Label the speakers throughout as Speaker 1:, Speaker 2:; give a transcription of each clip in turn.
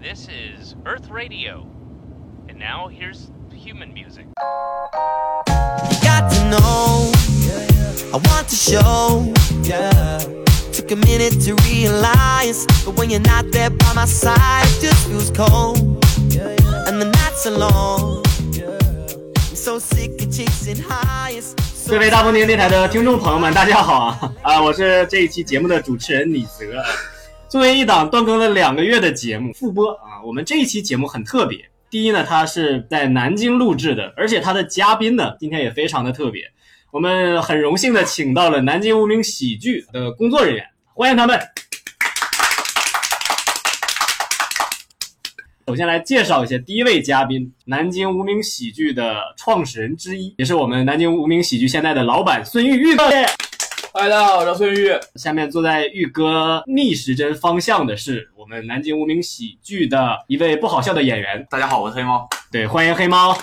Speaker 1: This is Earth Radio. And now here's human music.
Speaker 2: got to know. I want to show. Yeah. Took a minute to realize, but when you're not there by my side, it just feels cold. And the nights are long. I'm so sick of chasing highs.
Speaker 3: 各位大风天电台的听众朋友们，大家好啊！啊，我是这一期节目的主持人李泽。作为一档断更了两个月的节目复播啊，我们这一期节目很特别。第一呢，它是在南京录制的，而且它的嘉宾呢，今天也非常的特别。我们很荣幸的请到了南京无名喜剧的工作人员，欢迎他们。首先来介绍一下第一位嘉宾，南京无名喜剧的创始人之一，也是我们南京无名喜剧现在的老板孙玉玉哥。
Speaker 4: 嗨，大家好，我叫孙玉。
Speaker 3: 下面坐在玉哥逆时针方向的是我们南京无名喜剧的一位不好笑的演员，
Speaker 4: 大家好，我是黑猫。
Speaker 3: 对，欢迎黑猫。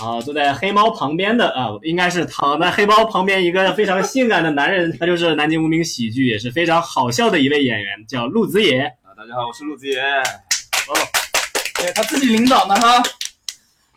Speaker 3: 啊，坐在黑猫旁边的啊，应该是躺在黑猫旁边一个非常性感的男人，他就是南京无名喜剧也是非常好笑的一位演员，叫陆子野。
Speaker 4: 啊，大家好，我是陆子言。哦，对他自己领导呢哈。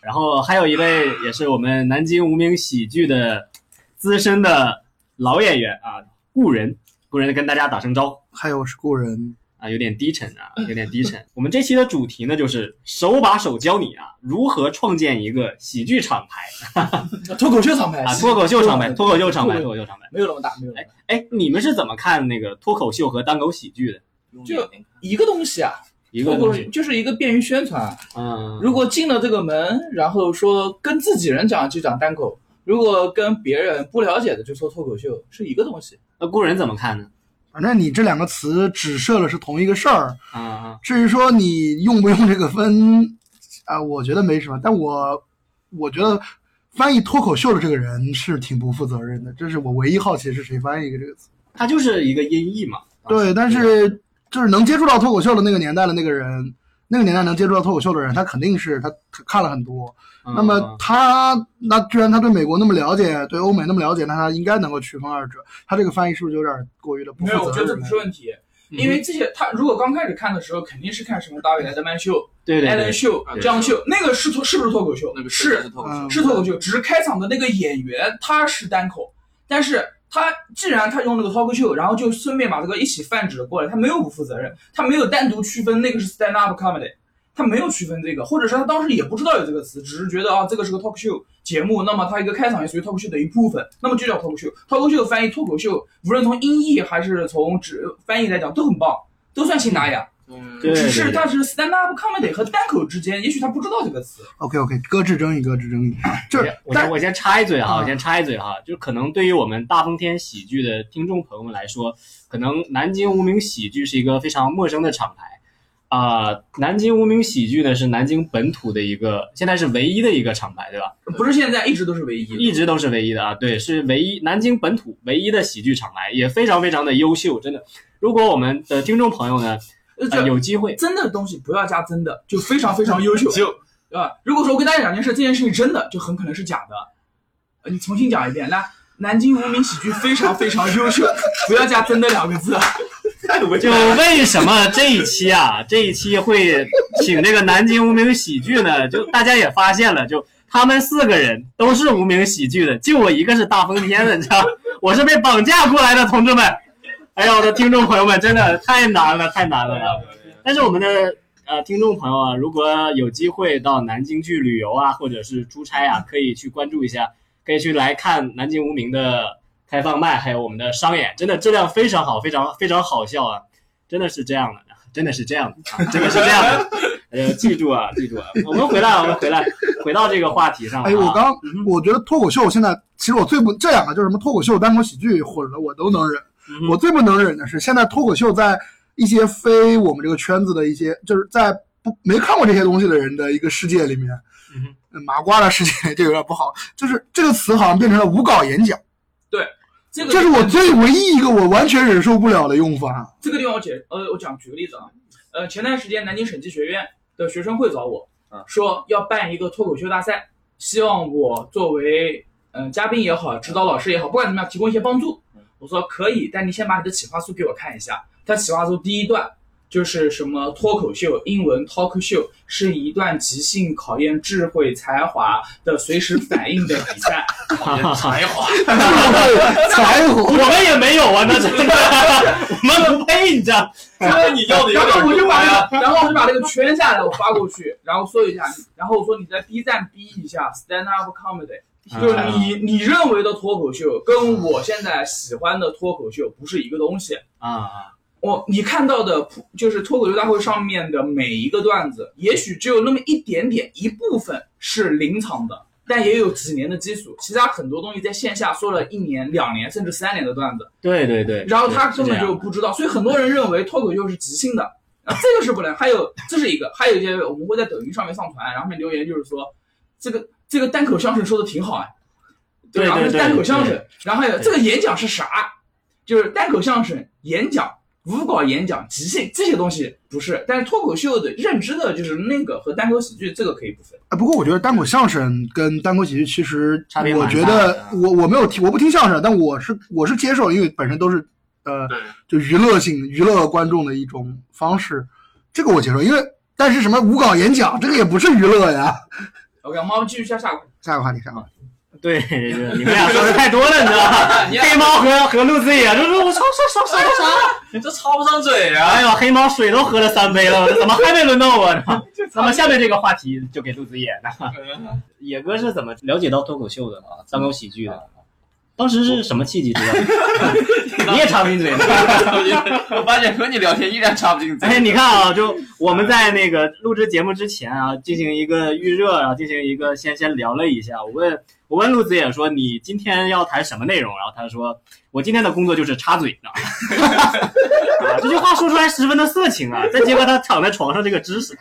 Speaker 3: 然后还有一位也是我们南京无名喜剧的资深的老演员啊，故人，故人跟大家打声招呼
Speaker 5: 还有是故人，
Speaker 3: 啊，有点低沉啊，
Speaker 4: 嗯
Speaker 3: 有点低沉。我们这期的主题呢，就是手把手教你啊，如何创建一个喜剧厂牌
Speaker 4: 脱口秀厂
Speaker 5: 哎
Speaker 4: 牌
Speaker 3: 啊，脱口秀厂牌，脱口秀厂牌，脱口秀厂牌。
Speaker 4: 没有那么大，没有那么大。
Speaker 3: 哎，你们是怎么看那个脱口秀和单口喜剧的？
Speaker 4: 就一个东西啊，
Speaker 3: 一个
Speaker 4: 脱
Speaker 3: 东
Speaker 4: 口
Speaker 3: 西，
Speaker 4: 就是一个便于宣传。
Speaker 3: 嗯，
Speaker 4: 如果进了这个门，然后说跟自己人讲就讲单口，如果跟别人不了解的就说脱口秀，是一个东西。
Speaker 3: 那故人怎么看呢？
Speaker 5: 反正你这两个词指涉的是同一个事儿。
Speaker 3: 啊啊，
Speaker 5: 至于说你用不用这个分，啊，我觉得没什么。但我我觉得翻译脱口秀的这个人是挺不负责任的，这是我唯一好奇是谁翻译的这个词。
Speaker 3: 它就是一个音译嘛。啊
Speaker 5: 对，但是就是能接触到脱口秀的那个年代的那个人，那个年代能接触到脱口秀的人，他肯定是他他看了很多。
Speaker 3: 嗯
Speaker 5: 那么他那居然他对美国那么了解，对欧美那么了解，那他应该能够区分二者。他这个翻译是不是有点过于的不
Speaker 4: 没有，
Speaker 5: 负
Speaker 4: 我觉
Speaker 5: 责
Speaker 4: 得这
Speaker 5: 任
Speaker 4: 不
Speaker 5: 了
Speaker 4: 是？问题，因为这些他如果刚开始看的时候，肯定是看什么大卫莱德曼秀、
Speaker 3: 对对
Speaker 4: 艾伦
Speaker 3: 对，
Speaker 4: 秀、
Speaker 6: 对
Speaker 4: 江秀，啊那个是脱是不是脱口秀？
Speaker 6: 那个
Speaker 4: 是
Speaker 6: 是脱口
Speaker 5: 嗯
Speaker 6: 秀，
Speaker 4: 是脱口秀，只是开场的那个演员他是单口，但是他既然他用了个脱口秀，然后就顺便把这个一起泛指了过来，他没有不负责任，他没有单独区分那个是 stand up comedy，他没有区分这个，或者是他当时也不知道有这个词，只是觉得啊这个是个脱口秀节目，那么它一个开场也属于脱口秀的一部分，那么就叫脱口秀。脱口秀翻译脱口秀，无论从音译还是从指翻译来讲都很棒，都算新达雅，
Speaker 6: 嗯，
Speaker 3: 对
Speaker 4: 只是
Speaker 3: 对对
Speaker 4: 它是 stand up comedy 和单口之间，也许他不知道这个词。
Speaker 5: OK OK，搁置争议，搁置争议，就是
Speaker 3: 啊我
Speaker 5: 但
Speaker 3: 先我先插一嘴哈，
Speaker 5: 啊
Speaker 3: 我先插一嘴哈，就是可能对于我们大风天喜剧的听众朋友们来说，可能南京无名喜剧是一个非常陌生的厂牌。啊、南京无名喜剧呢是南京本土的一个，现在是唯一的一个厂牌，对吧？
Speaker 4: 不是现在，一直都是唯一的。
Speaker 3: 一直都是唯一的啊，对，是唯一南京本土唯一的喜剧厂牌，也非常非常的优秀，真的。如果我们的听众朋友呢、
Speaker 4: 呃
Speaker 3: 呃
Speaker 4: 这
Speaker 3: 有机会，
Speaker 4: 真的东西不要加真的，就非常非常优 秀，
Speaker 3: 就
Speaker 4: 啊。如果说我跟大家讲一件事，这件事情真的，就很可能是假的。呃你重新讲一遍，来，南京无名喜剧非常非常优秀，不要加真的两个 字。
Speaker 3: 哎就为什么这一期啊，这一期会请这个南京无名喜剧呢？就大家也发现了，就他们四个人都是无名喜剧的，就我一个是大风天的，你知道，我是被绑架过来的，同志们。哎呀，我的听众朋友们，真的太难了，太难了啊！但是我们的呃听众朋友啊，如果有机会到南京去旅游啊，或者是出差啊，可以去关注一下，可以去来看南京无名的开放麦，还有我们的商演，真的质量非常好，非常非常好笑啊！真的是这样的，真的是这样的，啊、真的是这样的。 呃，记住啊，记住啊，我们回来，我们回来，回到这个话题上、啊。
Speaker 5: 哎，我刚
Speaker 3: 嗯
Speaker 5: 我觉得脱口秀现在其实我最不这两个就是什么脱口秀、单口喜剧混了我都能忍，
Speaker 3: 嗯哼
Speaker 5: 我最不能忍的是现在脱口秀在一些非我们这个圈子的一些就是在不没看过这些东西的人的一个世界里面，
Speaker 3: 嗯
Speaker 5: 麻瓜的世界 这有点不好，就是这个词好像变成了无稿演讲，
Speaker 4: 这个
Speaker 5: 这是我最唯一一个我完全忍受不了的用 法。
Speaker 4: 这个地方我解呃，我讲举个例子啊，呃，前段时间南京审计学院的学生会找我
Speaker 6: 啊，
Speaker 4: 说要办一个脱口秀大赛，希望我作为嗯、呃嘉宾也好，指导老师也好，不管怎么样提供一些帮助
Speaker 6: 嗯。
Speaker 4: 我说可以，但你先把你的企划书给我看一下。他企划书第一段
Speaker 7: 就是什么脱口秀，英文 talk show，是一段即兴考验智慧才华的随时反应的比赛。考验才华，
Speaker 5: 才
Speaker 3: 啊我
Speaker 5: 火，
Speaker 3: 们也没有啊，那真 的，我们不配，你知 道？
Speaker 8: 那你要的有
Speaker 7: 然
Speaker 8: 点啊
Speaker 7: 后我就
Speaker 8: 多
Speaker 7: 把那
Speaker 3: 啊
Speaker 8: 呀。
Speaker 7: 个，然后我就把那个圈下来，我发过去， 然后搜一下，然后我说你在 B 站逼一下 stand up comedy，就是你你认为的脱口秀跟我现在喜欢的脱口秀不是一个东西。
Speaker 3: 啊，
Speaker 7: 我你看到的普，就是脱口秀大会上面的每一个段子，也许只有那么一点点一部分是临场的，但也有几年的基础，其他很多东西在线下说了一年、两年甚至三年的段子，
Speaker 3: 对对对，
Speaker 7: 然后他
Speaker 3: 是
Speaker 7: 根本
Speaker 3: 这
Speaker 7: 就
Speaker 3: 样
Speaker 7: 不知道，所以很多人认为脱口秀是即兴的，啊，这个是不能。还有这是一个，还有一些我们会在抖音上面上传，然后下面留言就是说，这个这个单口相声说的挺好哎，
Speaker 3: 对
Speaker 7: 然后
Speaker 3: 对
Speaker 7: 是
Speaker 3: 对
Speaker 7: 单口相声
Speaker 3: 对，
Speaker 7: 然后还有
Speaker 3: 对
Speaker 7: 这个演讲是啥？就是单口相声、演讲、舞稿演讲、即兴这些东西不是，但是脱口秀的认知的就是那个和单口喜剧这个可以不分。
Speaker 5: 哎，不过我觉得单口相声跟单口喜剧其实
Speaker 3: 差别，蛮
Speaker 5: 我
Speaker 3: 大
Speaker 5: 觉
Speaker 3: 的
Speaker 5: 得我我没有听，我不听相声，但我是我是接受，因为本身都是呃，
Speaker 8: 对，
Speaker 5: 就娱乐性娱乐观众的一种方式，这个我接受。因为但是什么舞稿演讲，这个也不是娱乐呀。
Speaker 7: OK，我们继续下下一个。
Speaker 5: 下一个话题，下一个话题，
Speaker 3: 对，对你们俩说的太多了，你知道 吧？黑猫和和陆自也，就说我操，说说说说啥？
Speaker 8: 你这插不上嘴
Speaker 3: 哎
Speaker 8: 啊！
Speaker 3: 呦，黑猫水都喝了三杯了，怎么还没轮到我呢？那么下面这个话题就给陆子野了。 野哥是怎么了解到脱口秀的啊？单口喜剧的？当时是什么契机知道 的？你也插不进嘴呢。
Speaker 8: 我发现和你聊天依然插不进 嘴。
Speaker 3: 哎，你看啊，就我们在那个录制节目之前啊，进行一个预热，然后进行一个先先聊了一下。我问我问陆子野说你今天要谈什么内容，然后他说我今天的工作就是插嘴呢。 啊，这句话说出来十分的色情啊！再结合他躺在床上这个姿势，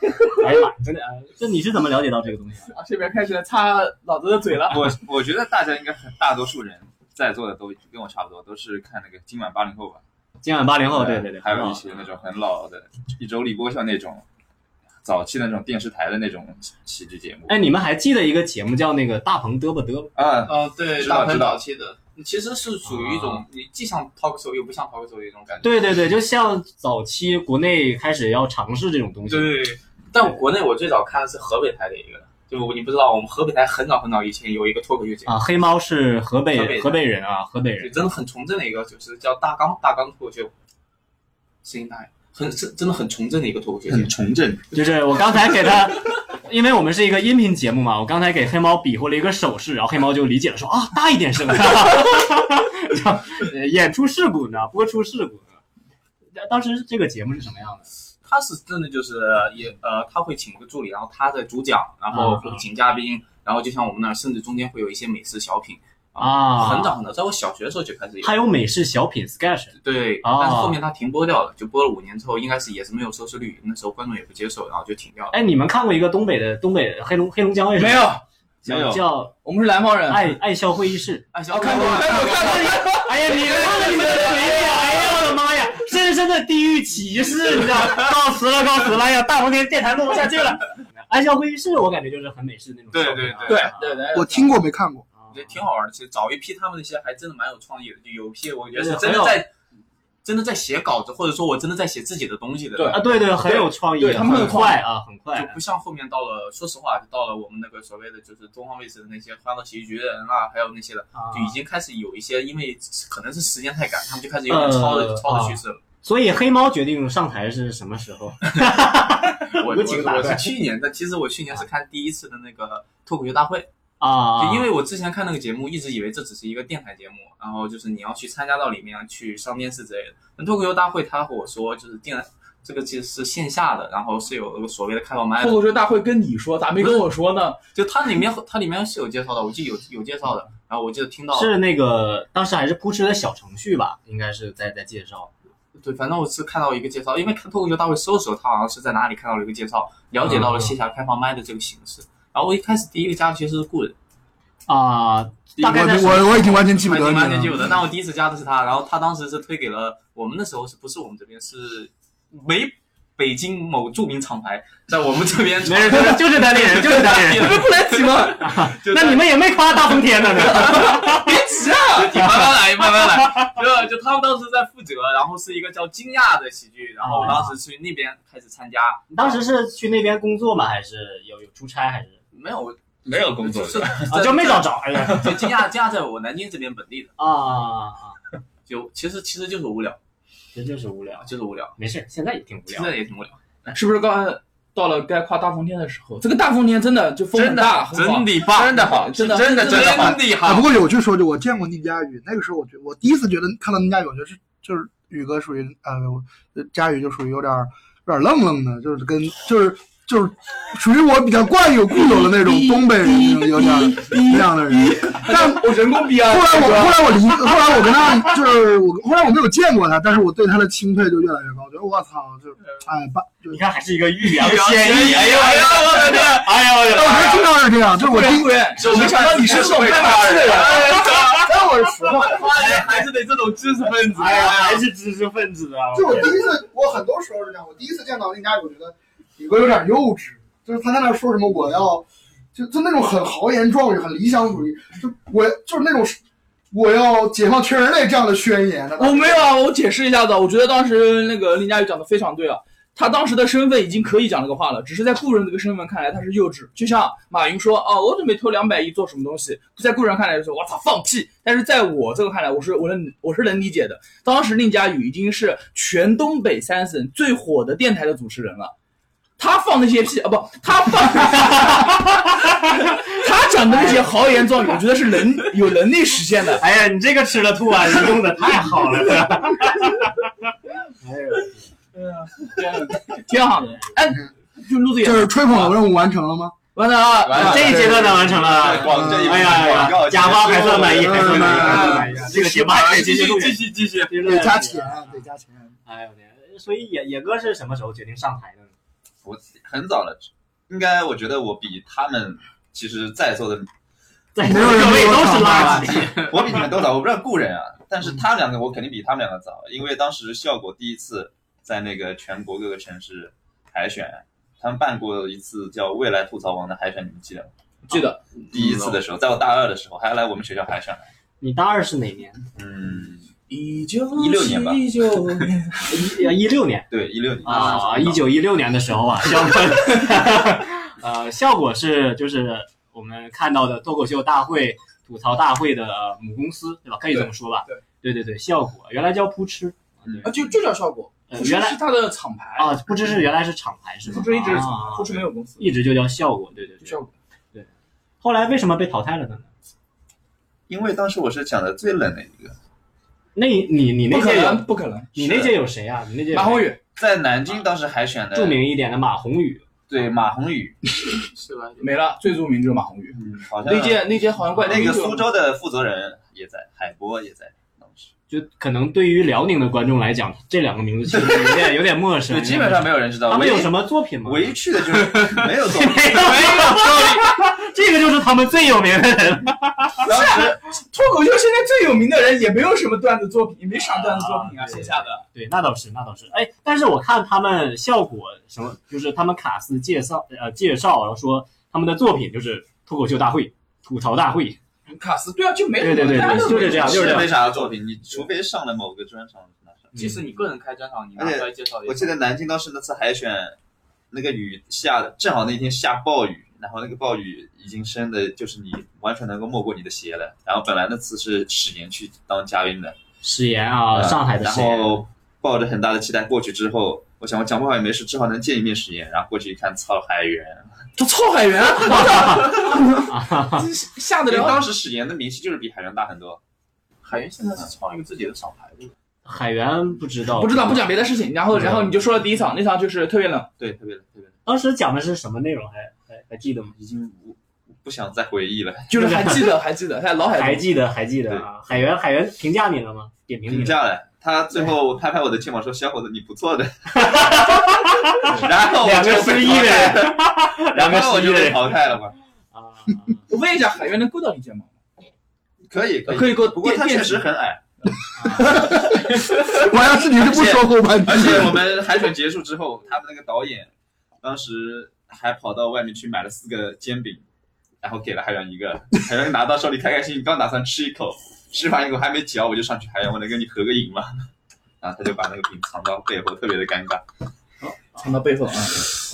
Speaker 3: 哎呀妈，真的啊！这你是怎么了解到这个东西的？
Speaker 7: 啊，这边开始擦老子的嘴了。
Speaker 8: 我我觉得大家应该很大多数人在座的都跟我差不多，都是看那个今晚八零后吧。
Speaker 3: 今晚八零哦后，对啊对对，
Speaker 8: 还有一些那种很老的，一周立波秀那种，早期的那种电视台的那种喜剧节目。
Speaker 3: 哎，你们还记得一个节目叫那个大鹏嘚吧嘚吧？
Speaker 8: 啊，
Speaker 4: 哦，对，
Speaker 8: 知道
Speaker 4: 大鹏
Speaker 8: 知道啊
Speaker 4: 早期的，其实是属于一种你既像 talk show 又不像 talk show 的一种感觉。
Speaker 3: 对对对，就像早期国内开始要尝试这种东西，
Speaker 4: 对，但国内我最早看的是河北台的一个，就我你不知道，我们河北台很早很早以前有一个脱口秀节目，
Speaker 3: 啊，黑猫是河
Speaker 4: 河北
Speaker 3: 北
Speaker 4: 人
Speaker 3: 河北人啊，河北
Speaker 4: 就
Speaker 3: 人。
Speaker 4: 真的很纯正的一个，就是叫大纲大纲脱口秀，声音大，很真真的很纯正的一个脱口秀节目。
Speaker 8: 纯正，
Speaker 3: 就是我刚才给他， 因为我们是一个音频节目嘛，我刚才给黑猫比划了一个手势，然后黑猫就理解了说，啊，大一点声， 呃演出事故，你知道，播出事故。当时这个节目是什么样的？
Speaker 4: 他是真的就是也呃，他会请个助理，然后他在主讲，然后
Speaker 7: 啊
Speaker 4: 会请嘉宾，然后就像我们那儿，甚至中间会有一些美食小品
Speaker 3: 啊
Speaker 4: 很早很早，在我小学的时候就开始有。
Speaker 3: 还有美式小品 sketch
Speaker 4: 对，
Speaker 3: 啊
Speaker 4: 但是后面他停播掉了，就播了五年之后，应该是也是没有收视率，那时候观众也不接受，然后就停掉了。
Speaker 3: 哎，你们看过一个东北的东北黑龙黑龙江卫视
Speaker 7: 没有，
Speaker 8: 没有
Speaker 3: 叫
Speaker 7: 我们是南方人。啊
Speaker 3: 爱爱笑会议室？
Speaker 4: 哎，小
Speaker 7: 我看过，我看过，看过。
Speaker 3: 哎呀，你看看你们的嘴脸，哎呀，我的妈呀，深深的地域歧视，你知道？告辞了，告辞了，哎呀，大鹏天电台录不下去了。安笑会议室，我感觉哎就是很美式那种
Speaker 4: 对
Speaker 3: 效果啊。
Speaker 4: 对
Speaker 7: 对对对，
Speaker 5: 我听过没看过。
Speaker 4: 我觉得挺好玩的。其实早一批他们那些还真的蛮有创意的，就有一批我觉得是
Speaker 3: 对
Speaker 4: 真
Speaker 3: 很
Speaker 4: 的
Speaker 3: 有
Speaker 4: 在真的在写稿子，或者说我真的在写自己的东西的。
Speaker 7: 对
Speaker 3: 啊，对对，很有创意，
Speaker 7: 对他们
Speaker 3: 很
Speaker 7: 很快
Speaker 3: 快啊，很
Speaker 4: 就
Speaker 3: 快。
Speaker 4: 不像后面到了，说实话，就到了我们那个所谓的就是东方卫视的那些《欢乐喜剧局》的人啊，还有那些的，
Speaker 3: 啊
Speaker 4: 就已经开始有一些，因为可能是时间太赶，他们就开始有点超的
Speaker 3: 呃
Speaker 4: 超
Speaker 3: 啊
Speaker 4: 的趋势了。
Speaker 3: 所以黑猫决定上台是什么时候？啊
Speaker 4: 我
Speaker 3: 有
Speaker 4: 我
Speaker 3: 几个
Speaker 4: 是
Speaker 3: 打
Speaker 4: 我
Speaker 3: 败
Speaker 4: 是去年的，其实我去年是看第一次的那个脱口秀大会，
Speaker 3: 啊，
Speaker 4: 就因为我之前看那个节目，一直以为这只是一个电台节目，然后就是你要去参加到里面去上电视之类的。那脱口秀大会他和我说，就是电这个其实是线下的，然后是有那个所谓的开放麦
Speaker 7: 脱
Speaker 4: 的，
Speaker 7: 口秀大会跟你说，咋没跟我说呢？
Speaker 4: 就它里面它里面是有介绍的，我记得有有介绍的，然后我记得听到
Speaker 3: 是那个当时还是扑哧的小程序吧，应该是在在介绍。
Speaker 4: 对，反正我是看到一个介绍，因为看脱口秀大会搜的时候，他好像是在哪里看到了一个介绍，了解
Speaker 7: 嗯
Speaker 4: 到了线下开放麦的这个形式。然后我一开始第一个加的其实是故人。
Speaker 3: 啊，大概在
Speaker 5: 我
Speaker 3: 什么
Speaker 5: 我我已经完全记不
Speaker 4: 还
Speaker 5: 得
Speaker 4: 挺
Speaker 5: 你
Speaker 4: 蛮年纪
Speaker 3: 嗯
Speaker 5: 了。
Speaker 4: 有的。但我第一次加的是他，然后他当时是推给了我们那时候是不是我们这边是没北京某著名厂牌，在我们这边
Speaker 3: 没人说就是单立人，就是单立人。
Speaker 9: 不是不能挤吗？
Speaker 4: 就
Speaker 3: 那你们也没夸大风天呢，
Speaker 9: 别挤啊！
Speaker 4: 你慢慢来，慢慢来。对，就他们当时在负责，然后是一个叫惊讶的喜剧，然后我当时去那边开始参加，
Speaker 3: 你 啊当时是去那边工作吗？还是有有出差？还是
Speaker 4: 没有
Speaker 8: 没有工作
Speaker 4: 就是
Speaker 8: 的，
Speaker 3: 啊就没找着？哎呀
Speaker 4: 就惊讶惊讶在我南京这边本地的，
Speaker 3: 啊啊，啊
Speaker 4: 就其实其实就是无聊，
Speaker 3: 这就是无聊，
Speaker 4: 就是无聊，
Speaker 3: 没事，现在也挺无
Speaker 4: 其
Speaker 3: 聊。
Speaker 4: 实也挺无聊。
Speaker 9: 是不是刚才到了该夸大风天的时候？这个大风天真的就风很大，很好
Speaker 4: 真的棒，
Speaker 9: 真的好
Speaker 4: 真
Speaker 9: 真的
Speaker 4: 真
Speaker 9: 真的好
Speaker 4: 的
Speaker 5: 啊，不
Speaker 4: 好。
Speaker 5: 过有句说句，我见过宁佳宇，那个时候我觉我第一次觉得看到宁佳宇，我觉得是就是宇哥属于呃，我佳宇就属于有点儿有点儿愣愣的，就是跟就是就是属于我比较惯有固有的那种东北人，有点儿那样的人。但
Speaker 9: 我人工逼啊！
Speaker 5: 后来我后来我离后来我跟他就是我后来我没有见过他，但是我对他的钦佩就越来越高，我觉得我操，就哎把就
Speaker 3: 你看，还是一个欲扬
Speaker 4: 欲扬
Speaker 3: 先抑。
Speaker 4: 先抑
Speaker 3: 哎呀，我的天！哎呀，我的
Speaker 5: 但我
Speaker 3: 天！
Speaker 5: 还经常是这样，就是我
Speaker 9: 中
Speaker 5: 经
Speaker 9: 国人，我没想到你是受害马的人。
Speaker 5: 但我是实话。
Speaker 4: 还是得这种知识分子。
Speaker 3: 哎呀，还是知识分子啊！
Speaker 5: 就我第一次，我很多时候是这样，我第一次见到那家，我觉得宇哥有点幼稚，就是他在那说什么我要，就就那种很豪言壮语、很理想主义，就我就是那种我要解放全人类这样的宣言的。
Speaker 9: 我没有啊，我解释一下子啊，我觉得当时那个林佳宇讲的非常对啊，他当时的身份已经可以讲这个话了，只是在故人这个身份看来他是幼稚，就像马云说啊，我准备投两百亿做什么东西，在故人看来就是我操放屁，但是在我这个看来，我是我能我是能理解的。当时林佳宇已经是全东北三省最火的电台的主持人了。他放那些屁啊，不， 他放，啊他讲的那些豪言壮语，我觉得是能有能力实现的。
Speaker 3: 哎呀，你这个吃了吐啊！你用的太好了。 哎呦，
Speaker 9: 挺好的。哎，就录的也
Speaker 5: 就是吹捧的任务完成了吗？
Speaker 9: 完了啊，
Speaker 8: 完了
Speaker 3: 这一阶段呢完成
Speaker 8: 对
Speaker 3: 了。
Speaker 8: 广这一
Speaker 3: 哎呀哎
Speaker 8: 广告
Speaker 3: 呀，
Speaker 8: 结束
Speaker 3: 甲方还算满意，
Speaker 5: 嗯
Speaker 3: 还算满意，
Speaker 5: 嗯
Speaker 3: 还算满意。这个节目还可以继续录下去。
Speaker 4: 续继续。
Speaker 5: 得加钱，得加钱。
Speaker 3: 哎呦我天！所以野野哥是什么时候决定上台的呢？
Speaker 8: 我很早了，应该我觉得我比他们其实在座的，
Speaker 3: 在
Speaker 5: 没有人
Speaker 3: 各位
Speaker 5: 给我
Speaker 3: 都是
Speaker 5: 上
Speaker 3: 垃
Speaker 5: 台
Speaker 3: 圾。
Speaker 8: 我比你们都早，我不知道故人啊，但
Speaker 3: 嗯
Speaker 8: 是他们两个我肯定比他们两个早，因为当时效果第一次在那个全国各个城市海选，他们办过一次叫“未来吐槽王”的海选，你们记得吗？
Speaker 9: 记得
Speaker 8: 第一次的
Speaker 3: 嗯
Speaker 8: 时候，在我大二的时候，还来我们学校海选来，
Speaker 3: 你大二是哪年？
Speaker 8: 嗯，
Speaker 9: 一九
Speaker 8: 16年吧
Speaker 9: 一九年，
Speaker 3: 一呃一六年
Speaker 8: 对，一六年
Speaker 3: 啊，一九一六年的时候啊，效 果呃效果是就是我们看到的脱口秀大会、吐槽大会的呃母公司对吧？可以这么说吧？对
Speaker 9: 对
Speaker 3: 对对，效果原来叫扑哧，
Speaker 9: 啊，就就叫 效果，
Speaker 3: 呃
Speaker 9: 不是
Speaker 3: 原来
Speaker 9: 是他的厂牌，
Speaker 3: 啊，不知是原来是厂牌是吧？
Speaker 9: 不是一直是厂
Speaker 3: 啊
Speaker 9: 牌，不是没有公司，
Speaker 3: 一直就叫效果，对对对
Speaker 9: 效。果。
Speaker 3: 后来为什么被淘汰了呢？
Speaker 8: 因为当时我是讲的最冷的一个，
Speaker 3: 那你你
Speaker 9: 不
Speaker 3: 那
Speaker 9: 可
Speaker 3: 届有
Speaker 9: 能，不可能。
Speaker 3: 你那届有谁啊？你那届有
Speaker 9: 马宏宇
Speaker 8: 在南京当时海选的
Speaker 3: 著名一点的马宏宇，
Speaker 8: 对马宏宇，
Speaker 4: 是吧？
Speaker 9: 没了，最著名就是马宏宇。
Speaker 8: 嗯，好像
Speaker 9: 那届那届好像怪
Speaker 8: 那
Speaker 9: 就
Speaker 8: 个苏州的负责人也在，海波也在当时，
Speaker 3: 就可能对于辽宁的观众来讲，这两个名字其实有点有点陌生。
Speaker 8: 对，基本上没有人知道。
Speaker 3: 他们有
Speaker 8: 唯一
Speaker 3: 什么作品吗？
Speaker 8: 唯一去的 就是没有作 品。
Speaker 3: 没有这个就是他们最有名的人。
Speaker 8: 当时
Speaker 9: 脱口秀现在最有名的人也没有什么段子作品，也没啥段子作品啊，
Speaker 3: 啊
Speaker 9: 线下的。
Speaker 3: 对，那倒是，那倒是。哎，但是我看他们效果什么，就是他们卡斯介绍呃介绍，然后说他们的作品就是脱口秀大会、吐槽大会。
Speaker 9: 卡斯对啊，就没什么，
Speaker 3: 对对对
Speaker 9: 大家都
Speaker 3: 对
Speaker 9: 没
Speaker 3: 就是这样就是这
Speaker 8: 是
Speaker 3: 样嗯
Speaker 8: 没啥作品，你除非上了某个专场。
Speaker 4: 即使你个人开专场，你拿出来介绍也
Speaker 8: 我记得南京当时那次海选，那个雨下的正好那天下暴雨，然后那个暴雨已经深的，就是你完全能够没过你的鞋了。然后本来那次是史岩去当嘉宾的，
Speaker 3: 史岩啊，
Speaker 8: 呃
Speaker 3: 上海的
Speaker 8: 然
Speaker 3: 史岩。
Speaker 8: 后抱着很大的期待过去之后，我想我讲不好也没事，至少能见一面史岩。然后过去一看，操，海源。
Speaker 9: 这操海源，这下得
Speaker 8: 因为
Speaker 9: 了
Speaker 8: 当时史岩的名气就是比海源大很多。
Speaker 4: 海源现在是创一个自己的厂牌，
Speaker 3: 海源不知道，
Speaker 9: 不知道不。讲别的事情，然后然后你就说了第一场，那场就是特别冷，
Speaker 8: 对，特别冷，特别冷，
Speaker 3: 当时讲的是什么内容？还还还记得吗？
Speaker 8: 已经无不想再回忆了。
Speaker 9: 就是还记得还记得，在脑海
Speaker 3: 还
Speaker 9: 中。
Speaker 3: 记得，还记得啊。海源，海源评价你了吗？点评你
Speaker 8: 评
Speaker 3: 了吗。
Speaker 8: 价了，他最后拍拍我的肩膀说：“小伙子，你不 错的。”然后我
Speaker 3: 两
Speaker 8: 就
Speaker 3: 个
Speaker 8: 被
Speaker 3: 失忆
Speaker 8: 淘
Speaker 3: 的
Speaker 8: 汰了，
Speaker 3: 人，两个
Speaker 8: 然后我
Speaker 3: 失忆
Speaker 8: 就
Speaker 3: 的
Speaker 8: 被
Speaker 3: 人
Speaker 8: 淘汰了嘛。
Speaker 3: 啊，
Speaker 9: 我问一下，海源能够到你肩膀吗？
Speaker 8: 可以，可以，
Speaker 9: 可以给我
Speaker 8: 不过他
Speaker 9: 垫
Speaker 8: 确实很矮，
Speaker 5: 我要是你就不说后半句
Speaker 8: 而，且我们海选结束之后，他们那个导演当时还跑到外面去买了四个煎饼，然后给了海洋一个，海洋拿到手里开开心心，刚打算吃一口，吃完一口还没嚼，我就上去海洋，我能跟你合个影吗？ 然后他就把那个饼藏到背后，特别的尴尬。
Speaker 9: 藏到背后啊，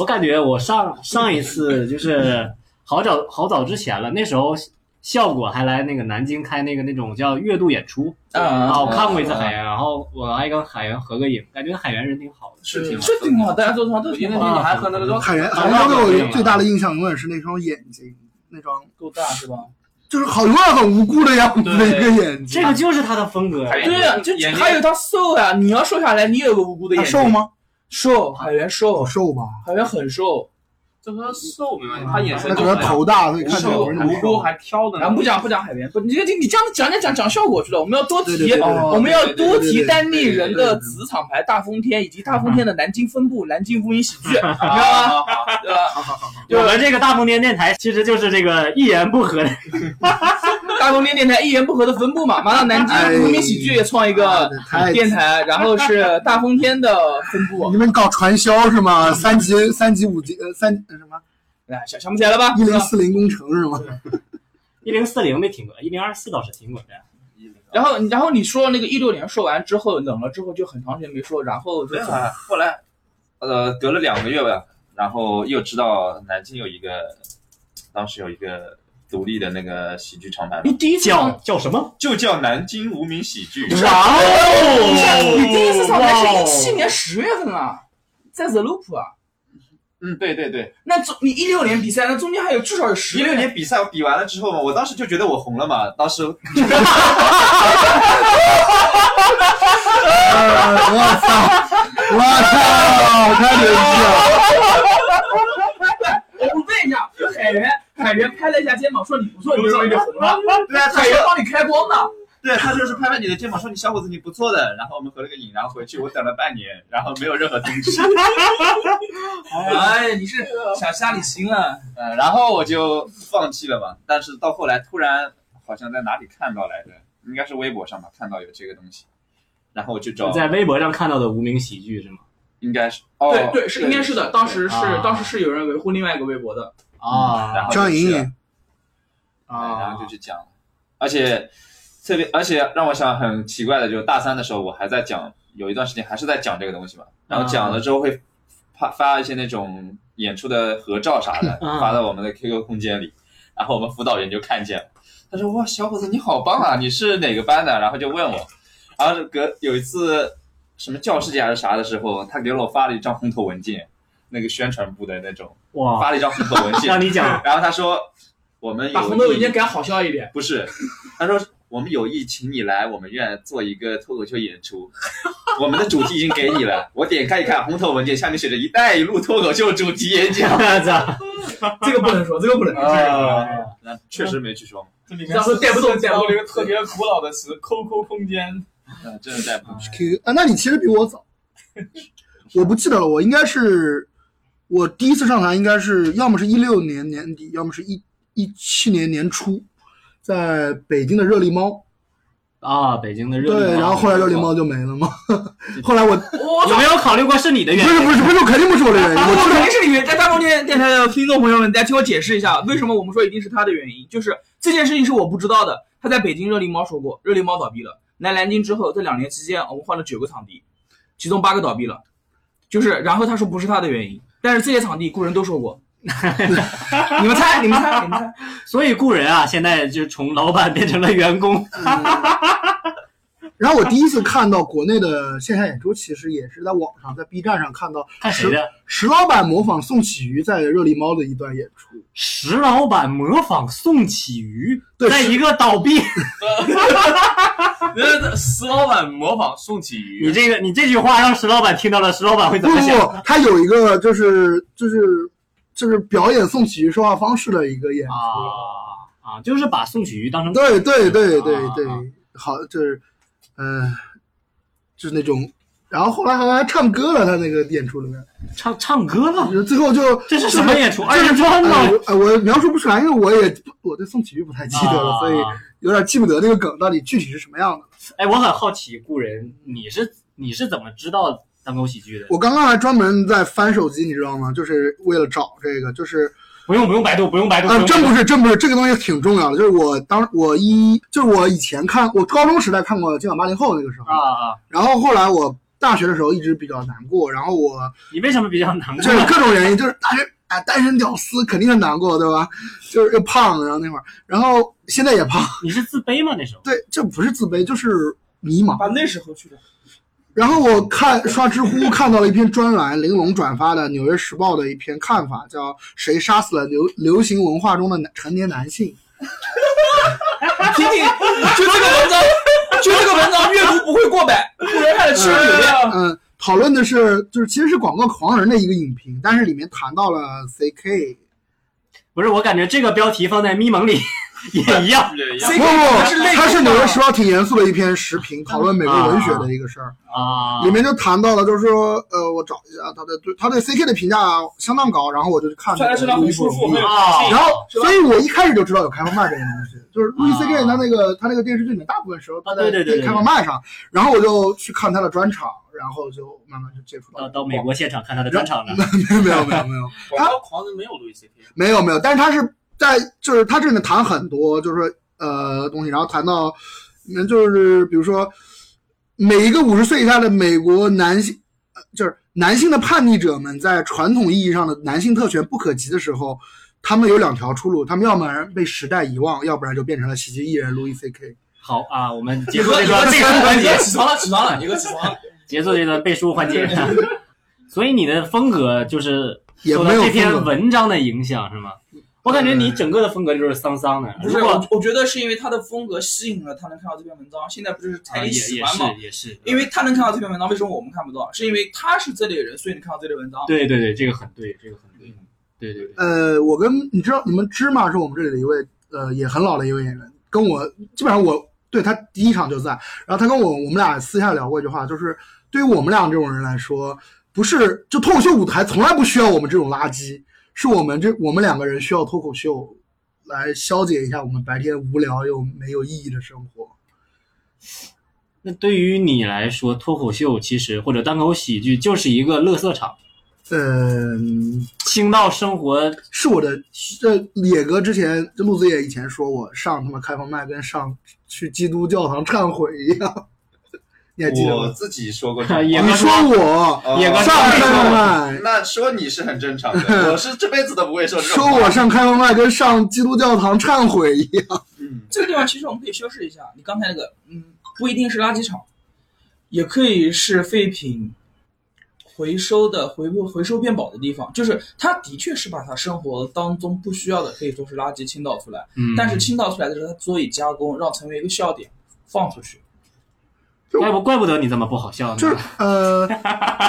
Speaker 3: 我感觉我上上一次就是好早好早之前了，那时候效果还来那个南京开那个那种叫月度演出
Speaker 9: 啊啊
Speaker 3: 啊，我
Speaker 9: 啊
Speaker 3: 看过一次
Speaker 8: 啊
Speaker 3: 海源，然后我还跟海源合个影，感觉海源人挺好
Speaker 8: 嗯
Speaker 3: 的。
Speaker 4: 是挺好
Speaker 9: 是挺好，大家都他都
Speaker 4: 因
Speaker 9: 挺
Speaker 4: 为
Speaker 9: 好，
Speaker 4: 那女孩和那个
Speaker 5: 海源，海
Speaker 3: 啊
Speaker 5: 源
Speaker 3: 那我
Speaker 5: 对
Speaker 3: 明
Speaker 5: 我
Speaker 3: 白
Speaker 5: 最大的印象永远是那双眼睛，那双
Speaker 9: 够大是吧？
Speaker 5: 就是好永远很无辜的样子的一个眼睛。
Speaker 3: 这个就是他的风格，
Speaker 8: 海源
Speaker 9: 对啊，就
Speaker 8: 眼睛
Speaker 9: 还有他瘦啊，你要瘦下来，你有个无辜的
Speaker 5: 他
Speaker 9: 眼睛。
Speaker 5: 瘦？吗？
Speaker 9: 瘦，海源
Speaker 5: 好
Speaker 9: 瘦，
Speaker 5: 瘦吧，
Speaker 9: 海源很瘦。
Speaker 4: 就说瘦没
Speaker 3: 嗯
Speaker 4: 问题，他眼神
Speaker 5: 那可
Speaker 4: 就
Speaker 5: 能
Speaker 4: 很
Speaker 5: 头大，所以看起来
Speaker 4: 瘦
Speaker 5: 不是那么
Speaker 4: 无辜还挑的
Speaker 9: 咱
Speaker 3: 啊
Speaker 4: 呢，
Speaker 9: 不讲不讲海源，不，你这你这样讲讲讲讲效果去了。我们要多提，
Speaker 5: 对对对对对
Speaker 9: 我们要多提当地
Speaker 8: 对对对
Speaker 9: 人
Speaker 8: 对对
Speaker 9: 的子厂牌大风天以及大风天的南京分部南京无影喜剧，你知道
Speaker 4: 啊
Speaker 9: 吗？
Speaker 4: 好好
Speaker 9: 对
Speaker 3: 我
Speaker 9: 吧？
Speaker 3: 们这个大风天电台其实就是这个一言不合的，
Speaker 9: 大东天电台一言不合的分部嘛，完了南京无名喜剧也创一个
Speaker 5: 啊太
Speaker 9: 电台，然后是大风天的分部
Speaker 5: 你，们搞传销是吗？三级、三级、五级、呃三呃什么
Speaker 9: 哎，想想不起来了吧？
Speaker 5: 一
Speaker 9: 是
Speaker 5: 零
Speaker 9: 吧
Speaker 5: 四零工程是吗？
Speaker 3: 一零四零没听过，一零二四倒是听过的。
Speaker 9: 然后然后你说那个一六年说完之后冷了之后就很长时间没说，然后就
Speaker 8: 没有啊，后来呃隔了两个月吧，然后又知道南京有一个，当时有一个独立的那个喜剧厂牌嘛，
Speaker 9: 你第一次
Speaker 3: 叫叫什么？
Speaker 8: 就叫南京无名喜剧。
Speaker 3: 哦
Speaker 9: 你第一次上台是一七年十月份啊，在 The Loop 啊，
Speaker 8: 嗯，对对对，
Speaker 9: 那中你一六年比赛，那中间还有至少有十
Speaker 8: 一六年比赛我比完了之后嘛，我当时就觉得我红了嘛，当时
Speaker 5: 呃我操！我操！太牛逼了！
Speaker 9: 我问一下，海源海源拍了一下肩膀说你不错，你怎么就红哦了？
Speaker 8: 对啊，他
Speaker 9: 海
Speaker 8: 说
Speaker 9: 源帮你开光呢。
Speaker 8: 对他就是拍拍你的肩膀说你小伙子你不错的，然后我们合了个影，然后回去我等了半年，然后没有任何通知，
Speaker 9: 哎，你是想瞎你心了？
Speaker 8: 嗯，然后我就放弃了嘛。但是到后来突然好像在哪里看到来着，应该是微博上吧，看到有这个东西，然后我就找
Speaker 3: 你，在微博上看到的无名喜剧是吗？
Speaker 8: 应该是哦，
Speaker 9: 对对，是应该是的。当时是
Speaker 3: 啊
Speaker 9: 当时是有人维护另外一个微博的
Speaker 8: 然
Speaker 3: 啊
Speaker 8: 后就
Speaker 5: 张
Speaker 8: 去
Speaker 5: 莹
Speaker 8: 了
Speaker 5: 莹，
Speaker 8: 对然
Speaker 9: 啊
Speaker 8: 后就去讲了，而且特别，而且让我想很奇怪的就是大三的时候，我还在讲，有一段时间还是在讲这个东西嘛，然后讲
Speaker 9: 哦
Speaker 8: 了之后会发发一些那种演出的合照啥的，
Speaker 3: 嗯
Speaker 8: 发到我们的 QQ 空间里，然后我们辅导员就看见了，他说哇小伙子你好棒啊，你是哪个班的？然后就问我，然后隔有一次什么教师节还是啥的时候，他给我发了一张红头文件，那个宣传部的那种
Speaker 3: 哇，
Speaker 8: 发了一张红头文
Speaker 3: 让
Speaker 8: 件，
Speaker 3: 你讲
Speaker 8: 然后他说。我们有
Speaker 9: 把红头文
Speaker 8: 意
Speaker 9: 件改好笑一点。
Speaker 8: 不是，他说我们有意请你来我们院做一个脱口秀演出，我们的主题已经给你了。我点开一看红头文件，下面写着“一带一路脱口秀主题演 讲
Speaker 3: 操，
Speaker 9: 这个不能说，这个不能”，说。
Speaker 8: 啊，那确实没去说嘛，
Speaker 9: 到时候带 不动，带不动。
Speaker 4: 一个特别古老的词，QQ 空间。
Speaker 8: 嗯，真的带不动。
Speaker 5: Q 啊，那你其实比我早，我不记得了，我应该是我第一次上台，应该是要么是一六年年底，要么是一一七年年初，在北京的热力猫，
Speaker 3: 啊！北京的热力
Speaker 5: 对，
Speaker 3: 猫
Speaker 5: 然后后来热力猫就没了嘛。 后来我
Speaker 3: 有没有考虑过是你的
Speaker 5: 不
Speaker 3: 原
Speaker 5: 是
Speaker 3: 因？
Speaker 5: 不是不是，肯定不是我的原因，
Speaker 9: 我
Speaker 5: 我知
Speaker 9: 肯
Speaker 5: 道
Speaker 9: 定是你原在大风电电台的听众朋友们，大家听我解释一下，为什么我们说一定是他的原因，就是这件事情是我不知道的。他在北京热力猫说过，热力猫倒闭了。来南京之后，这两年期间，我们换了九个场地，其中八个倒闭了，就是然后他说不是他的原因，但是这些场地雇人都说过。你们猜，你们猜，你们猜，
Speaker 3: 所以雇人啊，现在就从老板变成了员工。
Speaker 5: 然后我第一次看到国内的线下演出，其实也是在网上，在 B 站上看到
Speaker 3: 看谁的？
Speaker 5: 石老板模仿宋启瑜在热力猫的一段演出。
Speaker 3: 石老板模仿宋启瑜，
Speaker 5: 对
Speaker 3: 在一个倒闭。
Speaker 4: 石老板模仿宋启
Speaker 3: 你
Speaker 4: 瑜，
Speaker 3: 这个你这句话让石老板听到了，石老板会
Speaker 5: 不
Speaker 3: 哎怎么
Speaker 5: 不
Speaker 3: 想？
Speaker 5: 不，他有一个就是就是就是表演宋启瑜说话方式的一个演出。
Speaker 3: 啊啊，就是把宋启瑜当成
Speaker 5: 对对对对
Speaker 3: 啊
Speaker 5: 对，好就是，嗯、就是那种。然后后来好像还唱歌了，他那个演出里面，
Speaker 3: 唱唱歌了，
Speaker 5: 就是最后就
Speaker 3: 哦这是什么演出？
Speaker 5: 就
Speaker 3: 二
Speaker 5: 是
Speaker 3: 人转
Speaker 5: 哎
Speaker 3: 吗？
Speaker 5: 我哎我描述不出来，因为我也我对宋启瑜不太记得了，所以
Speaker 3: 啊
Speaker 5: 有点记不得那个梗到底具体是什么样的。
Speaker 3: 哎，我很好奇，故人，你是你是怎么知道单口喜剧的？
Speaker 5: 我刚刚还专门在翻手机，你知道吗？就是为了找这个，就是
Speaker 3: 不用不用百度，不用百度，
Speaker 5: 啊，
Speaker 3: 用
Speaker 5: 真
Speaker 3: 百
Speaker 5: 不
Speaker 3: 度
Speaker 5: 是，真不是，这个东西挺重要的。就是我当我一，就是我以前看，我高中时代看过《今晚八零后》那个时候，
Speaker 3: 啊啊！
Speaker 5: 然后后来我大学的时候一直比较难过，然后我
Speaker 3: 你为什么比较难过？
Speaker 5: 就是各种原因，就是大学哎单身屌丝肯定是难过，对吧？就是又胖，然后那会儿，然后现在也胖，
Speaker 3: 你是自卑吗？那时候？
Speaker 5: 对，这不是自卑，就是迷茫。
Speaker 7: 把那时候去的，
Speaker 5: 然后我看刷知乎看到了一篇专栏，玲珑转发的《纽约时报》的一篇看法，叫“谁杀死了流流行文化中的男成年男性
Speaker 7: 听听，就这个文章，就这个文章阅读不会过百，忽然看了七十九 遍”。。
Speaker 5: 嗯，讨论的是就是其实是广告狂人的一个影评，但是里面谈到了 CK，
Speaker 3: 不是，我感觉这个标题放在咪 蒙里也一样
Speaker 8: 对，
Speaker 5: 不
Speaker 7: C
Speaker 5: 不，
Speaker 7: 他是类似的
Speaker 5: 他是《纽约时报》挺严肃的一篇时评，讨论美国文学的一个事儿。
Speaker 3: 啊
Speaker 5: 里。面就谈到了，就是说，呃，我找一下他的对他对 CK 的评价相当高，然后我就去看
Speaker 7: 穿在身上
Speaker 5: 那个
Speaker 7: 很
Speaker 5: 衣服
Speaker 7: 舒服，很有
Speaker 3: 啊
Speaker 7: 自信
Speaker 5: 然后，所以我一开始就知道有开放麦这个东西，就是路易 C K 他那个他那个电视剧里面大部分时候他在
Speaker 3: 啊对对对对
Speaker 5: 开放麦上，然后我就去看他的专场，然后就慢慢就接触
Speaker 3: 到
Speaker 5: 到
Speaker 3: 到美国现场看他的专场了。
Speaker 5: 没有没有没有
Speaker 4: 广告狂人没有路易 C K，
Speaker 5: 没有没有，但是他是在就是他这里面谈很多就是说呃东西，然后谈到嗯就是比如说每一个五十岁以下的美国男性，呃就是男性的叛逆者们在传统意义上的男性特权不可及的时候，他们有两条出路，他们要不然被时代遗忘，要不然就变成了喜剧艺人 Louis C.K.
Speaker 3: 好啊，我们结束这段背书环节，
Speaker 4: 起床了，起床了，一个起床了。
Speaker 3: 结束这段背书环节。所以你的风格就是
Speaker 5: 也
Speaker 3: 受到
Speaker 5: 没有
Speaker 3: 这篇
Speaker 5: 风格
Speaker 3: 文章的影响是吗？我感觉你整个的风格就是丧丧的。
Speaker 7: 不
Speaker 3: 如
Speaker 7: 是，
Speaker 3: 果
Speaker 7: 我我觉得是因为他的风格吸引了他能看到这篇文章，现在不就是
Speaker 3: 啊
Speaker 7: 才
Speaker 3: 也
Speaker 7: 喜
Speaker 3: 也
Speaker 7: 欢嘛
Speaker 3: 是？也是，
Speaker 7: 因为他能看到这篇文章，为什么我们看不到？是因为他是这类人，所以你看到这类文章。
Speaker 3: 对对对，这个很对，这个很对，对对对。
Speaker 5: 呃，我跟你知道，你们芝麻是我们这里的一位呃也很老的一位演员，跟我基本上我对他第一场就在，然后他跟我我们俩私下聊过一句话，就是对于我们俩这种人来说，不是就脱口秀舞台从来不需要我们这种垃圾，是我们这我们两个人需要脱口秀来消解一下我们白天无聊又没有意义的生活。
Speaker 3: 那对于你来说，脱口秀其实或者单口喜剧就是一个乐色场，
Speaker 5: 嗯，
Speaker 3: 倾倒生活
Speaker 5: 是我的，这野哥之前，这陆子野以前说我上他妈开放麦跟上去基督教堂忏悔一样，你还记得
Speaker 8: 我
Speaker 5: 吗？
Speaker 8: 自己说过
Speaker 5: 啊
Speaker 8: 这种话，
Speaker 3: 也
Speaker 5: 你说我
Speaker 8: 哦
Speaker 3: 也关
Speaker 5: 上开放麦，
Speaker 8: 那说你是很正常的，我是这辈子都不会说这种
Speaker 5: 说
Speaker 8: 话。
Speaker 5: 我上开放麦跟上基督教堂忏悔一样，
Speaker 8: 嗯，
Speaker 7: 这个地方其实我们可以修饰一下，你刚才那个，嗯，不一定是垃圾场，也可以是废品回收的回回收变宝的地方。就是他的确是把他生活当中不需要的，可以说是垃圾倾倒出来，
Speaker 3: 嗯
Speaker 7: 但是倾倒出来的时候，他佐以加工，让成为一个笑点放出去。
Speaker 3: 怪不怪不得你这么不好笑呢。
Speaker 5: 就是呃，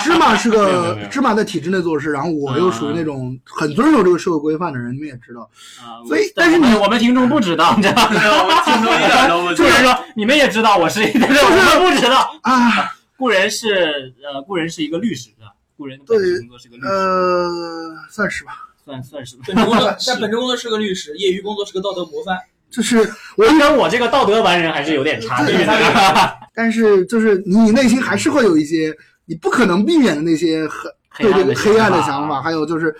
Speaker 5: 芝麻是
Speaker 3: 没有没有
Speaker 5: 个
Speaker 3: 没有
Speaker 5: 芝麻在体制内做事，然后我又属于那种很遵守这个社会规范的人，你们也知道，
Speaker 3: 啊，
Speaker 5: 所以
Speaker 3: 我
Speaker 5: 但是你
Speaker 3: 我们听众不知道，你知道吗？
Speaker 4: 我们听众一点都不知
Speaker 3: 就
Speaker 4: 道
Speaker 3: 是说你们也知道我是，但是我们不知道。
Speaker 5: 啊，
Speaker 3: 故人是呃，故人是一个律师啊，故人的本职工作是个律师，
Speaker 5: 呃，算是吧。
Speaker 3: 算算是吧。
Speaker 7: 本职工 作，在本职工作是个律师，业余工作是个道德模范。
Speaker 5: 就是我
Speaker 3: 我跟我这个道德完人还是有点差距的。
Speaker 5: 但是就是你内心还是会有一些你不可能避免的那些很对这个黑暗的想法，还有就是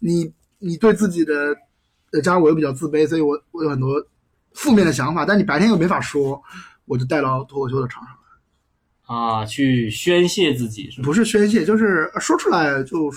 Speaker 5: 你你对自己的，呃，加上我又比较自卑，所以我我有很多负面的想法，但你白天又没法说，我就带到脱口秀的场上，
Speaker 3: 啊，去宣泄自己是吧？
Speaker 5: 不是宣泄，就是呃说出来就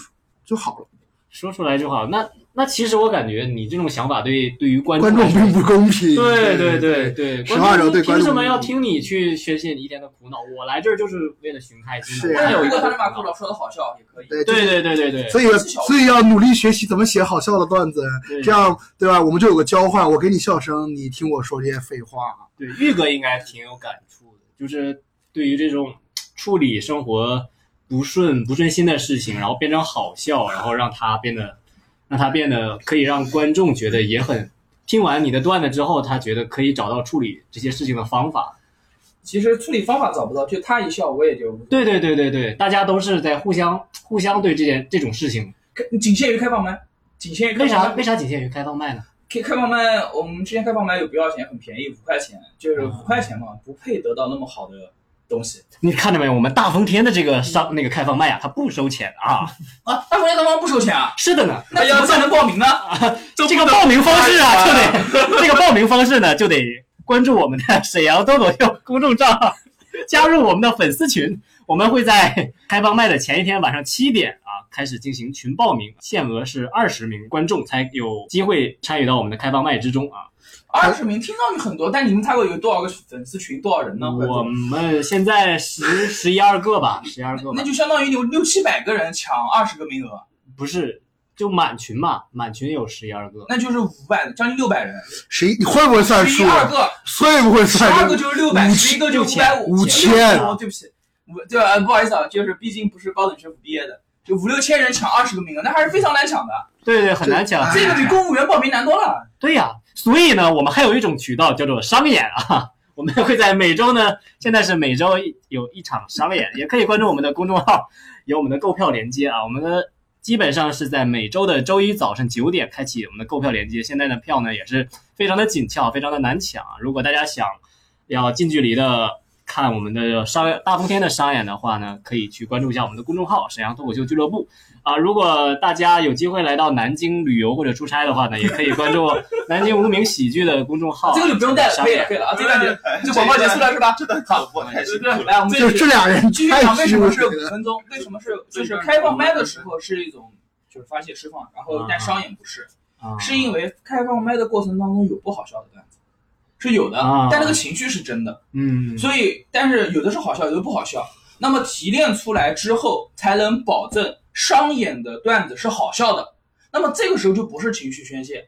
Speaker 5: 就好了。
Speaker 3: 说出来就好。那那其实我感觉你这种想法对对于观
Speaker 5: 观
Speaker 3: 众
Speaker 5: 众并不公平，
Speaker 3: 对对对对，
Speaker 5: 实话说对
Speaker 3: 凭
Speaker 5: 观众
Speaker 3: 什么要听你去宣泄你一天的苦恼？我来这儿就是为了寻开心
Speaker 5: 是
Speaker 3: 的。我
Speaker 5: 啊
Speaker 3: 也有一个
Speaker 7: 他
Speaker 3: 苦
Speaker 7: 能把顾
Speaker 3: 恼。
Speaker 7: 老说的好笑也可以。
Speaker 5: 对就是
Speaker 3: 对对对对对，
Speaker 5: 所以，所以要努力学习怎么写好笑的段子，
Speaker 3: 对
Speaker 5: 这样对吧？我们就有个交换，我给你笑声，你听我说这些废话。
Speaker 3: 对玉哥应该挺有感触的，就是对于这种处理生活不顺不顺心的事情，然后变成好笑，然后让他变得让他变得可以让观众觉得也很听完你的段子之后，他觉得可以找到处理这些事情的方法。
Speaker 7: 其实处理方法找不到，就他一笑我也就
Speaker 3: 对对对对对，大家都是在互相互相对这件这种事情，
Speaker 7: 开仅限于开放麦，仅限于开
Speaker 3: 为啥
Speaker 7: 放麦
Speaker 3: 为。啥仅限于开放麦呢？
Speaker 9: 可以开放麦，我们之前开放麦有不要钱，很便宜，五块钱，就是五块钱嘛，不配得到那么好的东西。
Speaker 3: 你看到没有？我们大风天的这个商那个开放麦啊，它不收钱 啊。
Speaker 9: 啊，大风天大方不收钱啊？
Speaker 3: 是的呢，
Speaker 4: 哎
Speaker 9: 那要才能报名呢？
Speaker 3: 这个报名方式啊，就得 这个报名方式呢，就得关注我们的沈阳豆豆秀公众账号， 加入我们的粉丝群。我们会在开放麦的前一天晚上七点啊开始进行群报名，限额是二十名观众才有机会参与到我们的开放麦之中啊。
Speaker 9: 二十名听上去很多，但你们泰国有多少个粉丝群，多少人呢？
Speaker 3: 我们现在十十一二个吧，十一二个吧
Speaker 9: 那，就相当于有六七百个人抢二十个名额，
Speaker 3: 不是就满群嘛，满群有十一二个。
Speaker 9: 那就是五百，将近六百人，
Speaker 5: 谁？你会不会算
Speaker 9: 十
Speaker 5: 数
Speaker 9: 一二
Speaker 5: 啊？
Speaker 9: 个，
Speaker 5: 会不会
Speaker 9: 十二
Speaker 5: 算
Speaker 9: 个
Speaker 5: 数？
Speaker 9: 就是六百，
Speaker 5: 五
Speaker 9: 十一个就五百五，
Speaker 5: 五千
Speaker 9: 哦，对不起，五对吧？不好意思啊，就是毕竟不是高等学府毕业的，就五六千人抢二十个名额，那还是非常难抢的，
Speaker 3: 对对，很难抢。
Speaker 9: 这个比公务员报名难多了。
Speaker 3: 对呀、所以呢，我们还有一种渠道叫做商演啊，我们会在每周呢，现在是每周一有一场商演，也可以关注我们的公众号，有我们的购票链接啊，我们的。基本上是在每周的周一早上九点开启我们的购票链接，现在的票呢也是非常的紧俏，非常的难抢啊。如果大家想要近距离的看我们的商大风天的商演的话呢，可以去关注一下我们的公众号“沈阳脱口秀俱乐部”。啊，如果大家有机会来到南京旅游或者出差的话呢，也可以关注南京无名喜剧的公众号。
Speaker 9: 啊这个就不用带了，可以了，可以了啊！这段就就广告结束了是吧？
Speaker 8: 这段口播太辛苦了。
Speaker 9: 来，我们
Speaker 5: 就这俩人
Speaker 9: 继续
Speaker 5: 太
Speaker 9: 讲为什
Speaker 5: 虚伪
Speaker 9: 么是五
Speaker 5: 了。
Speaker 9: 分钟，为什么是就是开放麦的时候是一种就是发泄释放，然后但商演不是，
Speaker 3: 啊
Speaker 9: 是因为开放麦的过程当中有不好笑的段子，是有的
Speaker 3: 啊，
Speaker 9: 但那个情绪是真的，
Speaker 3: 嗯，
Speaker 9: 所以但是有的是好笑，有的不好笑。那么提炼出来之后，才能保证商演的段子是好笑的。那么这个时候就不是情绪宣泄，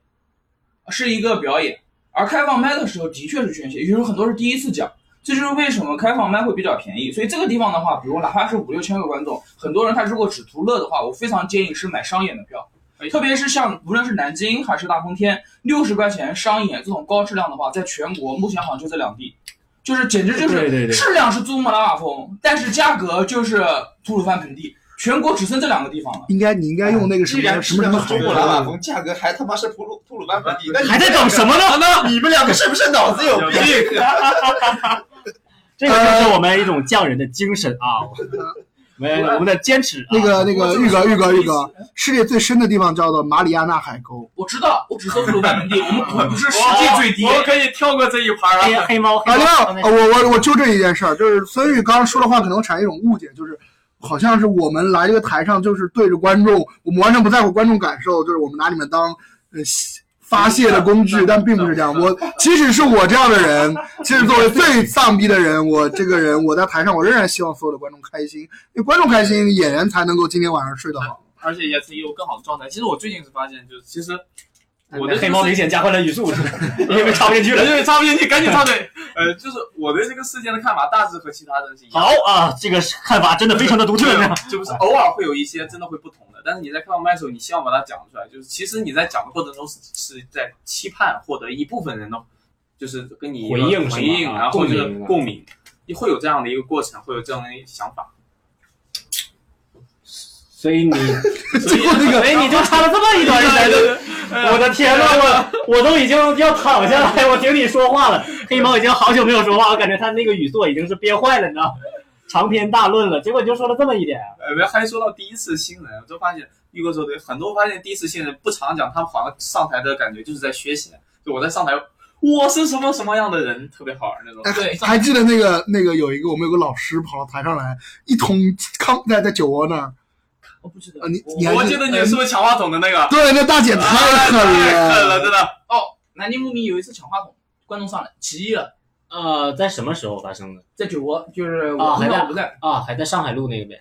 Speaker 9: 是一个表演。而开放麦的时候的确是宣泄，有时候很多是第一次讲，这就是为什么开放麦会比较便宜。所以这个地方的话，比如哪怕是五六千个观众，很多人他如果只图乐的话，我非常建议是买商演的票。
Speaker 3: 哎
Speaker 9: 特别是像无论是南京还是大风天，六十块钱商演这种高质量的话，在全国目前好像就这两地，就是简直就
Speaker 3: 对对
Speaker 9: 是
Speaker 3: 对
Speaker 9: 质量是珠穆朗玛峰，但是价格就是吐鲁番盆地，全国只剩这两个地方了。
Speaker 5: 应该你应该用那个
Speaker 9: 哎
Speaker 5: 什么
Speaker 8: 既然
Speaker 5: 什么什么海
Speaker 8: 珠穆朗玛峰价格还他妈是吐鲁吐鲁番盆地，那你
Speaker 3: 还在等什么呢？
Speaker 8: 你们两个是不是脑子有病？
Speaker 5: 哎
Speaker 3: 这个就是我们一种匠人的精神啊，我们我们的坚持啊。
Speaker 5: 那个那个
Speaker 9: 我
Speaker 5: 玉哥玉哥玉哥
Speaker 9: 我，
Speaker 5: 世界最深的地方叫做马里亚纳海沟。
Speaker 9: 我知道，我只搜吐鲁番盆地，我们不不是世界最低
Speaker 4: 我。我可以跳过这一盘
Speaker 3: 黑
Speaker 4: 了。
Speaker 3: 黑猫黑
Speaker 5: 啊，
Speaker 3: 猫
Speaker 4: 哦
Speaker 5: 另外，呃我我我纠正一件事儿，就是孙玉刚刚说的话可能产生一种误解，就是好像是我们来这个台上就是对着观众，我们完全不在乎观众感受，就是我们拿你们当呃泄发泄的工具，但并不是这样。我即使是我这样的人，即使作为最丧逼的人，我这个人我在台上，我仍然希望所有的观众开心，因为观众开心，演员才能够今天晚上睡得好。
Speaker 4: 而且也是一个更好的状态。其实我最近是发现，就是其实我的
Speaker 3: 哎黑猫明显加快了语 速，因为插不进去
Speaker 4: 因
Speaker 3: 了。
Speaker 4: 为插不进去，赶紧插嘴。呃，就是我对这个事件的看法，大致和其他人是一样的。
Speaker 3: 好啊，这个看法真的非常的 独特呢。
Speaker 4: 对，啊就是偶尔会有一些真的会不同的，但是你在开放麦的时候，你希望把它讲出来，就是其实你在讲的过程中是是在期盼获得一部分人的，就是跟你一个
Speaker 3: 回应是吧
Speaker 4: 回应，
Speaker 3: 啊
Speaker 4: 然后就是
Speaker 3: 共鸣
Speaker 4: 共鸣，你会有这样的一个过程，会有这样的一个想法。
Speaker 3: 所 以你，
Speaker 5: 最后那个
Speaker 3: 所以 你就插了这么一段，一来就 我的天呐，我我都已经要躺下来，我听你说话了。黑猫已经好久没有说话，我感觉他那个语速已经是憋坏了，你知道吗？长篇大论了，结果你就说了这么一点。
Speaker 4: 呃，然后还说到第一次新人，我就发现玉哥说对，很多发现第一次新人不常讲，他们好像上台的感觉就是在学习，就我在上台，我是什么什么样的人，特别好玩那
Speaker 5: 哎
Speaker 4: 种。
Speaker 9: 对，
Speaker 5: 还记得那个那个有一个我们有个老师跑到台上来，一通康在在酒窝那儿，
Speaker 9: 我不记得
Speaker 3: 哦
Speaker 5: 啊你你还
Speaker 4: 我记得你是不是抢话筒的那个？
Speaker 5: 对，那大姐 太
Speaker 4: 太
Speaker 5: 狠
Speaker 4: 狠了，真的。
Speaker 9: 哦，南京牧民有一次抢话筒，观众上来起义了，
Speaker 3: 呃，在什么时候发生的？
Speaker 9: 在酒窝，就是
Speaker 3: 啊
Speaker 9: 我
Speaker 3: 还
Speaker 9: 那
Speaker 3: 在
Speaker 9: 我不在，
Speaker 3: 啊，还在上海路那边。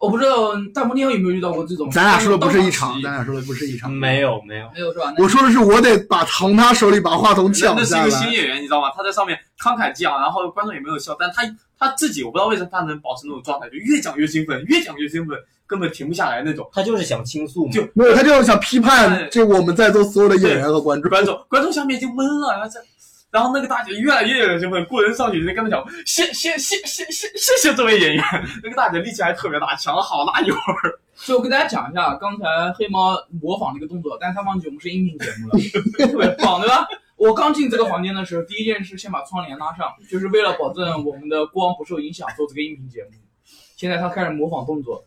Speaker 9: 我不知道大风天有没有遇到过这种。
Speaker 5: 咱俩说的不是一场，
Speaker 9: 当场起义
Speaker 5: 咱俩说的不是一场。
Speaker 3: 没有没有，
Speaker 9: 没有是吧？那
Speaker 5: 我说的是，我得把从他手里把话筒
Speaker 4: 那
Speaker 5: 抢
Speaker 4: 那是一
Speaker 5: 下
Speaker 4: 个新
Speaker 5: 来。
Speaker 4: 演员，你知道吗？他在上面慷慨激昂，然后观众也没有笑，但他他自己我不知道为什么他能保持那种状态，就越讲越兴奋，越讲越兴奋，根本停不下来那种。
Speaker 3: 他就是想倾诉嘛。
Speaker 4: 就
Speaker 5: 没有，他就想批判
Speaker 4: 哎
Speaker 5: 这我们在座所有的演员和观众。
Speaker 4: 观众观众下面已经闷了，然后在然后那个大姐越来越有身份，过人上去就跟她讲，谢谢谢谢谢谢谢这位演员。那个大姐力气还特别大，抢了好大一会儿。
Speaker 9: 就跟大家讲一下，刚才黑猫模仿了一个动作，但是他忘记我们是音频节目了，特别棒，对吧？我刚进这个房间的时候，第一件事先把窗帘拉上，就是为了保证我们的光不受影响，做这个音频节目。现在他开始模仿动作，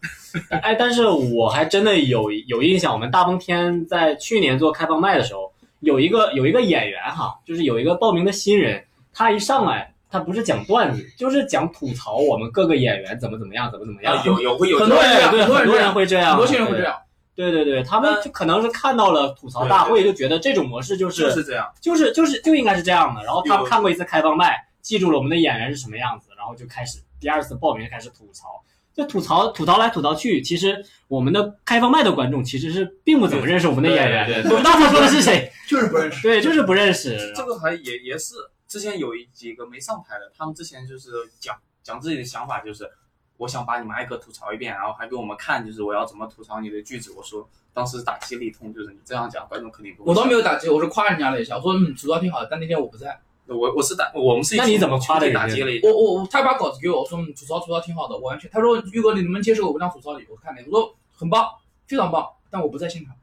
Speaker 3: 哎，但是我还真的有有印象，我们大风天在去年做开放麦的时候，有一个有一个演员哈，就是有一个报名的新人，他一上来他不是讲段子，就是讲吐槽我们各个演员怎么怎么样，怎么怎么
Speaker 9: 啊
Speaker 3: 样。
Speaker 4: 有有会有
Speaker 3: 很
Speaker 4: 这
Speaker 3: 多
Speaker 4: 种
Speaker 3: 人对
Speaker 9: 很多人
Speaker 3: 很多人会这样，
Speaker 9: 很多新人会这样。
Speaker 3: 对。对对对，他们就可能是看到了吐槽大会，就觉得这种模式就
Speaker 4: 就是是这样。
Speaker 3: 就是就是就应该是这样的。然后他
Speaker 4: 有
Speaker 3: 看过一次开放麦，记住了我们的演员是什么样子，然后就开始第二次报名开始吐槽。就吐槽吐槽来吐槽去，其实我们的开放麦的观众其实是并不怎么认识我们的演员，
Speaker 4: 对对
Speaker 3: 不知道他说的是谁，
Speaker 9: 就是不认识。
Speaker 3: 对，就是不认识。
Speaker 4: 这个还也也是之前有一几个没上台的，他们之前就是讲讲自己的想法，就是我想把你们挨个吐槽一遍，然后还给我们看，就是我要怎么吐槽你的句子。我说当时打击力痛，就是你这样讲，观众肯定不会
Speaker 9: 我
Speaker 4: 笑。
Speaker 9: 倒没有打击，我是夸人家了一下，我说嗯，主要挺好的，但那天我不在。
Speaker 4: 我我是打我们是一
Speaker 3: 那
Speaker 4: 起
Speaker 3: 你怎么夸的
Speaker 4: 群体
Speaker 3: 人家
Speaker 4: 打击了一
Speaker 9: 我我我，他把稿子给我，我说嗯吐槽吐槽挺好的，我完全。他说玉哥你能不能接受我不当吐槽你？我看了，我说很棒，非常棒，但我不在现场，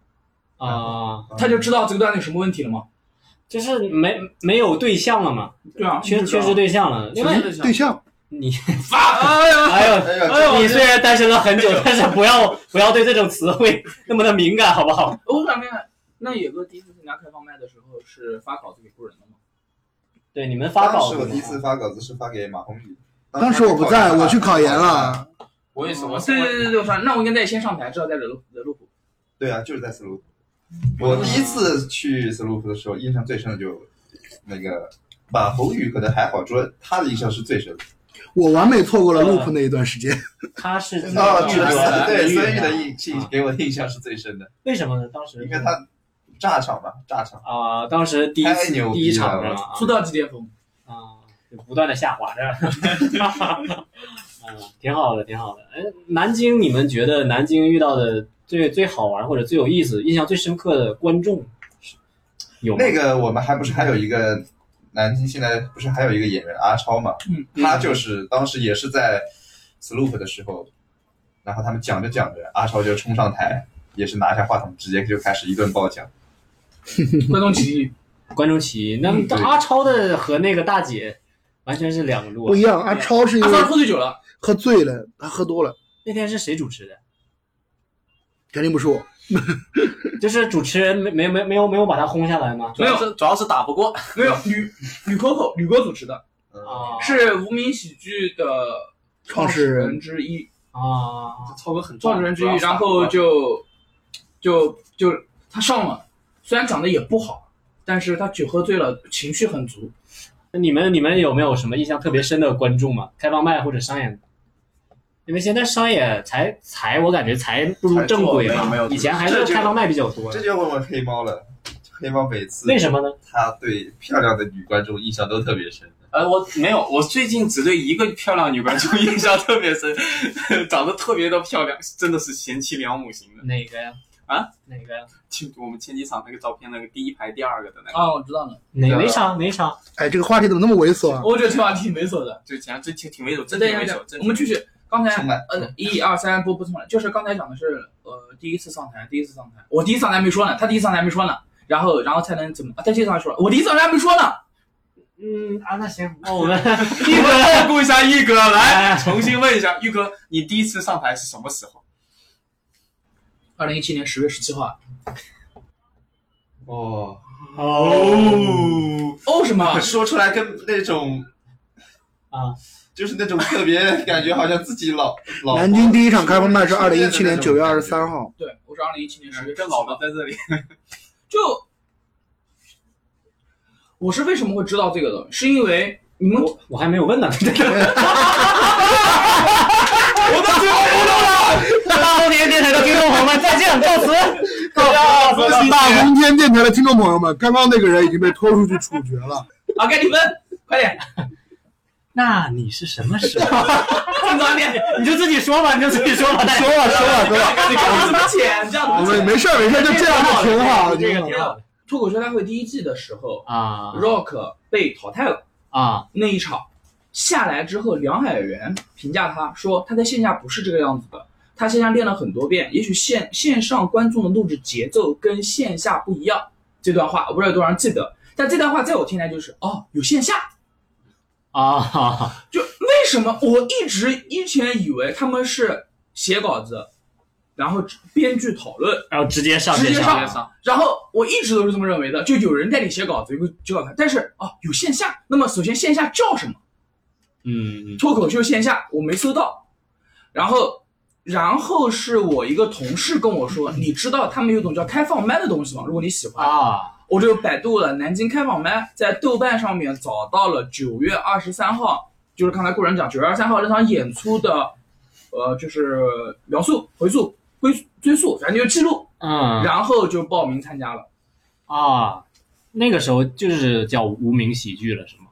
Speaker 3: 啊、
Speaker 9: 他就知道这个段子有什么问题了吗？
Speaker 3: 就是没没有对象了嘛，
Speaker 9: 对啊，
Speaker 3: 缺缺失对象了。因为
Speaker 5: 对象，
Speaker 3: 你，
Speaker 9: 哎呀，
Speaker 3: 哎呦，
Speaker 8: 哎呀，
Speaker 3: 你虽然单身了很久，但是不要不要对这种词汇那么的敏感，好不好？
Speaker 9: 我想看看，那野哥第一次参加开放麦的时候是发稿子给雇人的吗？
Speaker 3: 对，你们发
Speaker 8: 当
Speaker 3: 稿
Speaker 8: 时
Speaker 3: 子
Speaker 8: 我
Speaker 3: 吗
Speaker 8: 第一次发稿子是发给马红宇，
Speaker 5: 当时我不在，我去考研。
Speaker 8: 啊
Speaker 5: 了。
Speaker 4: 我也是，我是
Speaker 9: 哦对对对对，反正那我应该在先上台，至少在惹路惹路虎。
Speaker 8: 对啊，就是在斯卢。我第一次去斯卢夫的时候，印象最深的就那个马红宇，可能还好说，他的印象是最深的。
Speaker 5: 我完美错过了 loop 那一段时间，
Speaker 3: 他是在
Speaker 8: 哦，
Speaker 3: 玉
Speaker 8: 是
Speaker 3: 德
Speaker 8: 的，对，
Speaker 3: 玉德
Speaker 8: 孙玉的印印给我的印象是最深的，
Speaker 3: 为什么呢？当时
Speaker 8: 因为他炸场嘛，炸场。
Speaker 3: 啊、当时第一
Speaker 8: 太
Speaker 3: 次
Speaker 8: 牛逼
Speaker 3: 第一场
Speaker 8: 了
Speaker 3: 是吧？
Speaker 9: 出道即巅峰，
Speaker 3: 啊、就不断的下滑着， 嗯，挺好的，挺好的。哎，南京，你们觉得南京遇到的最最好玩或者最有意思、印象最深刻的观众是有吗？
Speaker 8: 那个我们还不是还有一个南京现在不是还有一个演员阿超嘛？
Speaker 9: 嗯，
Speaker 8: 他就是当时也是在 Sloop 的时候，然后他们讲着讲着，阿超就冲上台，也是拿下话筒，直接就开始一顿爆讲。
Speaker 9: 关东起义。
Speaker 3: 观众起义，那么
Speaker 8: 嗯对
Speaker 3: 阿超的和那个大姐完全是两路
Speaker 5: 不
Speaker 3: 啊。
Speaker 5: 一样。阿超是因
Speaker 9: 阿
Speaker 5: 为
Speaker 9: 三喝醉酒了，
Speaker 5: 喝醉了，他喝多了，
Speaker 3: 那天是谁主持的？
Speaker 5: 肯定不是我。
Speaker 3: 就是主持人没没没没有没有把他轰下来吗？
Speaker 4: 主要是主要是打不过，
Speaker 9: 没有 吕吕 Coco 吕哥主持的，
Speaker 3: 啊
Speaker 9: 是无名喜剧的
Speaker 5: 创始人
Speaker 9: 之一，
Speaker 3: 啊，
Speaker 4: 超哥很
Speaker 9: 创始人之一，然后就就就他上了，虽然长得也不好，但是他酒喝醉了，情绪很足。
Speaker 3: 那你们你们有没有什么印象特别深的观众吗？开放麦或者商演？因为现在商演才才，我感觉才步入正轨
Speaker 8: 才做没有
Speaker 3: 嘛
Speaker 8: 没有，
Speaker 3: 以前还是
Speaker 8: 这就
Speaker 3: 开放麦比较多
Speaker 8: 这。就问问黑猫了，黑猫每次
Speaker 3: 为什么呢？
Speaker 8: 他对漂亮的女观众印象都特别深？
Speaker 4: 呃，我没有，我最近只对一个漂亮女观众 印象特别深，长得特别的漂亮，真的是贤妻良母型的。
Speaker 3: 哪个呀？
Speaker 4: 啊？
Speaker 3: 哪个呀？
Speaker 4: 就我们前几场那个照片，那个第一排第二个的那个，
Speaker 9: 啊，我知道了，
Speaker 3: 哪
Speaker 4: 个
Speaker 3: 哪场哪场？
Speaker 5: 哎，这个话题怎么那么猥琐
Speaker 4: 哦
Speaker 5: 啊？
Speaker 9: 我觉得挺好，挺猥琐的。
Speaker 4: 就前真挺挺猥琐，真
Speaker 9: 啊对
Speaker 4: 挺
Speaker 9: 对
Speaker 4: 猥
Speaker 9: 对
Speaker 4: 琐，真挺
Speaker 9: 我们继续。刚才
Speaker 8: 重来
Speaker 9: 嗯，一二三，不不重来，就是刚才讲的是呃，第一次上台，第一次上台，我第一次上台没说呢，他第一次上台没说呢，然后然后才能怎么？啊，他第一次上台说了，我第一次上台没说呢，
Speaker 3: 嗯啊，那行，那我们
Speaker 4: 玉哥照顾一下玉哥，来
Speaker 3: 哎
Speaker 4: 重新问一下玉哥，你第一次上台是什么时候？
Speaker 9: 二零一七年十月十七号，啊
Speaker 8: 哦，
Speaker 3: 哦
Speaker 9: 哦什 么？
Speaker 8: 说出来跟那种
Speaker 3: 啊，
Speaker 8: 就是那种特别感觉，好像自己老
Speaker 4: 哦
Speaker 8: 老
Speaker 5: 南京第一场开放麦是二零一七年九月二十三。号，
Speaker 9: 对，我是二零一七年十月十
Speaker 4: 这
Speaker 9: 七
Speaker 4: 老
Speaker 9: 号
Speaker 4: 了，在这里，
Speaker 9: 就我是为什么会知道这个的？是因为你们
Speaker 3: 我我还没有问呢。
Speaker 4: 我都最后
Speaker 3: 大丰田电台的听众朋友们，再见，告 辞。
Speaker 5: 大风天电台的听众朋友们，刚刚那个人已经被拖出去处决了。
Speaker 9: 啊，该你们快点
Speaker 3: 那你是什么时候？
Speaker 9: 正常一点，
Speaker 3: 你就自己说吧，你就自己说吧。大家
Speaker 5: 说吧说吧说吧，
Speaker 9: 你看我怎么剪，这样
Speaker 5: 我
Speaker 9: 子
Speaker 5: 们没事儿没事儿，就这样就挺好，
Speaker 3: 这
Speaker 5: 挺
Speaker 3: 个
Speaker 5: 好
Speaker 3: 挺。好的
Speaker 9: 脱口秀大会第一季的时候
Speaker 3: 啊。
Speaker 9: ，Rock 被淘汰了
Speaker 3: 啊，
Speaker 9: 那一场下来之后，梁海源评价他说他在线下不是这个样子的，他线下练了很多遍，也许线线上观众的录制节奏跟线下不一样。这段话我不知道有多少人记得，但这段话在我听来就是哦，有线下，
Speaker 3: 啊，
Speaker 9: 就为什么我一直以前以为他们是写稿子，然后编剧讨论，
Speaker 3: 然后直接上
Speaker 9: 直
Speaker 3: 线
Speaker 9: 接
Speaker 3: 上
Speaker 9: 上，然后我一直都是这么认为的，就有人代理写稿子，有个写稿子，但是哦，有线下。那么首先线下叫什么？
Speaker 3: 嗯，
Speaker 9: 脱口秀线下我没搜到，然后然后是我一个同事跟我说，你知道他们有种叫开放麦的东西吗？如果你喜欢，
Speaker 3: 啊，
Speaker 9: 我就百度了南京开放麦，在豆瓣上面找到了九月二十三号，就是刚才顾人讲九月二十三号那场演出的，呃，就是描述、回溯、追追溯，反正就是记录，
Speaker 3: 嗯，
Speaker 9: 然后就报名参加了。
Speaker 3: 啊，那个时候就是叫无名喜剧了，是吗？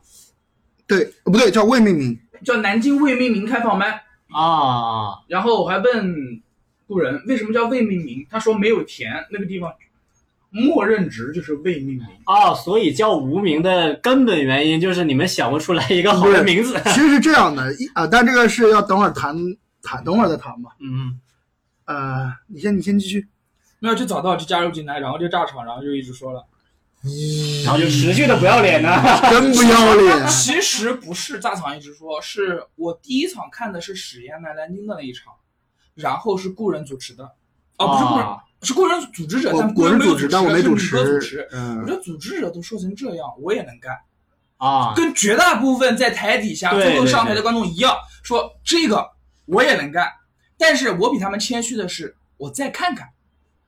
Speaker 5: 对，呃不对，叫未命名。
Speaker 9: 叫南京未命名开放麦。
Speaker 3: 啊，
Speaker 9: 然后我还问路人为什么叫未命名，他说没有填那个地方，默认值就是未命名。
Speaker 3: 哦，所以叫无名的根本原因就是你们想不出来一个好的名字。
Speaker 5: 其实是这样的，一啊、但这个是要等会儿谈谈，等会儿再谈吧。
Speaker 3: 嗯，
Speaker 5: 呃，你先你先继续。
Speaker 9: 没有就找到就加入进来，然后就炸场，然后就一直说了。！
Speaker 3: 然后就持续的不要脸呢。
Speaker 5: 真不要脸
Speaker 9: 其实不是炸场一直说，是我第一场看的是史岩来南京的那一场，然后是故人主持的，哦不是故人，
Speaker 3: 啊
Speaker 9: 是故人组织者，
Speaker 5: 我
Speaker 9: 但故
Speaker 5: 我是
Speaker 9: 人没有
Speaker 5: 主持，但我没
Speaker 9: 是
Speaker 5: 主
Speaker 9: 你哥主
Speaker 5: 持
Speaker 9: 持。。我
Speaker 5: 嗯
Speaker 9: 觉，得组织者都说成这样，我也能干。
Speaker 3: 啊，
Speaker 9: 跟绝大部分在台底下
Speaker 3: 对
Speaker 9: 最后上
Speaker 3: 对
Speaker 9: 台的
Speaker 3: 对
Speaker 9: 观众一样，说这个我也能干，但是我比他们谦虚的是，我再看看，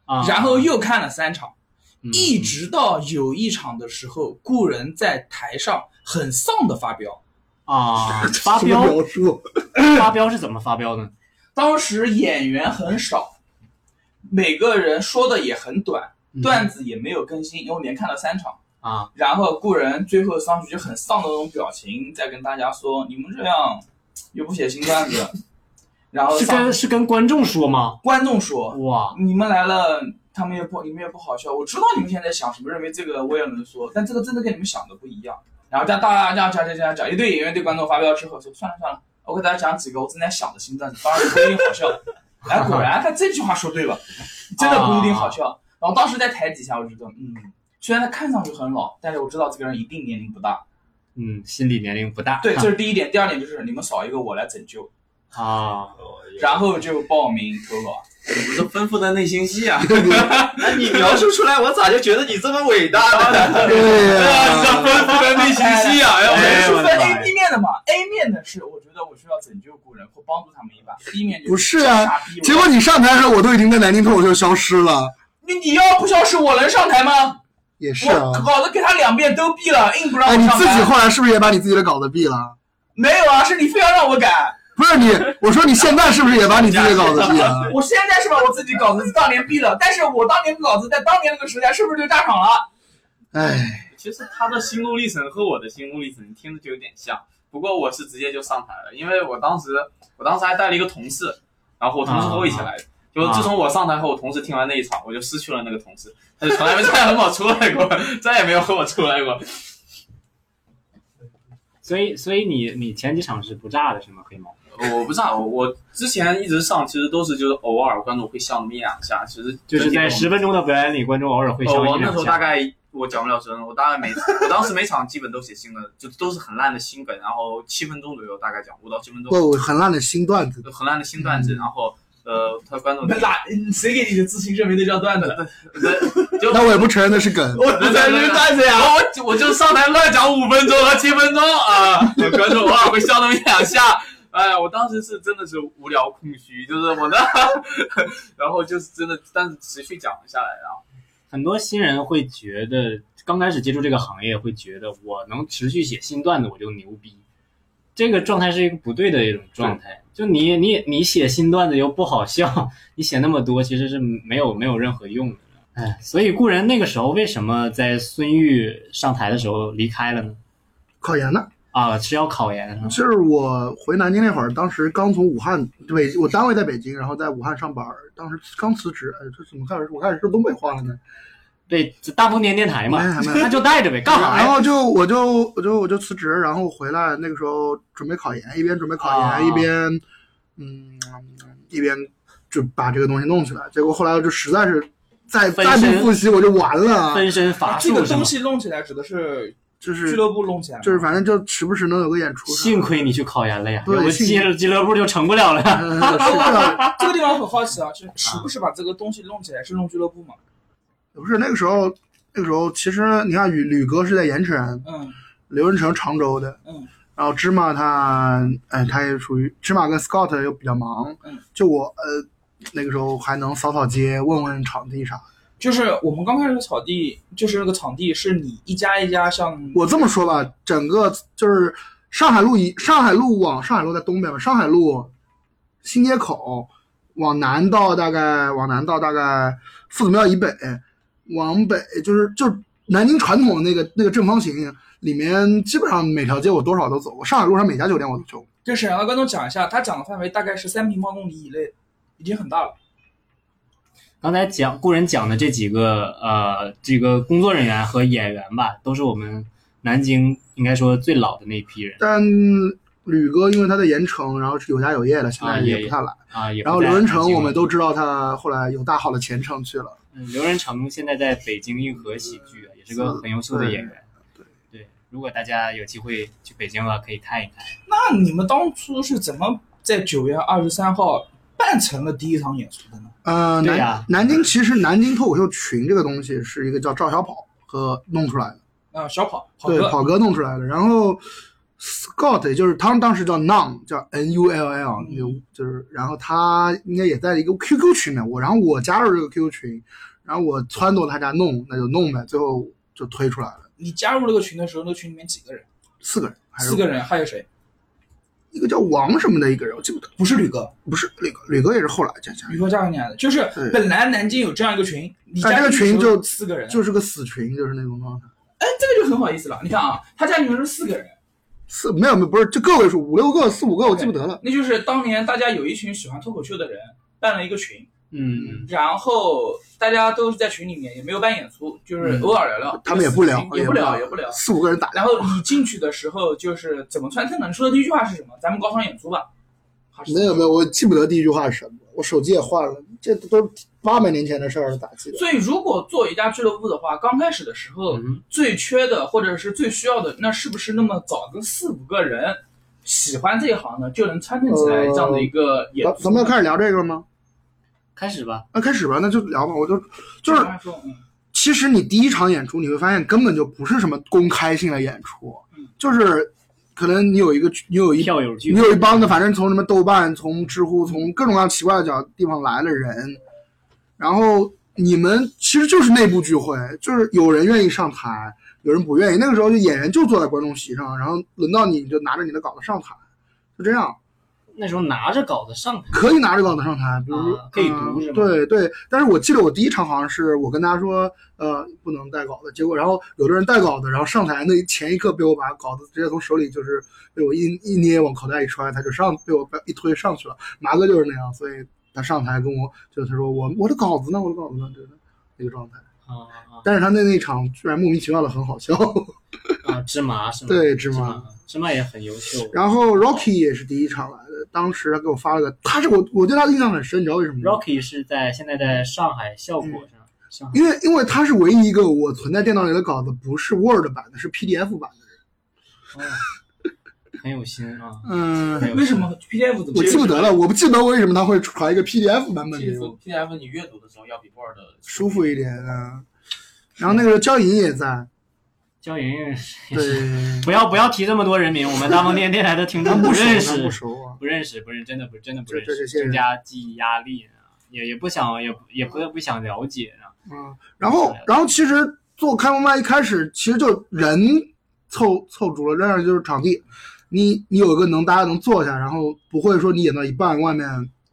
Speaker 3: 啊
Speaker 9: 然后又看了三场，
Speaker 3: 嗯
Speaker 9: 一直到有一场的时候，故人在台上很丧的发飙，
Speaker 3: 啊，发
Speaker 5: 什么
Speaker 3: 飙
Speaker 5: 描述？
Speaker 3: 发飙是怎么发飙呢？
Speaker 9: 当时演员很少，每个人说的也很短，
Speaker 3: 嗯
Speaker 9: 段子也没有更新，因为我连看了三场。
Speaker 3: 啊
Speaker 9: 然后故人最后上去就很丧的那种表情，在跟大家说：“你们这样又不写新段子。”然后
Speaker 3: 是
Speaker 9: 上
Speaker 3: 跟是跟观众说吗？
Speaker 9: 观众说
Speaker 3: 哇，：“
Speaker 9: 你们来了，他们也不你们也不好笑。我知道你们现在想什么，认为这个我也能说，但这个真的跟你们想的不一样。”然后这样大家这样讲讲讲讲，一堆演员对观众发飙之后说：“算了算了，我给大家讲几个我正在想的新段子，当然不一定好笑。”哎，果然他这句话说对了，真的不一定好笑。然后当时在台底下，我觉得，嗯，虽然他看上去很老，但是我知道这个人一定年龄不大。
Speaker 3: 嗯，心理年龄不大。
Speaker 9: 对，这是第一点。第二点就是你们少一个我来拯救，
Speaker 3: 啊，
Speaker 9: 然后就报名投稿。
Speaker 4: 我这丰富的内心戏 啊！
Speaker 8: 那哎你描述出来，我咋就觉得你这么伟大 呢？
Speaker 5: 对
Speaker 4: 啊，
Speaker 5: 哎呀、
Speaker 4: 这丰富的内心戏啊！
Speaker 9: 我们
Speaker 4: 哎
Speaker 9: 是
Speaker 4: 呦，我
Speaker 9: 分
Speaker 4: 的
Speaker 9: A、
Speaker 4: 妈
Speaker 9: B 面的嘛？A 面的是我觉得我需要拯救古人或帮助他们一把，B 面就
Speaker 5: 不是啊
Speaker 9: 这傻逼我
Speaker 5: 结果你上台的时候，我都已经在南京脱口秀消失了。
Speaker 9: 你你要不消失，我能上台吗？
Speaker 5: 也是啊
Speaker 9: 我，稿子给他两遍都毙了，硬不让
Speaker 5: 哎，
Speaker 9: 我
Speaker 5: 你
Speaker 9: 上台。
Speaker 5: 自己后来是不是也把你自己的稿子毙了？
Speaker 9: 没有啊？是你非要让我改。
Speaker 5: 不是你，我说你现在是不是也把你自己的稿子毙 了？
Speaker 9: 我现在是把我自己稿子当年毙了，但是我当年稿子在当年那个时代是不是就炸场了？
Speaker 5: 哎，
Speaker 4: 其实他的心路历程和我的心路历程听着就有点像，不过我是直接就上台了，因为我当时我当时还带了一个同事，然后我同事和我一起来的。就自从我上台后，我同事听完那一场，我就失去了那个同事，他就从来没再和我出来过， 再也没有和我出来过。
Speaker 3: 所以所以你你前几场是不炸的是吗？黑猫？
Speaker 4: 我不知道，我我之前一直上，其实都是就是偶尔观众会笑那么一两下，其实
Speaker 3: 就是在
Speaker 4: 十。
Speaker 3: 十分钟的表演里，观众偶尔会
Speaker 4: 哦，
Speaker 3: 笑
Speaker 4: 我
Speaker 3: 一
Speaker 4: 那
Speaker 3: 两
Speaker 4: 时候
Speaker 3: 下
Speaker 4: 大概我讲不了真，我大概每我当时每场基本都写新的，就都是很烂的新梗，然后七分钟左右大概讲五到七分钟，
Speaker 5: 不，很烂的新段子。
Speaker 4: 很烂的新段子，然后呃，他观众
Speaker 9: 哪嗯谁给你的自信证明那叫段子了？
Speaker 4: 就
Speaker 5: 那我也不承认那是梗。
Speaker 4: 我 不在这段子呀，我我就上台乱讲五分钟和七分钟啊，我观众偶尔会笑那么一两下。哎，我当时是真的是无聊空虚，就是我的， 然后就是真的，但是持续讲下来，然后
Speaker 3: 很多新人会觉得，刚开始接触这个行业会觉得，我能持续写新段子，我就牛逼。这个状态是一个不对的一种状态。就你你你写新段子又不好笑， 你写那么多其实是没有没有任何用的。哎，所以故人那个时候为什么在孙玉上台的时候离开了呢？
Speaker 5: 考研呢？
Speaker 3: 啊，是要考研是吗？
Speaker 5: 就是我回南京那会儿，当时刚从武汉北，我单位在北京，然后在武汉上班儿，当时刚辞职。哎，这怎么开始？我开始说东北话了呢？
Speaker 3: 对，这大风天电台嘛
Speaker 5: 没啥没，啥哎
Speaker 3: 那就带着呗，干啥
Speaker 5: 然
Speaker 3: 哎呀？
Speaker 5: 后就我就我就我就辞职，然后回来那个时候准备考研，一边准备考研、
Speaker 3: 啊
Speaker 5: 一边嗯一边就把这个东西弄起来。结果后来就实在是再
Speaker 3: 分
Speaker 5: 再不
Speaker 3: 身
Speaker 5: 复习我就完了，
Speaker 3: 分身乏
Speaker 9: 啊这
Speaker 3: 术
Speaker 9: 个
Speaker 3: 是吗
Speaker 9: 东？西弄起来指的是
Speaker 5: 就是
Speaker 9: 俱乐部弄起来吗，
Speaker 5: 就是反正就时不时能有个演出啥的。
Speaker 3: 幸亏你去考研了呀，
Speaker 5: 对
Speaker 3: 有个
Speaker 5: 幸
Speaker 3: 俱乐俱乐部就成不了了。
Speaker 5: 嗯是的
Speaker 9: 这个地方很好奇啊，就是时不时把这个东西弄起来是弄俱乐部嘛？
Speaker 5: 不是那个时候，那个时候其实你看吕吕哥是在盐城，
Speaker 9: 嗯
Speaker 5: 刘仁成常州的，
Speaker 9: 嗯，
Speaker 5: 然后芝麻他，哎，他也属于芝麻跟 Scott 又比较忙，
Speaker 9: 嗯，
Speaker 5: 就我呃那个时候还能扫扫街，问问场地啥。
Speaker 9: 就是我们刚开始的草地，就是那个场地是你一家一家像
Speaker 5: 我这么说吧，整个就是上海路以上海路往上海路在东边嘛，上海路新街口往南到大概往南到大概夫子庙以北，往北就是就是南京传统那个那个正方形里面，基本上每条街我多少都走过，上海路上每家酒店我都去过。
Speaker 9: 跟沈阳的观众讲一下，他讲的范围大概是三平方公里以内，已经很大了。
Speaker 3: 刚才讲故人讲的这几个呃，这个工作人员和演员吧，都是我们南京应该说最老的那一批人
Speaker 5: 但吕哥因为他在盐城，然后是有家有业的，现
Speaker 3: 啊
Speaker 5: 在
Speaker 3: 也
Speaker 5: 也不太来。
Speaker 3: 啊。也不
Speaker 5: 然后
Speaker 3: 在
Speaker 5: 刘仁
Speaker 3: 南
Speaker 5: 成，
Speaker 3: 京
Speaker 5: 我
Speaker 3: 了
Speaker 5: 们都知道他后来有大好的前程去了。
Speaker 3: 嗯，刘仁成现在在北京运河喜剧，也是
Speaker 5: 嗯
Speaker 3: 个很优秀的演员。对如果大家有机会去北京了，可以看一看。
Speaker 9: 那你们当初是怎么在九月二十三号办成了第一场演出的呢？
Speaker 5: 呃，
Speaker 3: 对
Speaker 5: 南、
Speaker 3: 呀
Speaker 5: 南京其实南京脱口秀群这个东西是一个叫赵小跑和弄出来的，
Speaker 9: 啊，小跑跑
Speaker 5: 对，
Speaker 9: 哥，
Speaker 5: 跑哥弄出来的。然后 Scott 也就是他当时叫 Nun，叫 N U L L，就
Speaker 9: 嗯
Speaker 5: 就是然后他应该也在一个 QQ 群里面，我然后我加入这个 QQ 群，然后我撺掇他家弄，那就弄呗，最后就推出来了，
Speaker 9: 你加入那个群的时候，那个群里面几个人？
Speaker 5: 四个人还是
Speaker 9: 四个人，还有谁？
Speaker 5: 一个叫王什么的一个人，我记不得，
Speaker 9: 不是吕哥，
Speaker 5: 不是吕哥，吕哥也是后来加加入
Speaker 9: 吕哥加上你来的，就是
Speaker 5: 对
Speaker 9: 本来南京有这样一个群，你
Speaker 5: 但
Speaker 9: 加
Speaker 5: 这个
Speaker 9: 进去
Speaker 5: 群
Speaker 9: 的时候
Speaker 5: 就
Speaker 9: 四个人，
Speaker 5: 就是个死群，就是那种状态。
Speaker 9: 哎，这个就很好意思了。你看啊，他家里面是四个人，
Speaker 5: 四没有没有不是就个位数，五六个、四五个，我记不得了。
Speaker 9: 那就是当年大家有一群喜欢脱口秀的人办了一个群，
Speaker 3: 嗯，
Speaker 9: 然后大家都是在群里面也没有办演出，就是偶尔聊聊。
Speaker 5: 嗯他们也不聊，
Speaker 9: 也
Speaker 5: 不
Speaker 9: 不聊，也不聊。
Speaker 5: 四五个人打架。
Speaker 9: 然后你进去的时候就是怎么穿蹭的？你说的第一句话是什么？咱们搞场演出吧。还是
Speaker 5: 没有没有，我记不得第一句话是什么，我手机也换了，这都是八百年前的事儿了，咋记得？
Speaker 9: 所以，如果做一家俱乐部的话，刚开始的时候、
Speaker 3: 嗯
Speaker 9: 最缺的或者是最需要的，那是不是那么找个四五个人喜欢这一行呢，就能参与起来
Speaker 5: 呃
Speaker 9: 这样的一个演
Speaker 5: 咱
Speaker 9: 出？
Speaker 5: 咱们要开始聊这个了吗？
Speaker 3: 开始吧。
Speaker 5: 那、开始吧，那就聊吧。我就就，
Speaker 9: 就是是说，嗯，
Speaker 5: 其实你第一场演出，你会发现根本就不是什么公开性的演出，
Speaker 9: 嗯
Speaker 5: 就是可能你有一个你有一
Speaker 3: 票友聚
Speaker 5: 你
Speaker 3: 会，
Speaker 5: 有一帮子，反正从什么豆瓣、从知乎、从各种各样奇怪的角地方来了人，然后你们其实就是内部聚会，就是有人愿意上台，有人不愿意。那个时候就演员就坐在观众席上，然后轮到你，你就拿着你的稿子上台，就这样，
Speaker 3: 那时候拿着稿子上台，
Speaker 5: 可以拿着稿子上台，比如、
Speaker 3: 啊可以读是吗
Speaker 5: 对对，但是我记得我第一场好像是我跟大家说，呃，不能带稿子，结果然后有的人带稿子，然后上台那前一刻被我把稿子直接从手里就是被我一一捏往口袋一揣，他就上被我一推上去了。麻哥就是那样，所以他上台跟我就他说我我的稿子呢，我的稿子呢，就是那个状态。
Speaker 3: 啊啊
Speaker 5: 但是他那那场居然莫名其妙的很好笑。
Speaker 3: 啊！芝麻是吗？
Speaker 5: 对
Speaker 3: 芝
Speaker 5: 芝麻，
Speaker 3: 芝麻也很优秀。
Speaker 5: 然后 Rocky 也是第一场来的，当时他给我发了个，他是我我对他的印象很深，你知道为什么吗？
Speaker 3: Rocky 是在现在在上海效果上，上海
Speaker 5: 因为因为他是唯一一个我存在电脑里的稿子不是 Word 版的，是 PDF 版的。
Speaker 3: 哦很有心啊。
Speaker 5: 嗯，
Speaker 3: 很有心
Speaker 9: 为什？么 PDF 怎么
Speaker 5: 我
Speaker 9: 接
Speaker 5: 记不得了，我不记得为什么他会传一个 PDF 版本给我，
Speaker 4: PDF 你阅读的时候要比 Word 的
Speaker 5: 舒服一点啊。然后那个时候焦莹 也在，
Speaker 3: 焦莹莹，
Speaker 5: 对，
Speaker 3: 不要不要提这么多人名，我们大风天电台的听
Speaker 5: 咱
Speaker 3: 众
Speaker 5: 不熟，
Speaker 3: 认
Speaker 5: 咱
Speaker 3: 识
Speaker 5: 不，熟啊。
Speaker 3: 不认识，不认真的不真的不
Speaker 5: 这
Speaker 3: 认
Speaker 5: 这
Speaker 3: 识，
Speaker 5: 这些人
Speaker 3: 增加记忆压力啊，也也不想也不也不不想了解啊。
Speaker 5: 嗯，然后然后其实做开放麦一开始其实就人凑凑足了，这样就是场地，你你有一个能大家能坐下，然后不会说你演到一半外面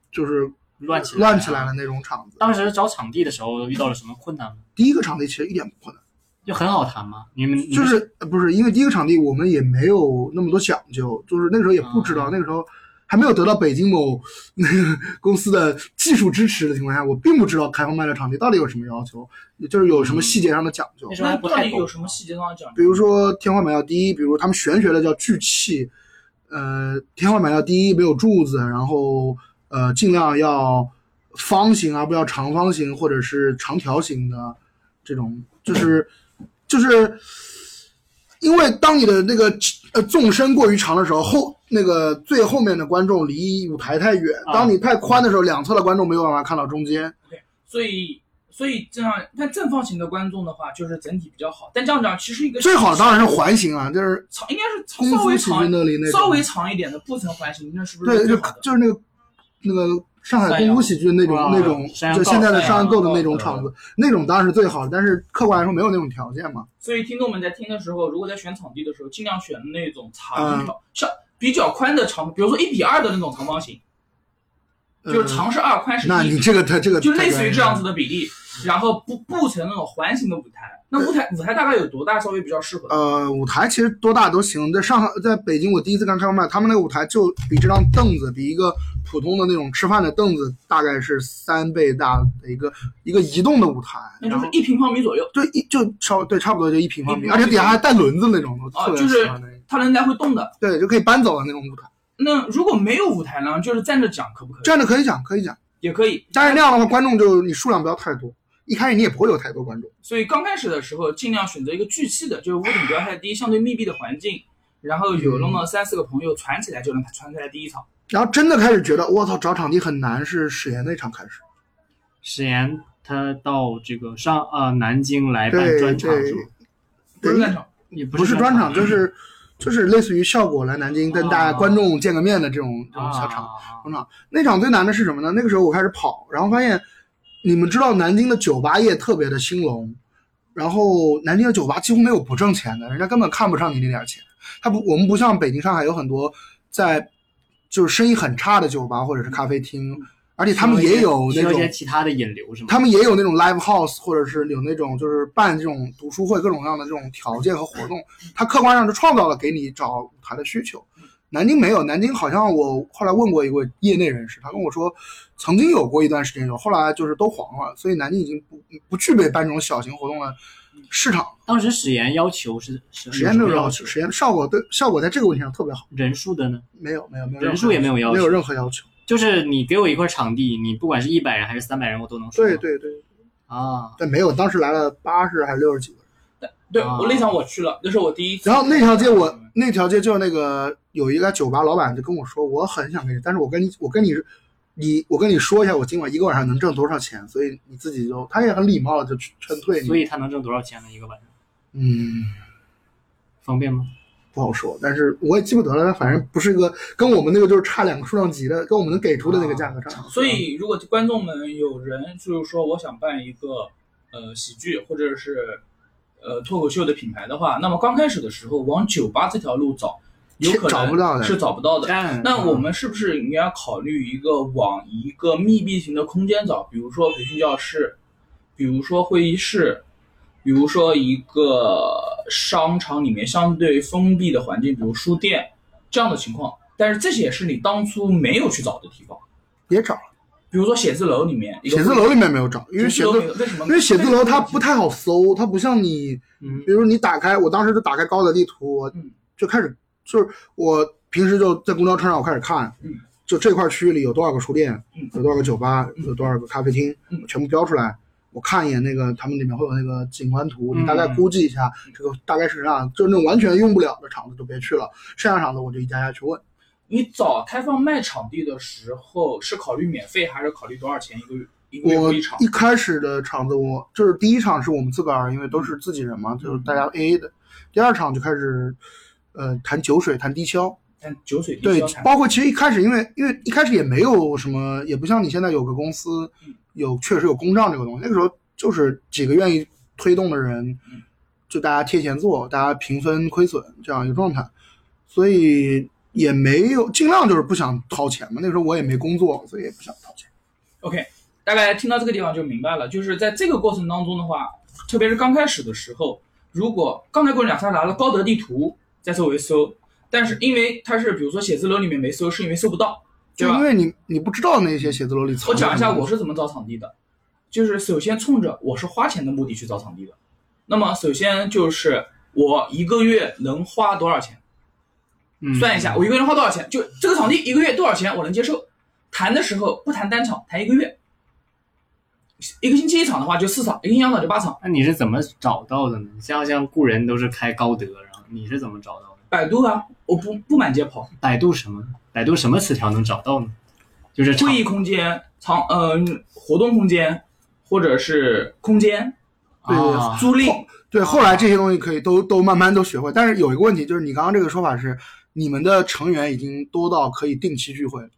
Speaker 5: 就是
Speaker 3: 乱起来啊
Speaker 5: 乱起来的那种场子。
Speaker 3: 当时找场地的时候遇到了什么困难吗？
Speaker 5: 第一个场地其实一点不困难。
Speaker 3: 就很好谈吗？你们你们
Speaker 5: 就是呃不是因为第一个场地我们也没有那么多讲究，就是那个时候也不知
Speaker 3: 嗯
Speaker 5: 道，那个时候还没有得到北京某公司的技术支持的情况下，我并不知道开放麦的场地到底有什么要求，就是有什么细节上的讲究。
Speaker 3: 那时候
Speaker 9: 那
Speaker 3: 还不
Speaker 9: 到
Speaker 3: 太
Speaker 9: 底
Speaker 3: 懂
Speaker 9: 有什么细节上的讲
Speaker 5: 比
Speaker 9: 究？
Speaker 5: 如说天花板要低，比如他们玄学的叫聚气，呃，天花板要低，没有柱子，然后呃，尽量要方形啊而不要长方形或者是长条形的这种，就是就是因为当你的那个呃纵深过于长的时候，后那个最后面的观众离舞台太远，
Speaker 3: 啊
Speaker 5: 当你太宽的时候，两侧的观众没有办法看到中间。
Speaker 9: 所以所以这样，但正方形的观众的话，就是整体比较好。但这样讲，其实一个
Speaker 5: 最好的当然是环形啊，就是
Speaker 9: 长，应该是长
Speaker 5: 功
Speaker 9: 稍
Speaker 5: 夫
Speaker 9: 微
Speaker 5: 喜
Speaker 9: 长
Speaker 5: 剧
Speaker 9: 一
Speaker 5: 那里那种
Speaker 9: 稍微长一点的不成环形，那是不是
Speaker 5: 对，
Speaker 9: 最
Speaker 5: 就
Speaker 9: 好的？
Speaker 5: 就是那个那个上海功夫喜剧那种
Speaker 3: 啊
Speaker 5: 那种，
Speaker 3: 山羊羔
Speaker 5: 就现在的
Speaker 3: 山羊
Speaker 5: 上岸购的
Speaker 3: 羔
Speaker 5: 那种
Speaker 3: 嗯
Speaker 5: 场子，那种当然是最好的，但是客观来说没有那种条件嘛。
Speaker 9: 所以听众们在听的时候，如果在选场地的时候，尽量选那种
Speaker 5: 嗯
Speaker 9: 长条、像比较宽的长，比如说一比二的那种长方形，就是
Speaker 5: 呃
Speaker 9: 长是二，宽是
Speaker 5: 那
Speaker 9: 一
Speaker 5: 你，这个它这个
Speaker 9: 就
Speaker 5: 太
Speaker 9: 类似
Speaker 5: 专
Speaker 9: 于
Speaker 5: 业
Speaker 9: 这样子
Speaker 5: 了。
Speaker 9: 的比例，然后布布成那种环形的舞台。那舞台舞台大概有多大？稍微比较适合。
Speaker 5: 呃，舞台其实多大都行，在上海，在北京，我第一次看开放麦，他们那个舞台就比这张凳子，比一个普通的那种吃饭的凳子，大概是三倍大的一个一个移动的舞台，
Speaker 9: 那就
Speaker 5: 然
Speaker 9: 是
Speaker 5: 后
Speaker 9: 一平方米左右，
Speaker 5: 就一就稍对差不多就一平方
Speaker 9: 一
Speaker 5: 米，
Speaker 9: 平
Speaker 5: 而
Speaker 9: 方
Speaker 5: 且
Speaker 9: 米
Speaker 5: 底下还带轮子那种，我
Speaker 9: 啊
Speaker 5: 特别
Speaker 9: 就是
Speaker 5: 喜欢那个，
Speaker 9: 它能来回动的。
Speaker 5: 对，就可以搬走的那种舞台，
Speaker 9: 那如果没有舞台呢，就是站着讲可不可以？
Speaker 5: 站着可以讲，可以讲。
Speaker 9: 也可以。
Speaker 5: 但是那样的话，观众就你数量不要太多，一开始你也不会有太多观众。
Speaker 9: 所以刚开始的时候，尽量选择一个聚气的，就是屋顶不要太低，相对密闭的环境，然后有那么三四个朋友传起来就能传出来第一场。
Speaker 5: 然后真的开始觉得，我操，找场地很难，是史岩那场开始。
Speaker 3: 史岩他到这个上呃南京来办
Speaker 5: 对
Speaker 3: 专场
Speaker 5: 对
Speaker 3: 是吗？
Speaker 9: 不是站场，
Speaker 3: 也不
Speaker 5: 不是专场，
Speaker 3: 场，
Speaker 5: 就是就是类似于效果来南京跟大家
Speaker 3: 啊
Speaker 5: 观众见个面的这种这种小场。
Speaker 3: 啊
Speaker 5: 广场。那场最难的是什么呢？那个时候我开始跑，然后发现，你们知道南京的酒吧业特别的兴隆，然后南京的酒吧几乎没有不挣钱的，人家根本看不上你那点钱。他不，我们不像北京、上海有很多在就是生意很差的酒吧或者是咖啡厅，而且他们也有
Speaker 3: 需
Speaker 5: 那
Speaker 3: 要一
Speaker 5: 种
Speaker 3: 些其他的引流是吗？
Speaker 5: 他们也有那种 live house，或者是有那种就是办这种读书会各种各样的这种条件和活动，它客观上就创造了给你找舞台的需求。南京没有，南京好像我后来问过一位业内人士，他跟我说，曾经有过一段时间有，后来就是都黄了，所以南京已经不不具备办这种小型活动的市场。
Speaker 3: 当时史岩要求是是
Speaker 5: 实验没有
Speaker 3: 什么
Speaker 5: 要
Speaker 3: 要
Speaker 5: 求，实验效果对效果在这个问题上特别好，
Speaker 3: 人数的呢？
Speaker 5: 没有没有没有任何
Speaker 3: 人数也没有要求
Speaker 5: 没有任何要求。
Speaker 3: 就是你给我一块场地，你不管是一百人还是三百人，我都能说。
Speaker 5: 对对对，
Speaker 3: 啊，
Speaker 5: 但没有，当时来了八十还是六十几个。
Speaker 9: 对
Speaker 3: 啊
Speaker 9: 我那场我去了，那是我第一次。
Speaker 5: 然后那条街我那条街就是那个有一个酒吧老板就跟我说，我很想给你，但是我跟你我跟你你我跟你说一下，我今晚一个晚上能挣多少钱，所以你自己就他也很礼貌的就劝退
Speaker 3: 所
Speaker 5: 你，
Speaker 3: 以他能挣多少钱呢？一个晚上
Speaker 5: 嗯，
Speaker 3: 方便吗？
Speaker 5: 不好说，但是我也记不得了，反正不是一个跟我们那个就是差两个数量级的，跟我们能给出的那个价格差。
Speaker 9: 所以如果观众们有人就是说我想办一个呃喜剧或者是呃脱口秀的品牌的话，那么刚开始的时候往酒吧这条路找，有可能
Speaker 5: 找不到的
Speaker 9: 是找不到的。
Speaker 3: 但嗯
Speaker 9: 那我们是不是应该考虑一个往一个密闭型的空间找，比如说培训教室，比如说会议室，比如说一个商场里面相对封闭的环境，比如书店这样的情况？但是这些也是你当初没有去找的地方，
Speaker 5: 也找了，
Speaker 9: 比如说写字楼里面，一个
Speaker 5: 写字楼里面没有找，因为
Speaker 9: 写
Speaker 5: 写
Speaker 9: 字楼
Speaker 5: 字
Speaker 9: 没有为什么？
Speaker 5: 因为写字 楼它不太好搜，它不像你
Speaker 3: 嗯
Speaker 5: 比如你打开，我当时就打开高德地图，我
Speaker 9: 嗯
Speaker 5: 就开始就是我平时就在公交车上我开始看，
Speaker 9: 嗯
Speaker 5: 就这块区域里有多少个书店，
Speaker 9: 嗯
Speaker 5: 有多少个酒吧，有多少个咖啡厅，
Speaker 9: 嗯
Speaker 5: 我全部标出来。我看一眼那个，他们里面会有那个景观图，
Speaker 3: 嗯
Speaker 5: 你大概估计一下，这个大概是啥，就是那种完全用不了的场子就别去了，剩下场子我就一家家去问。
Speaker 9: 你找开放卖场地的时候是考虑免费还是考虑多少钱一个月一个月
Speaker 5: 我
Speaker 9: 会一场？
Speaker 5: 一开始的场子我，就是第一场是我们自个儿，因为都是自己人嘛，就是大家 A A 的。第二场就开始，呃，谈酒水，谈低消，
Speaker 9: 但酒水地
Speaker 5: 对
Speaker 9: 消产，
Speaker 5: 包括其实一开始，因为因为一开始也没有什么，也不像你现在有个公司
Speaker 9: 嗯
Speaker 5: 有确实有公账这个东西，那个时候就是几个愿意推动的人，
Speaker 9: 嗯
Speaker 5: 就大家贴钱做，大家平分亏损这样一个状态，所以也没有尽量就是不想掏钱嘛。那时候我也没工作，所以也不想掏钱。
Speaker 9: OK，大概听到这个地方就明白了，就是在这个过程当中的话，特别是刚开始的时候，如果刚才跟我讲他拿了高德地图在周围搜，但是因为它是比如说写字楼里面没搜，是因为搜不到，对
Speaker 5: 就
Speaker 9: 吧
Speaker 5: 因？为你你不知道那些写字楼里藏
Speaker 9: 我讲一下
Speaker 5: 着什么
Speaker 9: 我是怎么找场地的，就是首先冲着我是花钱的目的去找场地的。那么首先就是我一个月能花多少钱？
Speaker 3: 嗯
Speaker 9: 算一下，我一个月能花多少钱？就这个场地一个月多少钱，我能接受。谈的时候不谈单场，谈一个月。一个星期一场的话就四场，一个星期两场就八场。
Speaker 3: 那你是怎么找到的呢？像像故人都是开高德，然后你是怎么找到的？
Speaker 9: 百度啊，我不不满街跑，
Speaker 3: 百度什么？百度什么词条能找到呢？就是场
Speaker 9: 会议空间、场嗯、活动空间，或者是空间
Speaker 3: 啊，
Speaker 9: 租赁。
Speaker 5: 对，后来这些东西可以都都慢慢都学会，但是有一个问题就是，你刚刚这个说法是，你们的成员已经多到可以定期聚会了，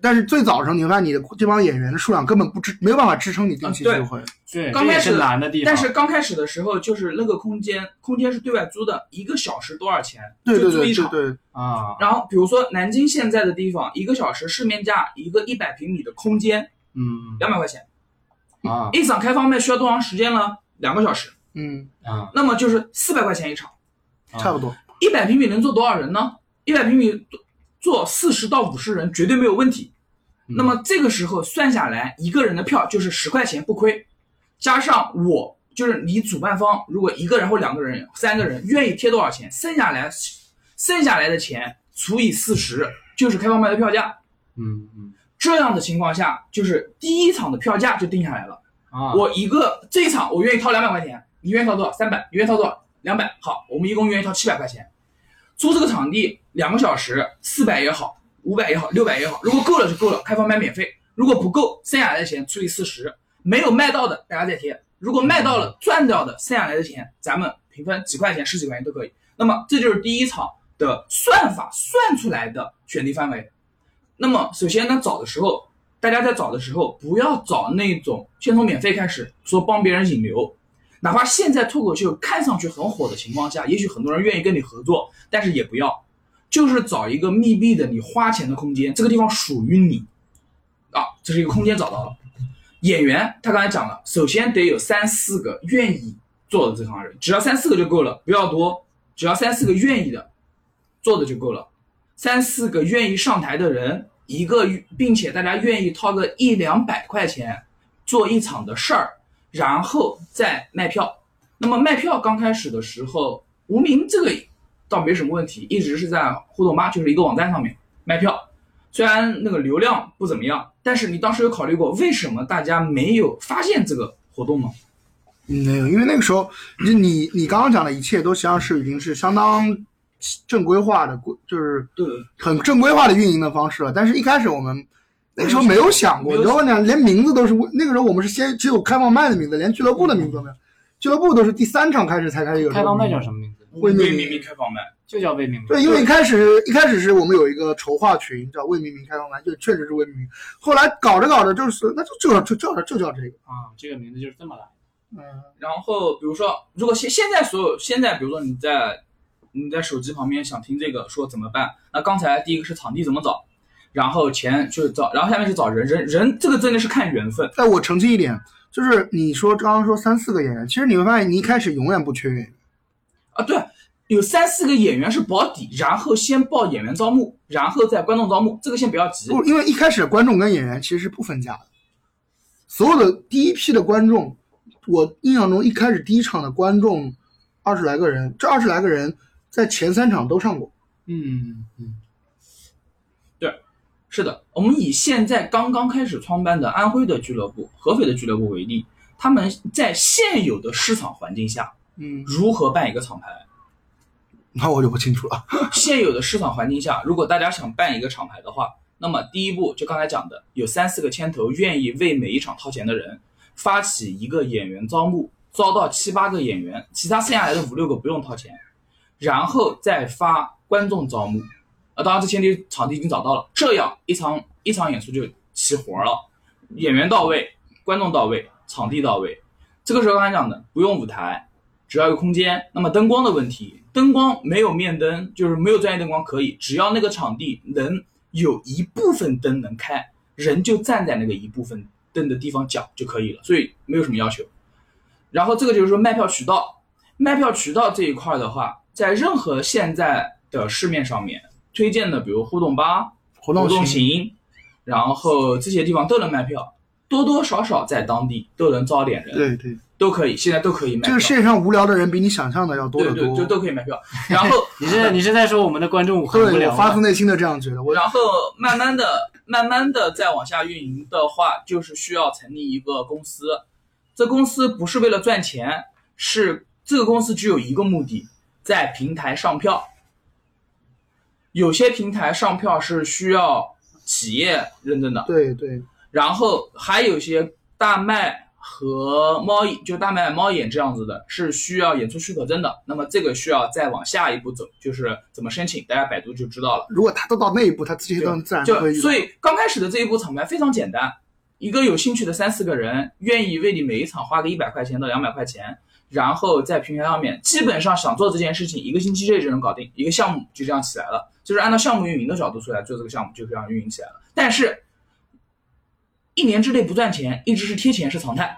Speaker 5: 但是最早的时候，你会发现你的这帮演员的数量根本不支，没有办法支撑你定
Speaker 9: 啊
Speaker 5: 期聚会。
Speaker 3: 对，
Speaker 9: 刚
Speaker 3: 这也
Speaker 9: 开始
Speaker 3: 是难的地方。
Speaker 9: 但是刚开始的时候，就是那个空间，空间是对外租的，一个小时多少钱？
Speaker 5: 对对
Speaker 9: 就租
Speaker 5: 对
Speaker 9: 一场
Speaker 5: 对。对，
Speaker 3: 啊，
Speaker 9: 然后比如说南京现在的地方，一个小时市面价一个一百平米的空间
Speaker 3: 嗯
Speaker 9: 两百块钱，
Speaker 3: 啊
Speaker 9: 一场开放麦需要多长时间呢？两个小时，
Speaker 5: 嗯，
Speaker 3: 啊，
Speaker 9: 那么就是四百块钱一场，啊
Speaker 5: 差不多。
Speaker 9: 一百平米能坐多少人呢？一百平米坐四十到五十人绝对没有问题。
Speaker 3: 嗯
Speaker 9: 那么这个时候算下来，一个人的票就是十块钱不亏，加上我就是你主办方，如果一个人或两个人、三个人愿意贴多少钱，剩下来剩下来的钱除以四十就是开放麦的票价。
Speaker 3: 嗯嗯
Speaker 9: 这样的情况下，就是第一场的票价就定下来了。
Speaker 3: 啊，
Speaker 9: 我一个这一场我愿意掏两百块钱，你愿意掏多少？三百，你愿意掏多少？两百。好，我们一共愿意掏七百块钱。租这个场地两个小时，四百也好，五百也好，六百也好，如果够了就够了，开放麦免费；如果不够，剩下来的钱除以四十，没有卖到的大家再贴。如果卖到了赚掉的剩下来的钱，咱们平分几块钱、十几块钱都可以。那么这就是第一场的算法算出来的选题范围。那么首先呢，找的时候，大家在找的时候不要找那种先从免费开始，说帮别人引流。哪怕现在脱口秀看上去很火的情况下，也许很多人愿意跟你合作，但是也不要，就是找一个密闭的你花钱的空间，这个地方属于你，啊，这是一个空间找到了。演员他刚才讲了，首先得有三四个愿意做的这行人，只要三四个就够了，不要多，只要三四个愿意的做的就够了。三四个愿意上台的人，一个并且大家愿意掏个一两百块钱做一场的事儿，然后再卖票。那么卖票刚开始的时候，无名这个倒没什么问题，一直是在互动吧，就是一个网站上面卖票。虽然那个流量不怎么样，但是你当时有考虑过为什么大家没有发现这个活动吗？
Speaker 5: 嗯没有，因为那个时候，你你你刚刚讲的一切都实际上是已经是相当正规化的，规就是
Speaker 9: 对，
Speaker 5: 很正规化的运营的方式了。但是一开始我们那个时候没有想过，
Speaker 9: 没有
Speaker 5: 你知
Speaker 9: 想
Speaker 5: 道吗？连名字都是那个时候我们是先只有开放麦的名字，连俱乐部的名字都没有。俱乐部都是第三场开始才开始有这个
Speaker 3: 开放麦
Speaker 5: 名字
Speaker 3: 叫什么名字？
Speaker 5: 未命
Speaker 9: 秘密开放麦，
Speaker 3: 就叫未命名。
Speaker 5: 对，因为一开始一开始是我们有一个筹划群叫“未命名开放麦”，就确实是未命名。后来搞着搞着就是，那就就叫就叫就叫这个。
Speaker 3: 啊，这个名字就是这么来的。
Speaker 5: 嗯，
Speaker 9: 然后比如说，如果现现在所有现在，比如说你在你在手机旁边想听这个，说怎么办？那刚才第一个是场地怎么找，然后钱就是找，然后下面是找人，人人这个真的是看缘分。
Speaker 5: 但我澄清一点，就是你说刚刚说三四个演员，其实你会发现你一开始永远不缺演员。
Speaker 9: 啊，对，有三四个演员是保底，然后先报演员招募，然后再观众招募，这个先不要急。
Speaker 5: 不，因为一开始观众跟演员其实是不分家的，所有的第一批的观众，我印象中一开始第一场的观众二十来个人，这二十来个人在前三场都上过。
Speaker 3: 嗯嗯
Speaker 9: 是的，我们以现在刚刚开始创办的安徽的俱乐部、合肥的俱乐部为例，他们在现有的市场环境下，
Speaker 5: 嗯，
Speaker 9: 如何办一个厂牌？
Speaker 5: 那我就不清楚了。
Speaker 9: 现有的市场环境下，如果大家想办一个厂牌的话，那么第一步就刚才讲的，有三四个牵头愿意为每一场掏钱的人，发起一个演员招募，招到七八个演员，其他剩下来的五六个不用掏钱，然后再发观众招募，啊，当然这前提场地已经找到了，这样一场一场演出就齐活了，演员到位，观众到位，场地到位，这个时候刚才讲的不用舞台，只要有空间，那么灯光的问题，灯光没有面灯，就是没有专业灯光可以，只要那个场地能有一部分灯能开，人就站在那个一部分灯的地方讲就可以了，所以没有什么要求。然后这个就是说卖票渠道，卖票渠道这一块的话，在任何现在的市面上面推荐的，比如互动吧、
Speaker 5: 活
Speaker 9: 活
Speaker 5: 动
Speaker 9: 动
Speaker 5: 型
Speaker 9: 型，然后这些地方都能卖票，多多少少在当地都能招点 人，
Speaker 5: 对对，
Speaker 9: 都可以，现在都可以卖
Speaker 5: 这
Speaker 9: 票
Speaker 5: 个，世界上无聊的人比你想象的要多
Speaker 9: 对
Speaker 5: 得
Speaker 9: 对，
Speaker 5: 多。
Speaker 9: 就都可以卖票。然后
Speaker 3: 你 是你是在说我们的观众很无
Speaker 5: 对，
Speaker 3: 聊
Speaker 5: 我发自
Speaker 3: 吗？
Speaker 5: 内心的这样觉 得。我
Speaker 9: 然后慢慢的、慢慢的再往下运营的话，就是需要成立一个公司。这公司不是为了赚钱，是这个公司只有一个目的，在平台上票。有些平台上票是需要企业认证的，
Speaker 5: 对对，
Speaker 9: 然后还有一些大麦和猫眼，就大麦、猫眼这样子的，是需要演出许可证的。那么这个需要再往下一步走，就是怎么申请，大家百度就知道了。
Speaker 5: 如果他都到那一步，他这些都能自然
Speaker 9: 就
Speaker 5: 会遇到。
Speaker 9: 所以刚开始的这一波厂牌非常简单，一个有兴趣的三四个人愿意为你每一场花个一百块钱到两百块钱，然后在平台上面基本上想做这件事情，一个星期之内就能搞定，一个项目就这样起来了。就是按照项目运营的角度出来做这个项目，就这样运营起来了。但是，一年之内不赚钱，一直是贴钱是常态，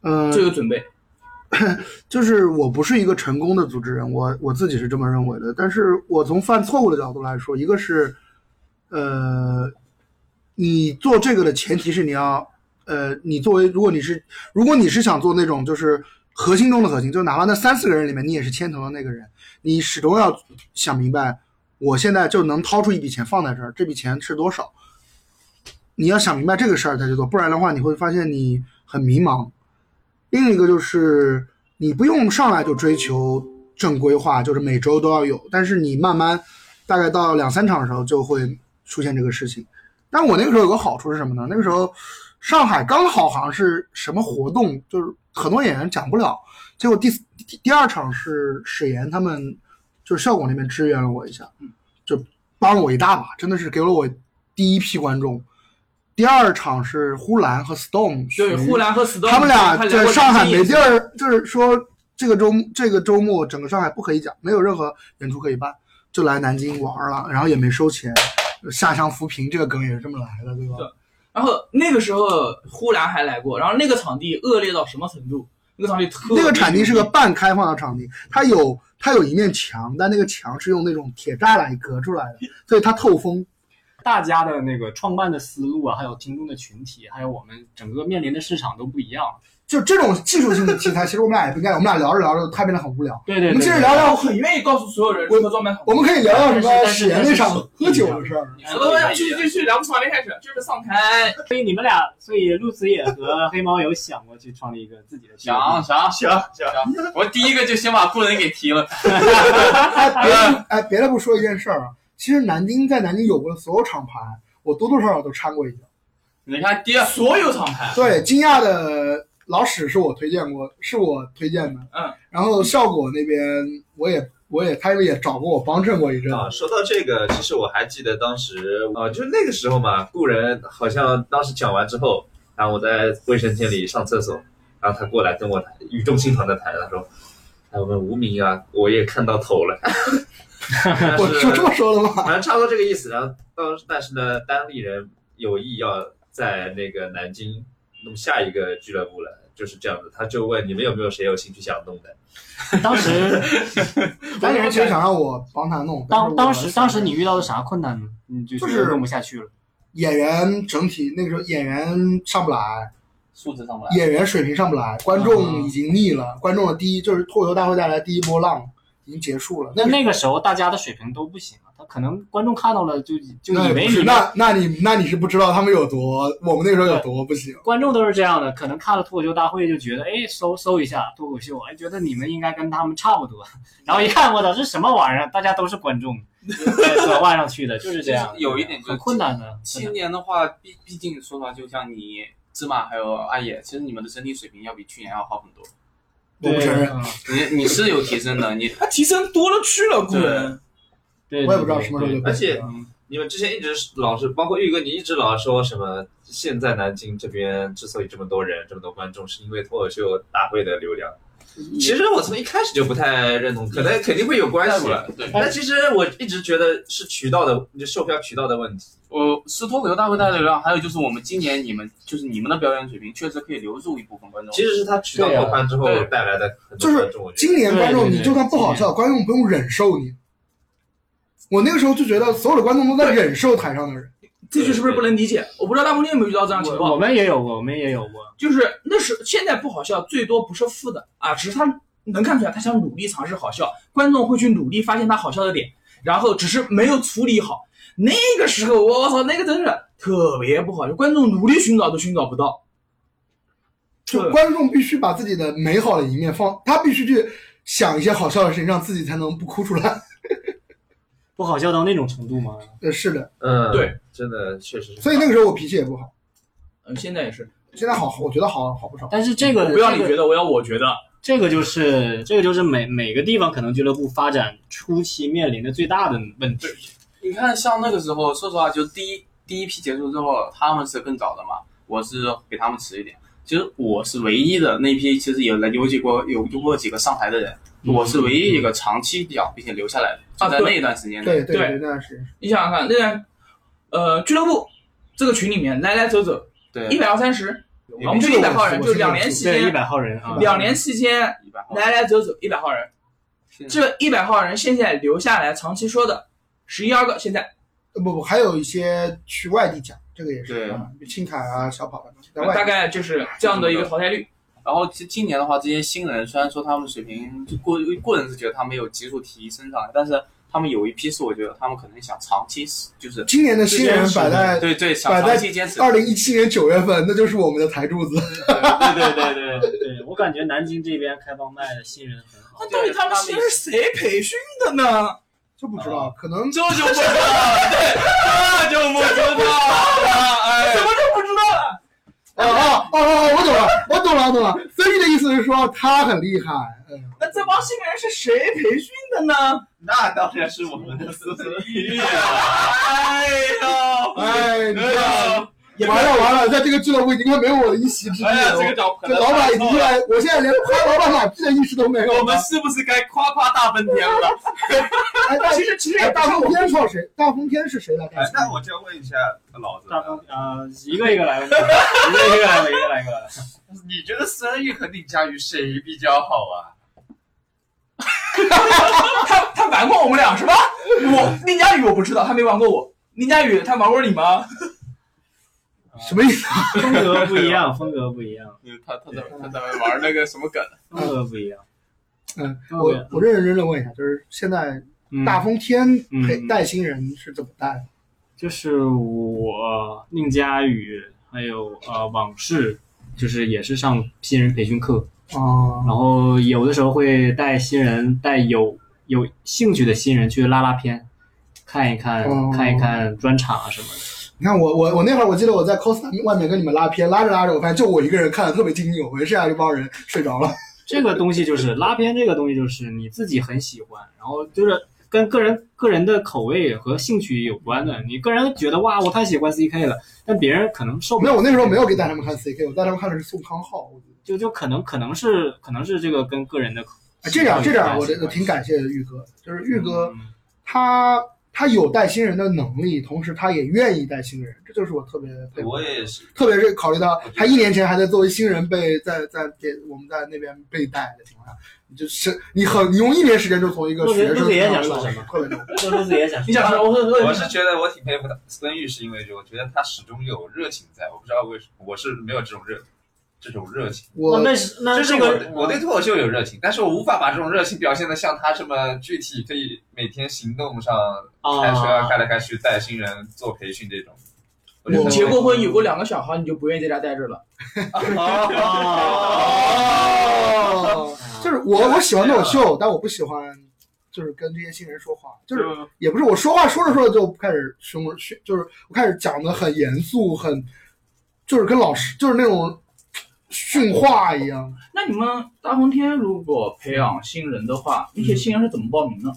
Speaker 5: 嗯，
Speaker 9: 这个准备。
Speaker 5: 就是我不是一个成功的组织人，我我自己是这么认为的。但是我从犯错误的角度来说，一个是，呃，你做这个的前提是你要，呃，你作为如果你是如果你是想做那种就是核心中的核心，就哪怕那三四个人里面你也是牵头的那个人，你始终要想明白，我现在就能掏出一笔钱放在这儿，这笔钱是多少。你要想明白这个事儿再去做，不然的话你会发现你很迷茫。另一个就是你不用上来就追求正规化，就是每周都要有，但是你慢慢大概到两三场的时候就会出现这个事情。但我那个时候有个好处是什么呢？那个时候上海刚好好像是什么活动，就是很多演员讲不了，结果第四第第二场是史岩他们就是效果那边支援了我一下，
Speaker 9: 嗯
Speaker 5: 就帮了我一大把，真的是给了我第一批观众。第二场是呼兰和 Storm，徐
Speaker 9: 对，呼兰和 Storm
Speaker 5: 他们俩
Speaker 9: 来
Speaker 5: 在
Speaker 9: 过
Speaker 5: 上海
Speaker 9: 南京
Speaker 5: 没地
Speaker 9: 演出，
Speaker 5: 儿，就是说这个周这个周末整个上海不可以讲，没有任何演出可以办，就来南京玩儿了，然后也没收钱。下乡扶贫这个梗也是这么来的，对吧？
Speaker 9: 然后那个时候呼兰还来过，然后那个场地恶劣到什么程度？那个场地特别
Speaker 5: 那个场地是
Speaker 9: 牛
Speaker 5: 个
Speaker 9: 逼
Speaker 5: 半开放的场地，它有它有一面墙，但那个墙是用那种铁栅栏隔出来的，所以它透风。
Speaker 3: 大家的那个创办的思路啊，还有听众的群体，还有我们整个面临的市场都不一样。
Speaker 5: 就这种技术性的题材，其实我们俩也不应该，我们俩聊着聊着，它变得很无聊。
Speaker 3: 对对
Speaker 5: 我们接
Speaker 3: 对。
Speaker 5: 着聊
Speaker 9: 但我
Speaker 5: 聊，
Speaker 9: 很愿意告诉所有人，如何装满
Speaker 5: 我们可以聊聊什么
Speaker 3: 但
Speaker 5: 史
Speaker 3: 是但是
Speaker 5: 岩那场
Speaker 3: 但是
Speaker 5: 喝酒的事儿。
Speaker 9: 什么玩意？去去去，聊不起来没开始，就是上台。
Speaker 3: 所以你们俩，所以陆子野和黑猫有想过去创立一个自己的俱乐
Speaker 4: 想
Speaker 3: 部。
Speaker 4: 想
Speaker 8: 行行，
Speaker 4: 想，我第一个就先把库人给踢了。
Speaker 5: 哎， 别的哎，别的不说一件事儿啊，其实南京在南京有过的所有厂牌，我多多少少都掺过一脚。
Speaker 4: 你看第二，
Speaker 9: 所有厂
Speaker 4: 嗯
Speaker 9: 牌，
Speaker 5: 对，惊讶的老史是我推荐过，是我推荐的。
Speaker 9: 嗯，
Speaker 5: 然后效果那边我也我也他也找过我帮衬过一阵。
Speaker 8: 啊，说到这个，其实我还记得当时，呃，就是那个时候嘛，故人好像当时讲完之后，然后我在卫生间里上厕所，然后他过来跟我谈语重心长的谈，他说：“哎，我们无名啊，我也看到头了。但
Speaker 5: 我说这
Speaker 8: 是
Speaker 5: 么说的吗？
Speaker 8: 反正差不多这个意思。然后当时，但是呢，单立人有意要在那个南京弄下一个俱乐部了，就是这样子。他就问你们有没有谁有兴趣想弄的？
Speaker 3: 当时
Speaker 5: 当时其实想让我帮他弄，但是
Speaker 3: 当
Speaker 5: 我
Speaker 3: 当时当时你遇到的啥困难呢？你就
Speaker 5: 就
Speaker 3: 觉
Speaker 5: 是
Speaker 3: 得弄不下去了。
Speaker 5: 演员整体那个时候演员上不来，
Speaker 4: 素质上不来。嗯
Speaker 5: 演员水平上不来，观众已经腻了，观众的第一就是脱口秀大会带来的第一波浪已经结束了。
Speaker 3: 那
Speaker 5: 个
Speaker 3: 那个时候大家的水平都不行啊，他可能观众看到了就就
Speaker 5: 那
Speaker 3: 以
Speaker 5: 也
Speaker 3: 为
Speaker 5: 不是
Speaker 3: 你们
Speaker 5: 那那你那你是不知道他们有多，我们那时候有多不行。
Speaker 3: 观众都是这样的，可能看了脱口秀大会就觉得，哎，搜搜一下脱口秀，哎，觉得你们应该跟他们差不多， 然后一看，我操，这什么玩意儿？大家都是观众，转换上去的，就是这样
Speaker 4: 就。是有一点就是
Speaker 3: 很困难的，
Speaker 4: 青年的话，毕毕竟说实话，就像你芝麻还有暗野，其实你们的整体水平要比去年要好很多。
Speaker 5: 我不承认，
Speaker 3: 嗯
Speaker 4: 你你是有提升的，你
Speaker 9: 他提升多了去了，古人。
Speaker 3: 对，
Speaker 5: 我也不知道什么时候就
Speaker 8: 而且你们之前一直老是，包括玉哥，你一直老说什么？现在南京这边之所以这么多人、这么多观众，是因为脱口秀大会的流量。
Speaker 9: 嗯
Speaker 8: 其实我从一开始就不太认同，可能肯定会有关系了。
Speaker 4: 对，
Speaker 8: 但其实我一直觉得是渠道的，就售票渠道的问题。
Speaker 4: 我是脱口秀大会带流量，还有就是我们今年你们就是你们的表演水平确实可以留住一部分观众。
Speaker 8: 其实是他渠道拓宽之后
Speaker 4: 对啊对
Speaker 8: 带来的很
Speaker 5: 就
Speaker 8: 多
Speaker 5: 是
Speaker 8: 观众。我觉得
Speaker 5: 今年观众
Speaker 3: 对对
Speaker 5: 你
Speaker 3: 对
Speaker 5: 就算不好笑，观众不用忍受你，我那个时候就觉得所有的观众都在忍受台上的人，
Speaker 9: 这句是不是不能理解？我不知道大鹏你有没有遇到这样情
Speaker 3: 我我
Speaker 9: 况，
Speaker 3: 们也有过，我们也有过。
Speaker 9: 就是那时现在不好笑，最多不是负的啊，只是他能看出来他想努力尝试好笑，观众会去努力发现他好笑的点，然后只是没有处理好。那个时候我操，那个真是特别不好笑，观众努力寻找都寻找不到。
Speaker 5: 就
Speaker 9: 对
Speaker 5: 观众必须把自己的美好的一面放，他必须去想一些好笑的事情，让自己才能不哭出来。
Speaker 3: 不好笑到那种程度吗？
Speaker 5: 呃，是的，
Speaker 8: 嗯，
Speaker 9: 对，
Speaker 8: 真的确实是。
Speaker 5: 所以那个时候我脾气也不好，
Speaker 9: 嗯，现在也是，
Speaker 5: 现在好，我觉得好好不少。
Speaker 3: 但是这个
Speaker 9: 不要你
Speaker 3: 这
Speaker 9: 觉
Speaker 3: 个
Speaker 9: 得，我要我觉得。
Speaker 3: 这个就是这个就是每每个地方可能俱乐部发展初期面临的最大的问题。
Speaker 4: 你看，像那个时候，说实话，就第一第一批结束之后，他们是更早的嘛，我是比他们迟一点。其实我是唯一的那一批，其实有来有几过有有过几个上台的人，我是唯一一个长期表并且留下来的，就
Speaker 9: 嗯啊
Speaker 4: 在
Speaker 9: 对
Speaker 4: 那一段时间内。
Speaker 5: 对对
Speaker 9: 对
Speaker 5: 那段时间
Speaker 9: 你想想看，那个呃俱乐部这个群里面来来走走
Speaker 4: 对
Speaker 9: 一百到三十，我们
Speaker 5: 这个
Speaker 9: 就一
Speaker 5: 我
Speaker 9: 百号人，
Speaker 5: 我
Speaker 9: 就是两年期
Speaker 3: 对，一
Speaker 9: 间，
Speaker 3: 百号人啊，
Speaker 9: 两年期间
Speaker 4: 一百号
Speaker 9: 来来走走一百号人，
Speaker 4: 现在
Speaker 9: 这一百号人现在留下来长期说的十一二个，现在
Speaker 5: 呃不不，还有一些去外地讲，这个也是
Speaker 4: 对
Speaker 5: 啊，青凯啊、小跑啊，在外
Speaker 9: 大
Speaker 5: 地。
Speaker 9: 概就是这样的一个淘汰率。
Speaker 4: 然后今今年的话，这些新人虽然说他们水平就过个人是觉得他们有急速提升上来，但是他们有一批是我觉得他们可能想长期就是
Speaker 5: 今年的新人摆在
Speaker 4: 对对想
Speaker 5: 摆在
Speaker 4: 长期坚持。
Speaker 5: 二零一七年九月份，那就是我们的台柱子。
Speaker 3: 对对对对对，我感觉南京这边开放麦的新人很好。
Speaker 9: 那到底他们是谁培训的呢？
Speaker 5: 就不知道，可能
Speaker 4: 这就不知道了，对，这啊就不知道了，哎
Speaker 9: 怎，么就不知道了？
Speaker 5: 哦哦哦哦，我懂了，我懂了，我懂了。所以的意思是说他很厉害，嗯，
Speaker 9: 那这帮新人是谁培训的呢？
Speaker 8: 那当然是我们的私生意
Speaker 9: 哎呀，
Speaker 5: 哎，你
Speaker 8: 哎呀
Speaker 5: 看，完了完了，在这个俱乐部已经快没有我的一席之地
Speaker 8: 哎呀，
Speaker 5: 了。
Speaker 8: 这个脚可
Speaker 5: 这
Speaker 8: 能
Speaker 5: 老板已
Speaker 8: 错
Speaker 5: 经
Speaker 8: 了。
Speaker 5: 来，我现在连夸老板马屁的意识都没有了。
Speaker 4: 我们是不是该夸夸大分 天了？
Speaker 5: 哎，大
Speaker 9: 其实其实
Speaker 5: 哎
Speaker 9: 也不是
Speaker 5: 大风
Speaker 9: 我，
Speaker 5: 天创谁？大风天是谁来干
Speaker 8: 哎
Speaker 5: 的？
Speaker 8: 那我就要问一下老子，
Speaker 3: 大风啊、一个一个来吧，一个一个来吧，一个来一个来吧。
Speaker 8: 你觉得生意和宁佳宇谁比较好啊？
Speaker 9: 哎他他玩过我们俩是吧？我宁佳宇我不知道，他没玩过我。宁佳宇他玩过你吗？
Speaker 5: 什么意思？
Speaker 3: 风格不一样，风格不一样，
Speaker 4: 嗯他他在他在玩那个什么梗？
Speaker 3: 风格不一样。
Speaker 5: 嗯，
Speaker 3: 风格不一
Speaker 5: 我
Speaker 3: 样，
Speaker 5: 我认认真真问一下，就是现在
Speaker 3: 嗯
Speaker 5: 大风天配
Speaker 3: 嗯
Speaker 5: 带新人是怎么带的？
Speaker 3: 就是我宁佳宇，还有呃往事，就是也是上新人培训课，
Speaker 5: 啊，
Speaker 3: 然后有的时候会带新人，带有有兴趣的新人去拉拉片，看一看、
Speaker 5: 哦
Speaker 3: 看一看专场啊什么的。
Speaker 5: 你看我我我那会儿，我记得我在 cos 外面跟你们拉片，拉着拉着，我发现就我一个人看的特别津津有味，剩下这帮人睡着 了。
Speaker 3: 这个东西就是拉片，这个东西就是你自己很喜欢，然后就是跟个人个人的口味和兴趣有关的。你个人觉得哇，我太喜欢 CK 了，但别人可能受不
Speaker 5: 没
Speaker 3: 了。
Speaker 5: 有，我那时候没有给带他们看 CK，我带他们看的是宋康昊。我觉得
Speaker 3: 就就可能可能是可能是这个跟个人的口
Speaker 5: 啊这点这点我
Speaker 3: 这
Speaker 5: 我挺感谢玉哥，就是玉哥
Speaker 3: 嗯
Speaker 5: 他他有带新人的能力，同时他也愿意带新人，这就是我特别佩服
Speaker 8: 我
Speaker 5: 的
Speaker 8: 也是，
Speaker 5: 特别是考虑到他一年前还在作为新人被在在给我们在那边被带的情况下，你就是你很你用一年时间就从一个
Speaker 3: 陆子
Speaker 5: 学生
Speaker 3: 陆子爷
Speaker 5: 变
Speaker 3: 想
Speaker 5: 成
Speaker 3: 说
Speaker 5: 老师
Speaker 3: 什么
Speaker 5: 特别牛。
Speaker 3: 这都是也想
Speaker 9: 你想说，我说我
Speaker 8: 我是觉得我挺佩服他孙玉，是因为我觉得他始终有热情在，我不知道为什么，我是没有这种热这种热情。
Speaker 3: 哦
Speaker 5: 我
Speaker 3: 那是那
Speaker 8: 这是
Speaker 3: 这
Speaker 8: 我
Speaker 3: 个
Speaker 8: 对我对脱口秀有热情，但是我无法把这种热情表现的像他这么具体，可以每天行动上开车啊
Speaker 3: 啊
Speaker 8: 开来开去带新人做培训这种。我觉得
Speaker 9: 你
Speaker 8: 他
Speaker 9: 结过婚有过两个小孩，你就不愿意在家待着了。
Speaker 5: 啊
Speaker 8: 啊
Speaker 5: 哦，就是我我喜欢脱口秀，但我不喜欢就是跟这些新人说话，就是
Speaker 9: 嗯
Speaker 5: 也不是我说话说着说着就开始凶凶，就是我开始讲的很严肃，很就是跟老师就是那种训话一样。
Speaker 9: 那你们大风天如果培养新人的话，那些新人是怎么报名的？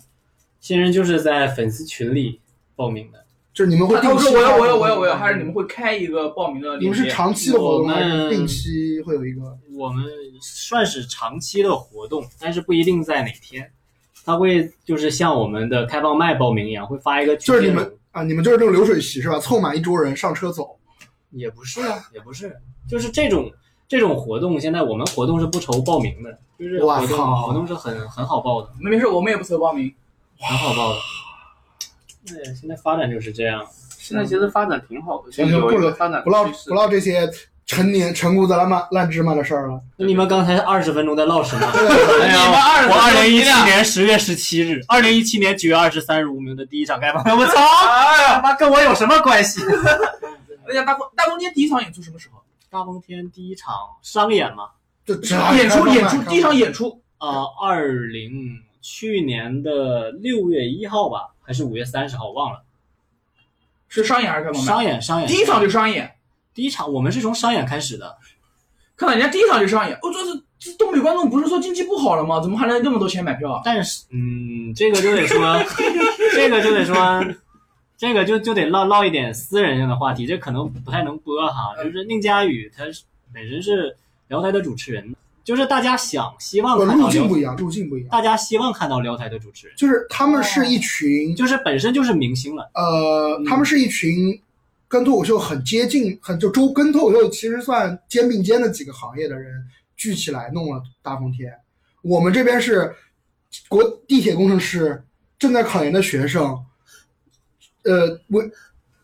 Speaker 3: 新人就是在粉丝群里报名的。
Speaker 5: 就是你们会
Speaker 9: 他
Speaker 5: 定
Speaker 9: 们
Speaker 5: 期
Speaker 9: 说啊我要我要我要我要，
Speaker 5: 吗
Speaker 9: 还是你们会开一个报名的
Speaker 5: 你
Speaker 9: 链
Speaker 5: 们是
Speaker 9: 接？
Speaker 5: 长期的活动还是
Speaker 3: 我们
Speaker 5: 定期会有一个？
Speaker 3: 我们算是长期的活动，但是不一定在哪天。他会就是像我们的开放麦报名一样，会发一个
Speaker 5: 就是你
Speaker 3: 群
Speaker 5: 们啊，你们就是这种流水席是吧？凑满一桌人上车走。
Speaker 3: 也不是啊，也不是，就是这种这种活动，现在我们活动是不愁报名的，就是
Speaker 5: 哇
Speaker 3: 活动
Speaker 5: 靠
Speaker 3: 活动是很很好报的，
Speaker 9: 没没事，我们也不愁报名。
Speaker 3: 很好报的。
Speaker 10: 对，哎现在发展就是这样。
Speaker 4: 现在其实发展挺好的，
Speaker 5: 行行，
Speaker 4: 有
Speaker 5: 不
Speaker 4: 一
Speaker 5: 聊
Speaker 9: 嗯
Speaker 4: 个发展
Speaker 5: 不唠
Speaker 4: 趋势
Speaker 5: 不唠这些陈年陈谷子烂漫烂芝麻的事儿了。
Speaker 10: 那你们刚才二十分钟在唠什么？
Speaker 5: 对
Speaker 10: 哎呀
Speaker 9: 你们20
Speaker 10: 我二零一
Speaker 9: 你
Speaker 10: 七
Speaker 9: 俩
Speaker 10: 年十月十七日，二零一七年九月二十三日无名的第一场开放，我操！
Speaker 9: 哎
Speaker 10: 他妈跟我有什么关系？
Speaker 9: 那哎家大风大风天第一场演出什么时候？
Speaker 10: 大风天第一场商演嘛，
Speaker 5: 就只要
Speaker 9: 演出
Speaker 5: 看
Speaker 9: 演
Speaker 5: 看
Speaker 9: 出第一场演出，
Speaker 10: 呃，二零去年的六月一号吧，还是五月三十号，忘了。
Speaker 9: 是商演还是开放麦？
Speaker 10: 商演商演，
Speaker 9: 第一场就商演，
Speaker 10: 第一场，我们是从商演开始的。
Speaker 9: 看到人家第一场就商演，我、哦、这是这东北观众不是说经济不好了吗？怎么还能那么多钱买票啊？
Speaker 10: 但是，嗯，这个就得说， 这个就得说，这个就就得唠唠一点私人性的话题，这可能不太能播哈。就是宁佳宇，他是本身是聊台的主持人，就是大家想希望
Speaker 5: 不
Speaker 10: 看到
Speaker 5: 路径不
Speaker 10: 聊，
Speaker 5: 一样，路径不一样。
Speaker 10: 大家希望看到聊台的主持人，
Speaker 5: 就是他们是一群，
Speaker 10: 就是本身就是明星了。嗯
Speaker 5: 呃，他们是一群跟脱口秀很接近，很就周跟脱口秀其实算肩并肩的几个行业的人聚起来弄了大风天。我们这边是国地铁工程师，正在考研的学生，呃，我
Speaker 10: 哦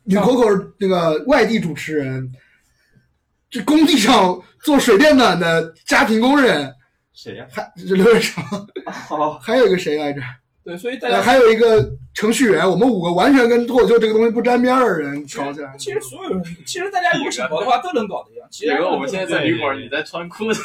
Speaker 5: 女 Coco 那个外地主持人，这工地上做水电暖的家庭工人，
Speaker 8: 谁呀、
Speaker 5: 还这刘仁成，
Speaker 8: 哦，
Speaker 5: 还有一个谁来着？
Speaker 9: 对，所以大
Speaker 5: 呃，还有一个程序员，我们五个完全跟脱口秀这个东西不沾边儿的人吵起来了。
Speaker 9: 其实所有人，其实大家如果想搞的话，都能搞的呀。其实
Speaker 3: 我们现在在旅馆，你在穿裤子。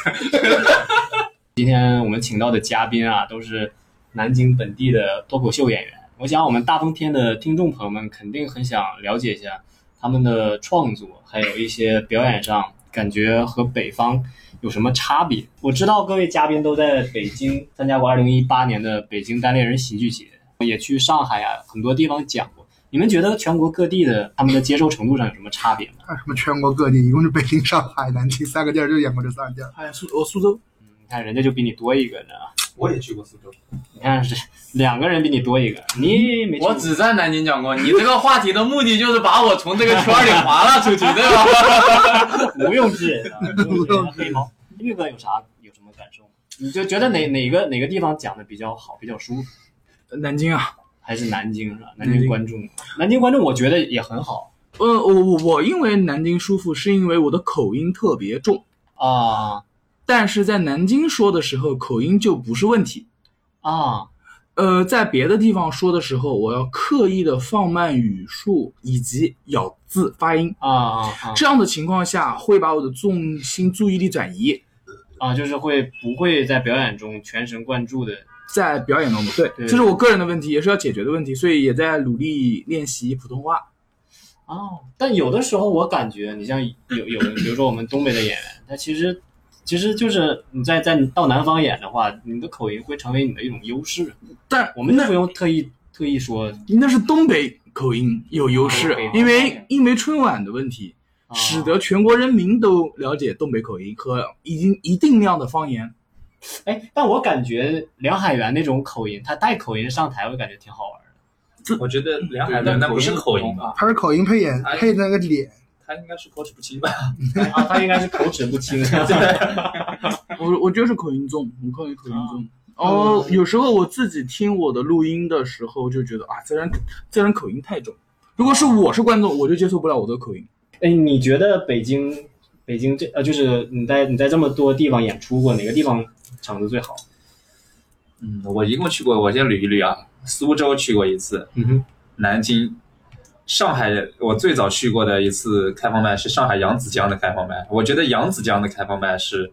Speaker 3: 今天我们请到的嘉宾啊，都是南京本地的脱口秀演员。我想我们大风天的听众朋友们肯定很想了解一下他们的创作，还有一些表演上感觉和北方有什么差别。我知道各位嘉宾都在北京参加过2018年的北京单立人喜剧节，也去上海啊很多地方讲过。你们觉得全国各地的他们的接受程度上有什么差别吗？
Speaker 5: 看什么全国各地，一共是北京、上海、南京三个地儿，就演过这三个地儿。
Speaker 9: 哎，苏我苏州，
Speaker 3: 你看人家就比你多一个呢。
Speaker 8: 我也去过苏州，
Speaker 3: 你看是两个人比你多一个，你没去
Speaker 4: 我只在南京讲过，你这个话题的目的就是把我从这个圈里划拉出去，对吧？
Speaker 3: 无用之 人啊，无用之人啊黑猫。玉哥有啥有什么感受？你就觉得哪哪个哪个地方讲的比较好，比较舒服？
Speaker 9: 南京啊，
Speaker 3: 还是南京是吧？
Speaker 9: 南京
Speaker 3: 南京观众，南京观众我觉得也很好
Speaker 9: 呃，我我我因为南京舒服，是因为我的口音特别重，
Speaker 3: 啊
Speaker 9: 但是在南京说的时候，口音就不是问题。
Speaker 3: 啊
Speaker 9: 呃，在别的地方说的时候，我要刻意的放慢语速以及咬字发音。
Speaker 3: 啊啊啊
Speaker 9: 这样的情况下，会把我的重心注意力转移
Speaker 3: 啊！就是会不会在表演中全神贯注的
Speaker 9: 在表演当中。对，
Speaker 3: 对
Speaker 9: 这是我个人的问题，也是要解决的问题，所以也在努力练习普通话。
Speaker 3: 哦，但有的时候我感觉，你像有有的，比如说我们东北的演员，他其实其实就是你在在到南方演的话，你的口音会成为你的一种优势。
Speaker 9: 但
Speaker 3: 我们就不用特意特意说，
Speaker 9: 那是东北口音有优势
Speaker 3: 哦，OK，，
Speaker 9: 因为因为春晚的问题，
Speaker 3: 啊
Speaker 9: 使得全国人民都了解东北口音和已经一定量的方言。
Speaker 3: 哎，但我感觉梁海源那种口音，他带口音上台，我感觉挺好玩的。
Speaker 8: 我觉得梁海的
Speaker 4: 那
Speaker 8: 不
Speaker 4: 不
Speaker 8: 是
Speaker 4: 是
Speaker 8: 口
Speaker 4: 口
Speaker 8: 音
Speaker 4: 音啊
Speaker 8: 吧？
Speaker 5: 他是口音配演
Speaker 8: 哎
Speaker 5: 配那个脸，
Speaker 8: 他应该是口齿不清吧？
Speaker 3: 啊，他应该是口齿不清。
Speaker 9: 我我就是口音重，我口音口音重。哦，有时候我自己听我的录音的时候就觉得啊，这人这人口音太重。如果是我是观众，我就接受不了我的口音。
Speaker 3: 哎，你觉得北京北京这呃，就是你在你在这么多地方演出过，哪个地方场子最好？
Speaker 8: 嗯，我一共去过，我先捋一捋啊。苏州去过一次，
Speaker 3: 嗯哼，
Speaker 8: 南京、上海，我最早去过的一次开放麦是上海扬子江的开放麦。我觉得扬子江的开放麦是，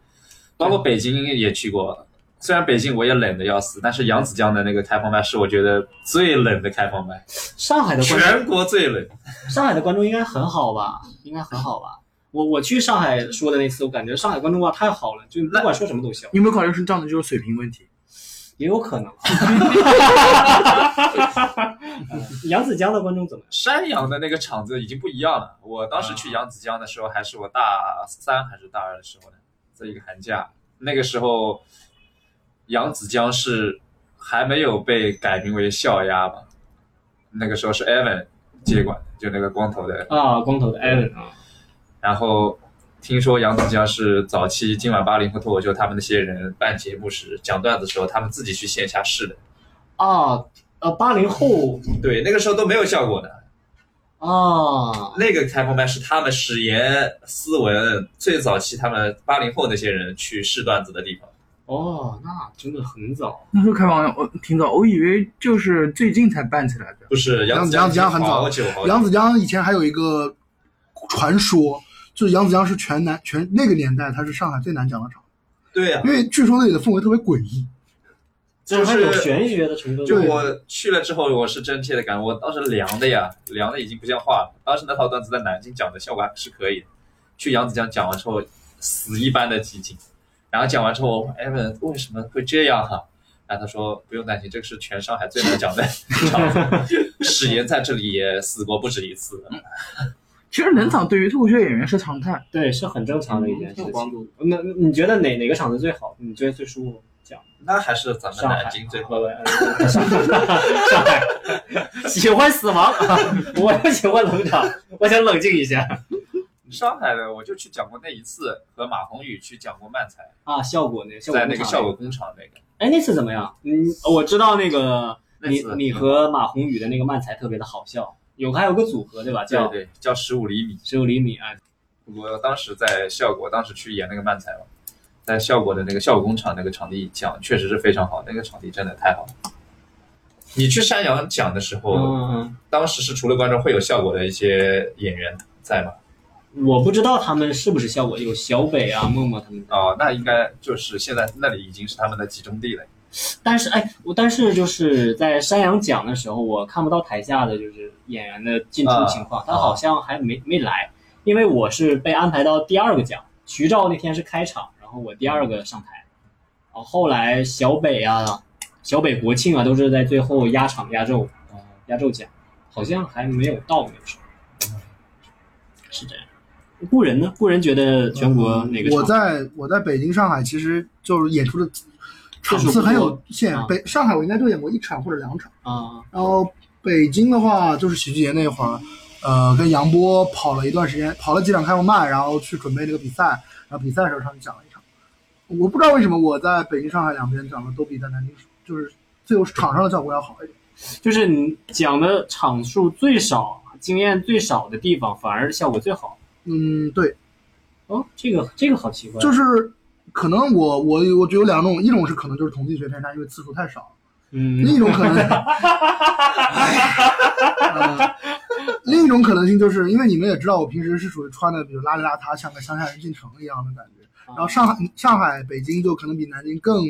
Speaker 8: 包括北京也去过，虽然北京我也冷的要死，但是扬子江的那个开放麦是我觉得最冷的开放麦，
Speaker 3: 上海的观众
Speaker 8: 全国最冷。
Speaker 3: 上海的观众应该很好吧？应该很好吧？我我去上海说的那次，我感觉上海观众哇太好了，就不管说什么都笑，
Speaker 9: 你有没有考虑是这样的就是水平问题？
Speaker 3: 也有可能。 呃扬子江的观众怎么样？
Speaker 8: 山羊的那个场子已经不一样了。我当时去扬子江的时候，还是我大三还是大二的时候呢，在一个寒假，那个时候扬子江是还没有被改名为校鸭吧？那个时候是 Evan 接管的，就那个光头的。
Speaker 3: 啊，光头的 Evan 啊，
Speaker 8: 然后听说扬子江是早期今晚八零后脱口秀他们那些人办节目时讲段子的时候，他们自己去线下试的。
Speaker 3: 啊，呃八零后
Speaker 8: 对，那个时候都没有效果的。
Speaker 3: 啊，
Speaker 8: 那个开放麦是他们史言斯文最早期，他们八零后那些人去试段子的地方。
Speaker 3: 哦，那真的很早。
Speaker 9: 那时候开放麦我挺早，我以为就是最近才办起来的。
Speaker 8: 不是
Speaker 5: 杨
Speaker 8: 子
Speaker 5: 子
Speaker 8: 江
Speaker 5: 杨子江很早
Speaker 8: 好久好久
Speaker 5: 杨子江以前还有一个传说，就是杨子江是全南全那个年代他是上海最难讲的场，
Speaker 8: 对啊呀、
Speaker 5: 因为据说那里的氛围特别诡异。
Speaker 8: 就是
Speaker 3: 还有玄学的成分
Speaker 8: 就
Speaker 3: 在里面。
Speaker 8: 我去了之后，我是真切的感觉，我当时凉的呀，凉的已经不像话了。当时那套段子在南京讲的效果还是可以的，去扬子江讲完之后，死一般的寂静。然后讲完之后，艾文为什么会这样哈、然后他说不用担心，这个是全上海最难讲的场子， 史岩在这里也死过不止一次。
Speaker 9: 其实冷场对于脱口秀演员是常态，
Speaker 3: 对，是很正常的一件事
Speaker 4: 嗯有
Speaker 3: 情
Speaker 4: 光。 度，
Speaker 3: 那那你觉得哪哪个场子最好？你觉得最舒服？讲
Speaker 8: 那还是咱们
Speaker 3: 上海
Speaker 8: 南京最好。
Speaker 3: 不不，呃上海，上海，喜欢死亡， 我也喜欢冷场，我想冷静一下
Speaker 8: 上海的我就去讲过那一次，和马宏宇去讲过漫才，
Speaker 3: 啊。效果那个，效果
Speaker 8: 在那个
Speaker 3: 工厂
Speaker 8: 效果工厂那个。
Speaker 3: 哎，那次怎么样？嗯，我知道那个
Speaker 8: 那
Speaker 3: 你
Speaker 8: 次
Speaker 3: 你和马宏宇的那个漫才特别的好笑，有还有个组合对吧？
Speaker 8: 对
Speaker 3: 叫
Speaker 8: 对，叫十五厘米。
Speaker 3: 十六厘米啊。
Speaker 8: 我当时在效果，当时去演那个漫才嘛，在效果的那个效果工厂那个场地讲，确实是非常好，那个场地真的太好了。你去山羊讲的时候，
Speaker 3: 嗯，
Speaker 8: 当时是除了观众会有效果的一些演员在吗？
Speaker 3: 我不知道他们是不是效果，有小北啊、默默他们。
Speaker 8: 哦，那应该就是现在那里已经是他们的集中地了。
Speaker 3: 但是哎，我但是就是在山羊讲的时候，我看不到台下的就是演员的进出情况，他好像还没没来，因为我是被安排到第二个讲，徐照那天是开场，然后我第二个上台，然后后来小北啊、小北国庆啊都是在最后压场压轴呃压轴讲，好像还没有到那个时候，是这样。故人呢？故人觉得全国哪个场？
Speaker 5: 嗯我在我在北京、上海，其实就是演出的场次很有限
Speaker 3: 啊。
Speaker 5: 北上海我应该就演过一场或者两场，
Speaker 3: 啊
Speaker 5: 然后北京的话就是喜剧节那会儿，呃，跟杨波跑了一段时间，跑了几场开放麦，然后去准备那个比赛，然后比赛的时候上去讲了一场。我不知道为什么我在北京、上海两边讲的都比在南京就是最后场上的效果要好一点。
Speaker 3: 就是你讲的场数最少、经验最少的地方，反而效果最好。
Speaker 5: 嗯，对，
Speaker 3: 哦，这个这个好奇怪，
Speaker 5: 就是可能我我我觉得有两种，一种是可能就是统计学偏差，因为次数太少了。另
Speaker 3: 嗯，
Speaker 5: 一种可能，呃另一种可能性就是因为你们也知道，我平时是属于穿的比如邋里邋遢，像个乡下人进城一样的感觉。然后上海、上海、北京就可能比南京更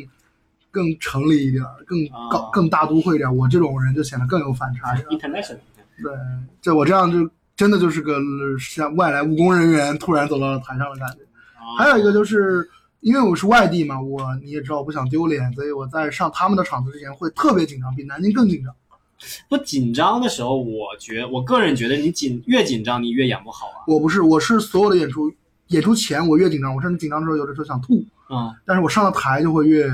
Speaker 5: 更城里一点儿，更
Speaker 3: 啊
Speaker 5: 高、更大都会一点儿。我这种人就显得更有反差一点儿。
Speaker 3: international，
Speaker 5: 对，这我这样就真的就是个像外来务工人员突然走到了台上的感觉。还
Speaker 3: 啊
Speaker 5: 有一个就是因为我是外地嘛，我你也知道我不想丢脸，所以我在上他们的场子之前会特别紧张，比南京更紧张。
Speaker 3: 不紧张的时候，我觉我个人觉得你紧越紧张，你越演不好啊。
Speaker 5: 我不是，我是所有的演出演出前我越紧张，我甚至紧张的时候有的时候想吐，
Speaker 3: 啊、
Speaker 5: 但是我上了台就会越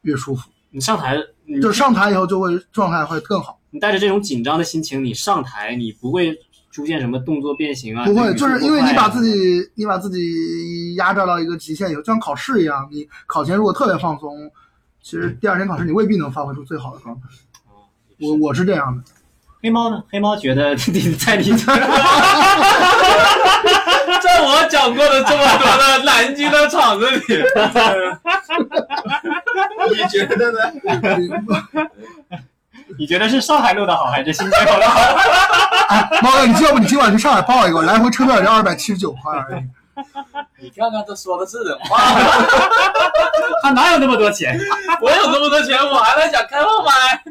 Speaker 5: 越舒服，
Speaker 3: 你上台，你
Speaker 5: 就是上台以后就会状态会更好，
Speaker 3: 你带着这种紧张的心情，你上台，你不会出现什么动作变形啊？
Speaker 5: 不会，
Speaker 3: 语速
Speaker 5: 就是
Speaker 3: 不
Speaker 5: 因为
Speaker 3: 快
Speaker 5: 你
Speaker 3: 啊
Speaker 5: 把自己你把自己压榨到一个极限以后，就像考试一样，你考前如果特别放松，其实第二天考试你未必能发挥出最好的状态。我我是这样的，
Speaker 3: 嗯黑猫呢？黑猫觉得你在 你这儿
Speaker 4: 在我讲过的这么多的南京的场子里，
Speaker 8: 你觉得呢？
Speaker 3: 你觉得是上海录的好，还是新疆录的好？
Speaker 5: 猫哥，你要不你今晚去上海报一个，来回车票也就二百七十九块而已。
Speaker 4: 你看看这说的是人话，
Speaker 3: 他哪有那么多钱？
Speaker 4: 我有这么多钱，我还在想开放麦。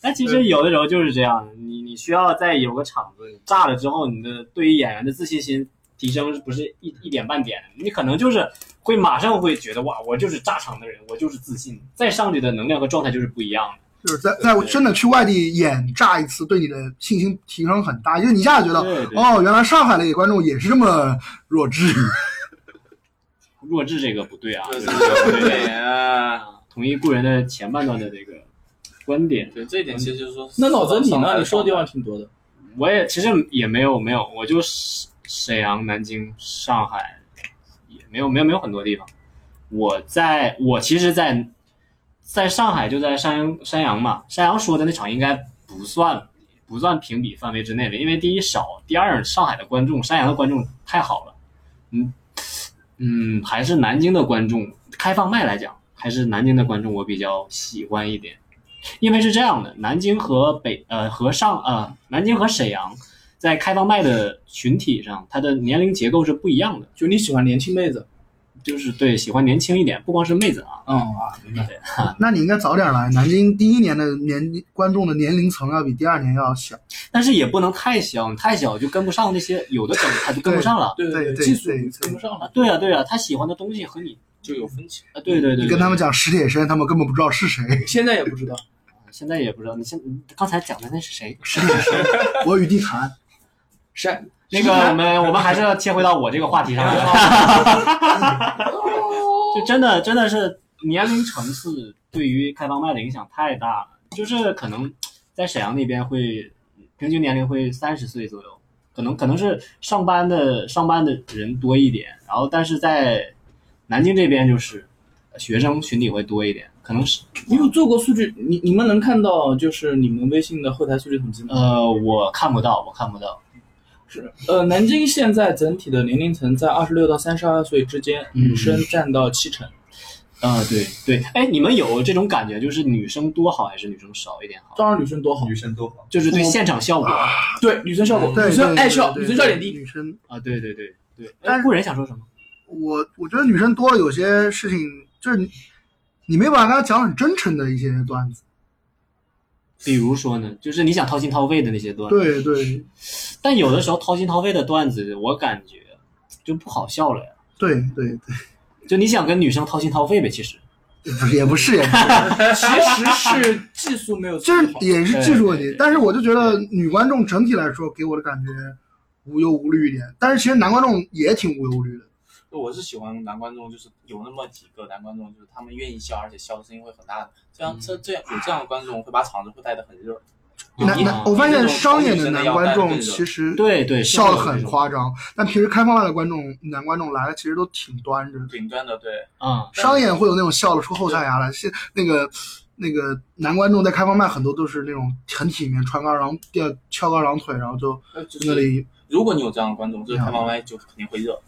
Speaker 3: 但其实有的时候就是这样，你你需要在有个场子你炸了之后，你的对于演员的自信心提升不是一一点半点的，你可能就是会马上会觉得哇，我就是炸场的人，我就是自信，再上去的能量和状态就是不一样的。
Speaker 5: 就是在在我真的去外地演炸一次，对你的信心提升很大，因为你一下子觉得
Speaker 3: 对对
Speaker 5: 哦，原来上海的观众也是这么 弱智。
Speaker 3: 弱智这个不对啊，
Speaker 4: 对呀，
Speaker 3: 同意故人的前半段的这个观点，
Speaker 4: 对这一点其实就是说，
Speaker 9: 那老泽你
Speaker 4: 上海
Speaker 9: 呢？
Speaker 4: 的
Speaker 9: 你说的地
Speaker 4: 场
Speaker 9: 方
Speaker 4: 子
Speaker 9: 挺多的。
Speaker 3: 我也其实也没有没有，我就是沈阳、南京、上海，也没有没有没有很多地方。我在我其实在，在在上海就在山羊山羊嘛，山羊说的那场应该不算不算评比范围之内的，因为第一少，第二上海的观众，山羊的观众太好了，嗯嗯，还是南京的观众，开放麦来讲，还是南京的观众我比较喜欢一点，因为是这样的，南京和北呃和上呃南京和沈阳。在开放麦的群体上，它的年龄结构是不一样的，
Speaker 9: 就你喜欢年轻妹子，
Speaker 3: 就是对喜欢年轻一点，不光是妹子啊，
Speaker 9: 嗯啊，明白。
Speaker 5: 那你应该早点来。南京第一年的年观众的年龄层要比第二年要小。
Speaker 3: 但是也不能太小，你太小就跟不上那些有的梗，他就跟不上了。
Speaker 9: 对
Speaker 5: 对对
Speaker 9: 技术
Speaker 5: 对
Speaker 9: 跟不上了
Speaker 3: 啊，对啊，对啊，他喜欢的东西和你
Speaker 9: 就有分歧。
Speaker 3: 啊，对对对
Speaker 5: 你跟他们讲史铁生，他们根本不知道是谁。
Speaker 9: 现在也不知道，
Speaker 3: 对现在也不知道，你现刚才讲的那是谁？
Speaker 5: 史铁生， 我与地坛。
Speaker 9: 山
Speaker 3: 那个我们我们还是要切回到我这个话题上来，就真的真的是年龄层次对于开放麦的影响太大了，就是可能在沈阳那边会平均年龄会三十岁左右，可能可能是上班的上班的人多一点，然后但是在南京这边就是学生群体会多一点，可能是
Speaker 9: 你有做过数据？你你们能看到就是你们微信的后台数据统计吗？
Speaker 3: 呃我看不到我看不到，
Speaker 9: 是，呃，南京现在整体的年龄层在二十六到三十二岁之间，女生占到七成。
Speaker 3: 啊、对对，哎你们有这种感觉就是女生多好还是女生少一点啊好？
Speaker 9: 当然，女生多好，
Speaker 8: 女生多好，
Speaker 3: 就是对现场效果啊，
Speaker 9: 对女生效果，
Speaker 5: 对
Speaker 9: 女生
Speaker 5: 嗯对
Speaker 9: 爱
Speaker 5: 对
Speaker 9: 笑，
Speaker 5: 对
Speaker 9: 女生笑点
Speaker 5: 对
Speaker 9: 低。
Speaker 5: 女生，
Speaker 3: 对对对对。
Speaker 5: 但
Speaker 3: 哎，
Speaker 5: 是
Speaker 3: 故人想说什么？
Speaker 5: 我我觉得女生多了有些事情，就是你你没把她讲很真诚的一些段子。
Speaker 3: 比如说呢，就是你想掏心掏肺的那些段子，
Speaker 5: 对对
Speaker 3: 但有的时候掏心掏肺的段子，我感觉就不好笑了呀。
Speaker 5: 对对对，
Speaker 3: 就你想跟女生掏心掏肺呗，其实
Speaker 5: 不是也不是也不是，
Speaker 9: 其实是技术没有处
Speaker 5: 就
Speaker 9: 理
Speaker 5: 是
Speaker 9: 好，
Speaker 5: 也是技术问题
Speaker 3: 对。
Speaker 5: 但是我就觉得女观众整体来说给我的感觉无忧无虑一点，但是其实男观众也挺无忧无虑的。
Speaker 4: 我是喜欢男观众，就是有那么几个男观众，就是他们愿意笑，而且笑的声音会很大的。这样这这样有这样的观众会把场子会带得很热。
Speaker 5: 男
Speaker 9: 哦
Speaker 3: 嗯
Speaker 5: 男，我发现商演的男观
Speaker 4: 那
Speaker 5: 众
Speaker 4: 种
Speaker 5: 其实
Speaker 3: 对对是
Speaker 5: 笑
Speaker 3: 会
Speaker 5: 得
Speaker 3: 有这
Speaker 5: 很
Speaker 3: 种
Speaker 5: 夸张，但平时开放麦的观众男观众来了其实都挺端着的。
Speaker 4: 顶端的对，
Speaker 3: 啊、
Speaker 5: 商演会有那种笑得出后槽牙来，是那个那个男观众在开放麦很多都是那种很体面，穿高裆吊翘高裆腿，然后就
Speaker 4: 呃就
Speaker 5: 那
Speaker 4: 是
Speaker 5: 里
Speaker 4: 如果你有这样的观众，这个开放麦就肯定会热。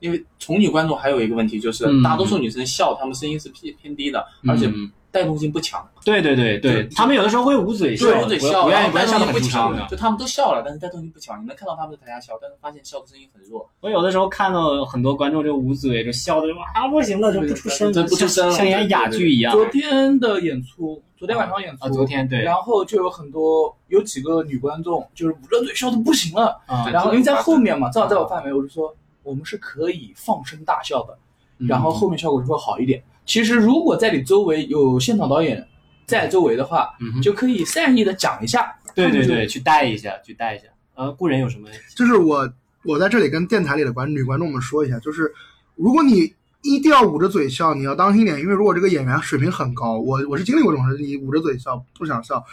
Speaker 4: 因为宠女观众还有一个问题就是
Speaker 3: 嗯，
Speaker 4: 大多数女生笑，她们声音是偏偏低的，而且
Speaker 3: 嗯
Speaker 4: 带动性不强。
Speaker 3: 对对对对，他们有的时候会捂嘴笑，
Speaker 4: 对，嘴
Speaker 3: 不
Speaker 4: 笑，
Speaker 3: 不愿
Speaker 4: 然后
Speaker 3: 意不愿意笑
Speaker 4: 带
Speaker 3: 得很
Speaker 4: 动性不
Speaker 3: 出声
Speaker 4: 强，
Speaker 3: 的。
Speaker 4: 就他们都笑了，但是带动性不强。你能看到他们在台下笑，但是发现笑的声音很弱。
Speaker 3: 我有的时候看到很多观众就捂嘴，就笑的啊不行了，就不出声了，
Speaker 4: 对不出声了
Speaker 3: 像像演哑剧一样。
Speaker 9: 昨天的演出，昨天晚上演出，
Speaker 3: 啊，昨天对
Speaker 9: 然后就有很多有几个女观众就是捂着嘴笑的不行了，
Speaker 3: 啊，
Speaker 9: 然后因为在后面嘛，正好在我范围，我就说我们是可以放声大笑的，
Speaker 3: 嗯
Speaker 9: 然后后面效果就会好一点。其实如果在你周围有现场导演在周围的话，
Speaker 3: 嗯哼
Speaker 9: 就可以善意的讲一下。
Speaker 3: 对对对，去带一下，去带一下。呃，故人有什么？
Speaker 5: 就是我我在这里跟电台里的观女观众们说一下，就是如果你一定要捂着嘴笑，你要当心一点，因为如果这个演员水平很高，我我是经历过这种事，你捂着嘴笑不想笑，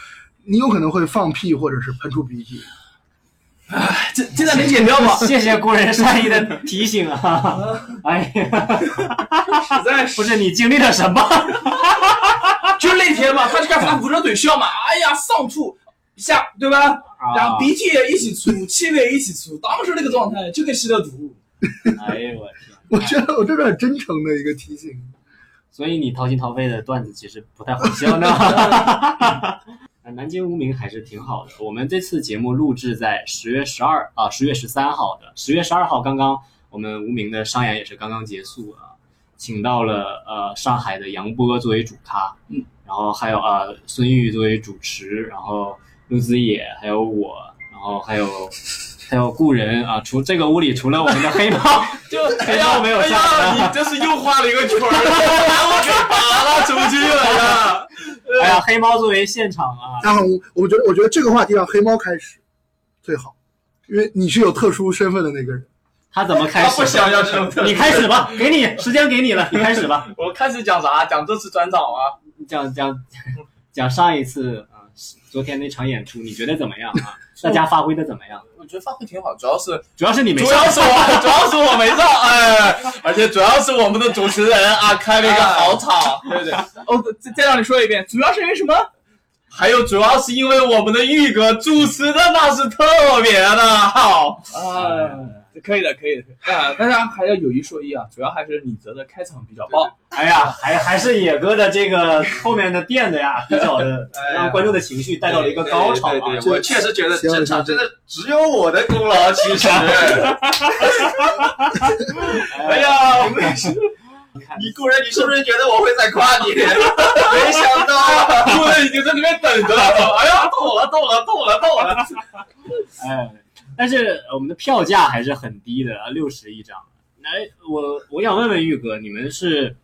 Speaker 5: 你有可能会放屁或者是喷出鼻涕。
Speaker 9: 这这段能剪掉吗？
Speaker 3: 谢谢故人善意的提醒啊！哎呀，
Speaker 9: 呃实在是
Speaker 3: 不是你经历了什 么？
Speaker 9: 就那天嘛，他就干啥捂着嘴笑嘛，哎呀上吐下对吧？然后鼻涕也一起出，气味也一起出，当时那个状态就跟吸了毒。
Speaker 3: 哎呦我天！
Speaker 5: 我觉得我这是很真诚的一个提醒。
Speaker 3: 所以你掏心掏肺的段子其实不太好笑 呢。呃南京无名还是挺好的。我们这次节目录制在十月十二啊，十月十三号的。十月十二号刚刚我们无名的商演也是刚刚结束啊，请到了呃上海的杨波作为主咖，嗯，然后还有啊、呃孙玉作为主持，然后陆子野还有我，然后 还有还有故人啊，除这个屋里除了我们的黑猫，
Speaker 9: 就
Speaker 3: 黑猫没
Speaker 4: 哎
Speaker 3: 有上。
Speaker 4: 你这是又画了一个圈 儿，把我给拔了出去了呀！
Speaker 3: 哎呀，黑猫作为现场啊，
Speaker 5: 然后我觉得，我觉得这个话题让黑猫开始最好，因为你是有特殊身份的那个人。
Speaker 3: 他怎么开
Speaker 4: 他
Speaker 3: 始？
Speaker 4: 不想要这种特
Speaker 3: 你开始吧，给你时间，给你了，你开始吧。
Speaker 4: 我开始讲啥？讲这次转场啊？
Speaker 3: 讲讲讲上一次啊、呃昨天那场演出，你觉得怎么样啊？大家发挥的怎么样？
Speaker 4: 我觉得发挥挺好，主要是
Speaker 3: 主要是你没
Speaker 4: 主
Speaker 3: 上
Speaker 4: 要是我，主要是我没上，哎，而且主要是我们的主持人啊开了一个
Speaker 3: 哎
Speaker 4: 好场，对不对？
Speaker 9: 哦，再再让你说一遍，主要是因为什么？
Speaker 4: 还有主要是因为我们的玉哥主持的那是特别的好，
Speaker 9: 啊，可以的，可以的啊，但是还要有一说一啊，主要还是李泽的开场比较棒。
Speaker 3: 哎呀，还还是野哥的这个后面的垫子呀，比较的让观众的情绪带到了一个高潮
Speaker 8: 对
Speaker 3: 啊。
Speaker 8: 对
Speaker 3: 这
Speaker 8: 对，我确实觉得
Speaker 5: 行
Speaker 8: 整场
Speaker 5: 行
Speaker 8: 真的只有我的功劳，其实。
Speaker 3: 哎呀，
Speaker 8: 呀，你故人，你是不是觉得我会在夸 你？没想到，
Speaker 4: 主持人已经在那边等着了，哎呀，到了，到了，到了，到了，
Speaker 3: 哎，但是我们的票价还是很低的，六十一张。来，我我想问问玉哥，你们是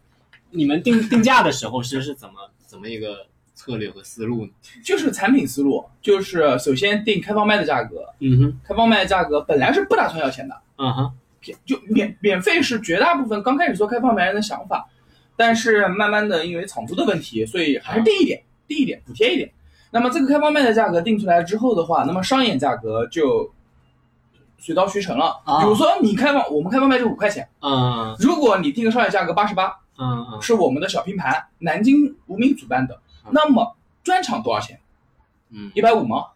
Speaker 3: 你们定定价的时候是是怎么怎么一个策略和思路呢？
Speaker 9: 就是产品思路，就是首先定开放麦的价格，
Speaker 3: 嗯哼，
Speaker 9: 开放麦的价格本来是不打算要钱的，
Speaker 3: 嗯哼，
Speaker 9: 便就免免费是绝大部分刚开始做开放麦人的想法，但是慢慢的因为场租的问题，所以还是低一点，低一点，补贴一点。那么这个开放麦的价格定出来之后的话，那么商演价格就水到渠成了。
Speaker 3: 啊
Speaker 9: 比如说你开放，我们开放麦就五块钱，
Speaker 3: 嗯
Speaker 9: 如果你定个商演价格八十八，
Speaker 3: 嗯嗯
Speaker 9: 是我们的小拼盘，南京无名主办的，那么专场多少钱？
Speaker 3: 嗯
Speaker 9: 一百五毛，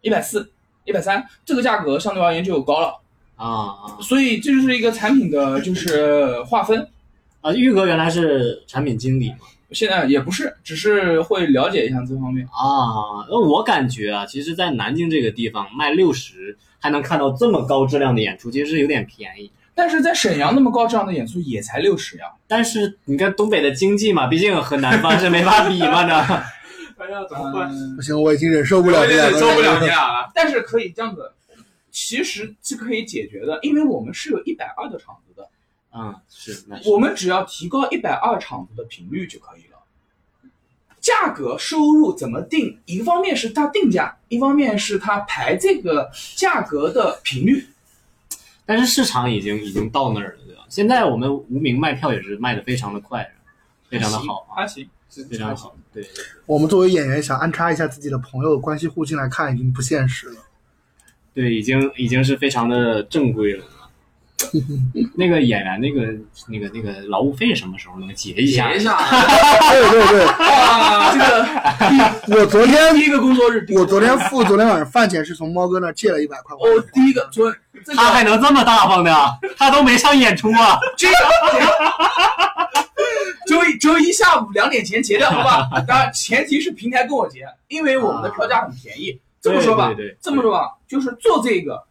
Speaker 9: 一百四，一百三，这个价格相对而言就高了。
Speaker 3: 啊啊
Speaker 9: 所以这就是一个产品的就是划分。
Speaker 3: 啊！玉哥原来是产品经理嘛？
Speaker 9: 现在也不是，只是会了解一下这方面。
Speaker 3: 啊，那我感觉啊，其实，在南京这个地方卖六十还能看到这么高质量的演出，其实是有点便宜。
Speaker 9: 但是在沈阳那么高质量的演出也才六十呀，
Speaker 3: 但是你看东北的经济嘛，毕竟和南方是没法比嘛呢。
Speaker 4: 哎呀，怎么办？
Speaker 5: 不行，我已经忍受不
Speaker 4: 我
Speaker 5: 了
Speaker 4: 有
Speaker 5: 这两
Speaker 4: 点
Speaker 5: 个
Speaker 4: 受不了
Speaker 5: 人
Speaker 4: 你俩了，
Speaker 9: 嗯但是可以这样子，其实是可以解决的，因为我们是有一百二的场子的，
Speaker 3: 嗯，是，那是
Speaker 9: 我们只要提高一百二场子的频率就可以了。价格、收入怎么定？一方面是它定价，一方面是它排这个价格的频率。
Speaker 3: 但是市场已经已经到那儿了，对吧？现在我们无名卖票也是卖的非常的快，非常的好啊，
Speaker 9: 还行，
Speaker 3: 非常好。对，对
Speaker 5: 我们作为演员想安插一下自己的朋友关系户进来看，已经不现实了。
Speaker 3: 对，已经已经是非常的正规 了。那个演员，那个那个那个劳务费什么时候能结一下？
Speaker 4: 解一下，
Speaker 5: 对对对，
Speaker 9: 啊，这个
Speaker 5: 我昨天
Speaker 9: 第一个工作日，第一个
Speaker 5: 我昨天付昨天晚上饭钱是从猫哥那儿借了一百块。
Speaker 9: 我第一个昨这
Speaker 3: 他
Speaker 9: 个
Speaker 3: 还能这么大方呢？他都没上演出啊！
Speaker 9: 周一周一下午两点前结掉，好吧？当然前提是平台跟我结，因为我们的票价很便宜。这么说吧
Speaker 3: 对对对，
Speaker 9: 这么说吧，就是做这个，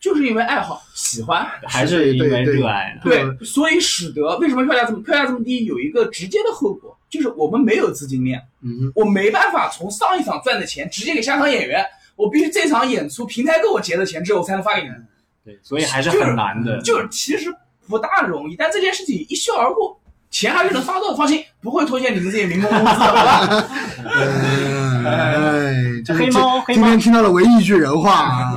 Speaker 9: 就是因为爱好喜欢，
Speaker 3: 还是因为热爱的。
Speaker 9: 对，所以使得为什么票价这么票价这么低，有一个直接的后果，就是我们没有资金链，
Speaker 3: 嗯，
Speaker 9: 我没办法从上一场赚的钱直接给下场演员，我必须这场演出平台给我结的钱之后，我才能发给你们。
Speaker 3: 对，所以还是很难的。
Speaker 9: 就是其实不大容易，但这件事情一笑而过，钱还是能发到的，放心，不会拖欠你们这些民工工资的，好吧？
Speaker 5: 嗯哎，这是
Speaker 3: 黑猫黑
Speaker 5: 今
Speaker 3: 猫
Speaker 5: 天听到了唯一一句人话啊。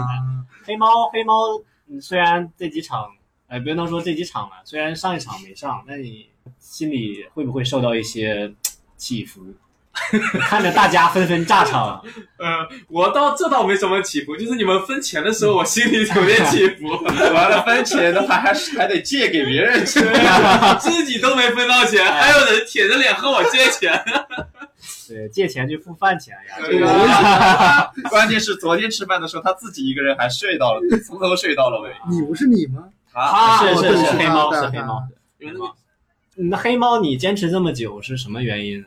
Speaker 3: 黑猫黑猫，嗯虽然这几场，哎，不能说这几场了，虽然上一场没上，那你心里会不会受到一些起伏？ 看着大家纷纷炸场，
Speaker 4: 呃， 我倒这倒没什么起伏，就是你们分钱的时候，我心里有点起 伏，
Speaker 8: 完了分钱的话还是还得借给别人吃。
Speaker 4: 自己都没分到钱，还有人舔着脸和我借钱，
Speaker 3: 对，借钱去付饭钱呀，这
Speaker 8: 对
Speaker 3: 个
Speaker 8: 啊关键是昨天吃饭的时候，他自己一个人还睡到了，从头睡到了尾。
Speaker 5: 你不是你吗？
Speaker 8: 他
Speaker 3: 是
Speaker 5: 哦
Speaker 3: 是
Speaker 5: 对不
Speaker 3: 是
Speaker 5: 起
Speaker 3: 黑
Speaker 5: 啊
Speaker 3: 猫
Speaker 5: 对
Speaker 3: 是
Speaker 5: 啊
Speaker 3: 黑猫。
Speaker 4: 你们那个
Speaker 3: 那黑猫，你坚持这么久是什么原因？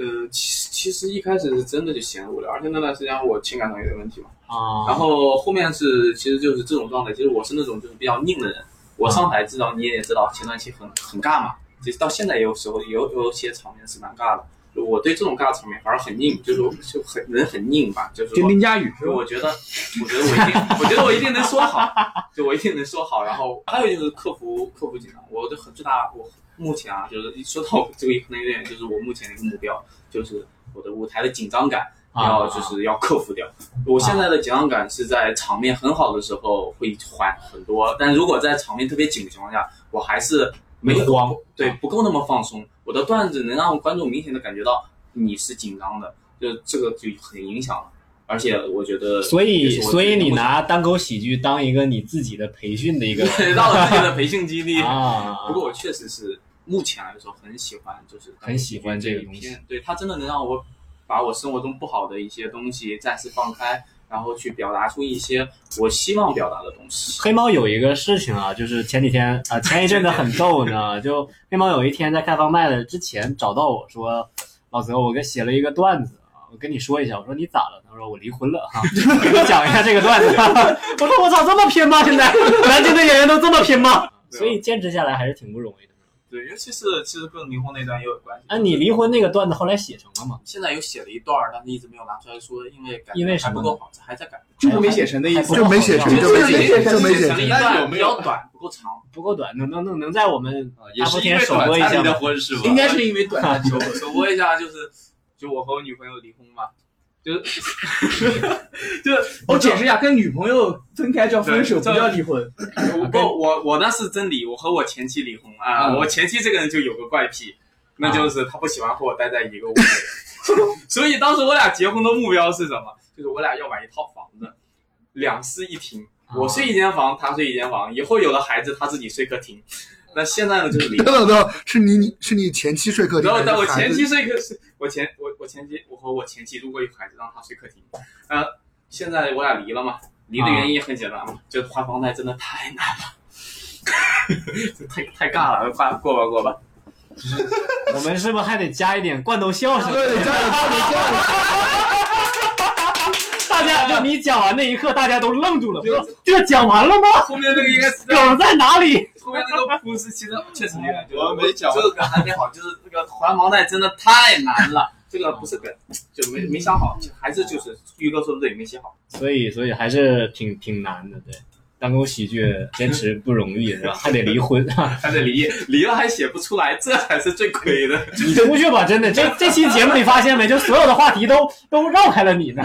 Speaker 4: 嗯，其实其实一开始是真的就闲得无聊，而且那段时间我情感上有点问题嘛，
Speaker 3: 啊，
Speaker 4: 然后后面是其实就是这种状态，其实我是那种就是比较拧的人，我上台知道你也知道，前段期很很尬嘛，其实到现在也有时候有有些场面是蛮尬的，就我对这种尬的场面反而很拧，就是我就很人很拧吧，就是说
Speaker 9: 就林佳宇
Speaker 4: 就我觉得，我觉得我一定，我觉得我一定能说好，就我一定能说好。然后还有就是克服克服紧张，我的很最大，我目前啊，就是一说到这个可能有点，就是我目前的一个目标，就是我的舞台的紧张感要
Speaker 3: 啊
Speaker 4: 就是要克服掉。我现在的紧张感是在场面很好的时候会缓很多，但如果在场面特别紧的情况下，我还是没有
Speaker 3: 慌
Speaker 4: 对不够那么放松。我的段子能让观众明显的感觉到你是紧张的，就这个就很影响了。而且我觉得，
Speaker 3: 所以，
Speaker 4: 就是我
Speaker 3: 所以你
Speaker 4: 觉得
Speaker 3: 拿单口喜剧当一个你自己的培训的 一个
Speaker 4: 到了自己的培训基地。
Speaker 3: 啊
Speaker 4: 不，过我确实是目前来说很喜欢，就是
Speaker 3: 很喜欢这
Speaker 4: 这
Speaker 3: 个
Speaker 4: 一
Speaker 3: 东
Speaker 4: 篇
Speaker 3: 西。
Speaker 4: 对它真的能让我把我生活中不好的一些东西暂时放开，然后去表达出一些我希望表达的东西。
Speaker 3: 黑猫有一个事情啊，就是前几天啊、前一阵子很逗，你知道吗？就黑猫有一天在开放麦的之前找到我说，老泽，我给写了一个段子啊，我跟你说一下。我说你咋了？他说我离婚了哈，给你讲一下这个段子。 我说我操，这么拼吗？现在 南京的演员都这么拼吗？所以坚持下来还是挺不容易的。
Speaker 4: 对，尤其是其实跟离婚那段也有关系。
Speaker 3: 那、哎你离婚那个段子后来写成了吗？
Speaker 4: 现在有写了一段儿，但是一直没有拿出来说，因为感觉
Speaker 3: 因为什
Speaker 4: 还
Speaker 3: 么
Speaker 4: 不够好，还在改。
Speaker 9: 就没写成的意思。
Speaker 5: 就没写成，
Speaker 4: 就
Speaker 5: 就没写成，就没写
Speaker 4: 写了一
Speaker 5: 成。
Speaker 8: 那有
Speaker 4: 段
Speaker 8: 没
Speaker 4: 比
Speaker 8: 有
Speaker 4: 较短，不够 长。
Speaker 3: 不够短，能能能能在我们
Speaker 8: 啊也
Speaker 3: 大
Speaker 8: 是
Speaker 3: 风
Speaker 8: 因
Speaker 3: 天
Speaker 8: 为
Speaker 3: 首播
Speaker 8: 短
Speaker 3: 一下
Speaker 8: 暂离
Speaker 3: 吗
Speaker 8: 的？婚是吧？
Speaker 9: 应该是因为 短暂
Speaker 4: 首首播一下，就是就我和我女朋友离婚嘛，就是
Speaker 9: 我解释一下，跟女朋友分开叫分手，不
Speaker 4: 对
Speaker 9: 叫离婚。
Speaker 4: 我不，我我那是真理，我和我前妻离婚啊，我前妻这个人就有个怪癖，那就是她不喜欢和我待在一个屋里， 所以当时我俩结婚的目标是什么？就是我俩要买一套房子，两室一厅，我睡一间房，她睡一间房，以后有了孩子，她自己睡客厅。那现在呢，就是离
Speaker 5: 等等等等，是你你是你前妻睡客厅
Speaker 4: 然
Speaker 5: 还
Speaker 4: 后
Speaker 5: 是
Speaker 4: 在
Speaker 5: 孩
Speaker 4: 我
Speaker 5: 子，
Speaker 4: 前妻睡客，我前我我前妻，我和我前妻如果有孩子，让她睡客厅。呃，现在我俩离了嘛，离的原因也很简单嘛，就是还房贷真的太难了， 这太太尬了，快过吧过吧。
Speaker 3: 我们是不是还得加一点罐头笑声？
Speaker 5: 对，家里家里家里
Speaker 3: 大家就你讲完那一刻，大家都愣住了，说这讲完了吗？
Speaker 4: 后面那个应该是在
Speaker 3: 梗在哪里？
Speaker 4: 后面那个故事，其实确实有点就是
Speaker 8: 我没讲
Speaker 4: 这个梗还没好，就是这个还房贷真的太难了，这个不是梗，就没没想好，就还是就是玉哥说的对，没写好。
Speaker 3: 所以，所以还是挺挺难的，对。单口喜剧坚持不容易，是吧？还得离 婚。啊
Speaker 4: 还得离，离了还写不出来，这才是最亏的。
Speaker 3: 你出去吧，真的。这这期节目你发现没？就所有的话题都 都绕开了你 呢。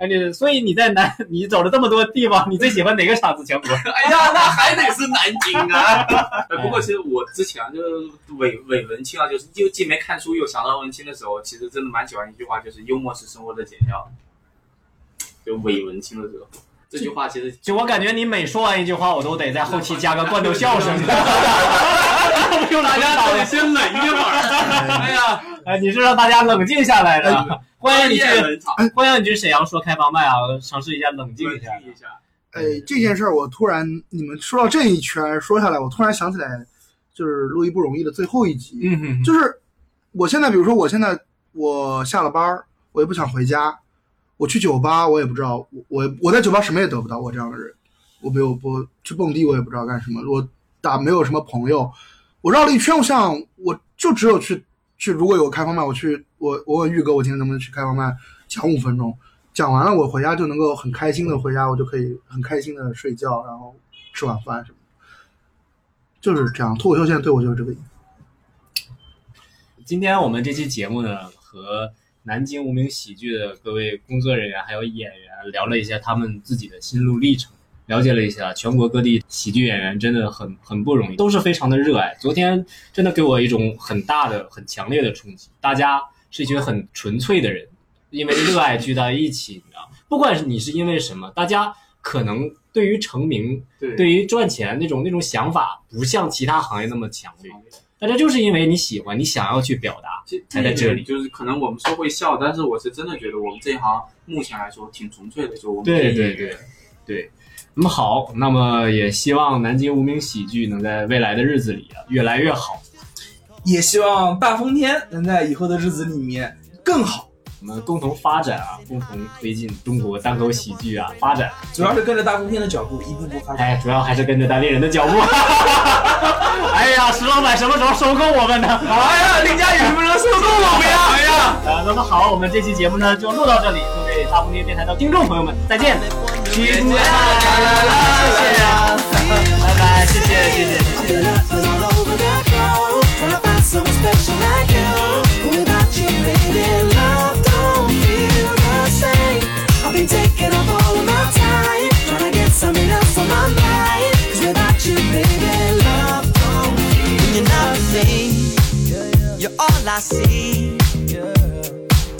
Speaker 3: 哎，你所以你在南，你走了这么多地方，你最喜欢哪个场子？全国？
Speaker 4: 哎呀，那还得是南京啊！不过其实我之前啊就是伪伪文青啊，就是又既没看书又想当文青的时候，其实真的蛮喜欢一句话，就是幽默是生活的解药。就伪文青的时候，这句话其实
Speaker 3: 就我感觉你每说完一句话，我都得在后期加个罐头笑声。不用大家冷
Speaker 4: 先冷一会儿。哎呀，
Speaker 3: 哎，你是让大家冷静下来的。欢迎你
Speaker 4: 夜
Speaker 3: 去，
Speaker 4: 冷场，
Speaker 3: 欢迎你去沈阳说开放麦啊，尝试一下冷静
Speaker 4: 冷
Speaker 3: 一下。
Speaker 4: 静一下。
Speaker 5: 哎，这件事儿我突然，你们说到这一圈，说下来，我突然想起来，就是《路易不容易》的最后一集，
Speaker 3: 嗯哼，
Speaker 5: 就是我现在，比如说我现在我下了班儿，我也不想回家，我去酒吧，我也不知道，我我我在酒吧什么也得不到，我这样的人，我没有我去蹦迪，我也不知道干什么，我打没有什么朋友，我绕了一圈，我想我就只有去去，如果有开放麦，我去我我问玉哥，我今天能不能去开放麦讲五分钟，讲完了我回家就能够很开心的回家，我就可以很开心的睡觉，然后吃晚饭什么的，就是这样，脱口秀现在对我就是这个影响。
Speaker 3: 今天我们这期节目呢，和南京无名喜剧的各位工作人员还有演员聊了一下他们自己的心路历程，了解了一下全国各地喜剧演员真的很很不容易，都是非常的热爱。昨天真的给我一种很大的、很强烈的冲击，大家是一群很纯粹的人，因为热爱聚在一起，你知道，不管是你是因为什么，大家可能对于成名
Speaker 4: 对
Speaker 3: 对于赚钱那种那种想法，不像其他行业那么强烈。但这就是因为你喜欢，你想要去表达。
Speaker 4: 这
Speaker 3: 还在这里
Speaker 4: 就是可能我们说会笑，但是我是真的觉得我们这一行目前来说挺纯粹的，就我们这
Speaker 3: 对
Speaker 4: 一
Speaker 3: 对对对。那么好，那么也希望南京无名喜剧能在未来的日子里啊越来越好。
Speaker 9: 也希望大风天能在以后的日子里面更好，
Speaker 3: 我们共同发展啊，共同推进中国单口喜剧啊发展。
Speaker 9: 主要是跟着大风天的脚步一步步发展。
Speaker 3: 哎，主要还是跟着单立人的脚步。 哎呀，石老板什么时候收购我们呢？哎呀，林佳宇什么时候收购我们呀？哎呀，呃，那么好，我们这期节目呢就录到这里，各位大风天电台的听众朋友们，再见。新年快乐，谢谢，拜拜，谢谢，谢谢。
Speaker 2: Taking up all of my time, trying to get something else on my mind. Cause without you, baby, love don't feel
Speaker 11: When you're not the same, you're all I see.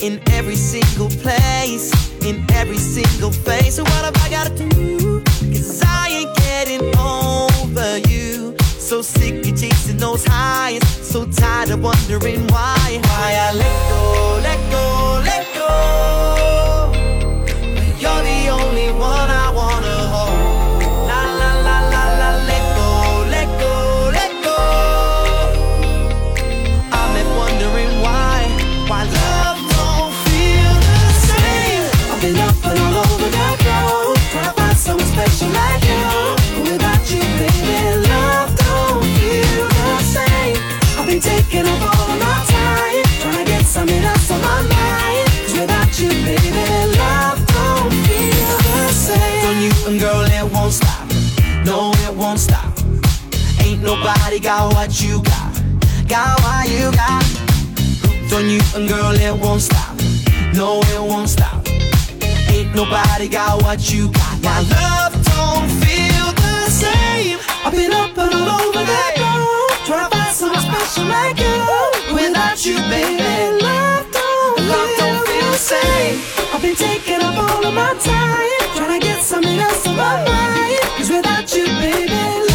Speaker 2: in every single place, in every single face. So what have I gotta do? Cause I ain't getting over you. So sick of chasing those highs, so tired of wondering why. Why I let go, let go, let go. You're the only one I wanna hold. La la la la la, let go, let go, let go. I'm left wondering why, why love don't feel the same.
Speaker 12: I've been up and all over the globe Trying to find someone special like you Without you, baby, love don't feel the same I've been taking up all of my time Trying to get something else on my mind 'Cause without you, baby, love don't feel the same
Speaker 2: on you, and girl, it won't stop. No, it won't stop. Ain't nobody got what you got, got what you got. Hooked on you, and girl, it won't stop. No, it won't stop. Ain't nobody got what you got. Now love don't feel the same.
Speaker 12: I've been up and all over the globe Trying to find someone special like you Without you, baby, love don't,
Speaker 2: Love don't feel the same.
Speaker 12: I've been taking up all of my time Trying to get something else on my mind Cause without you, baby,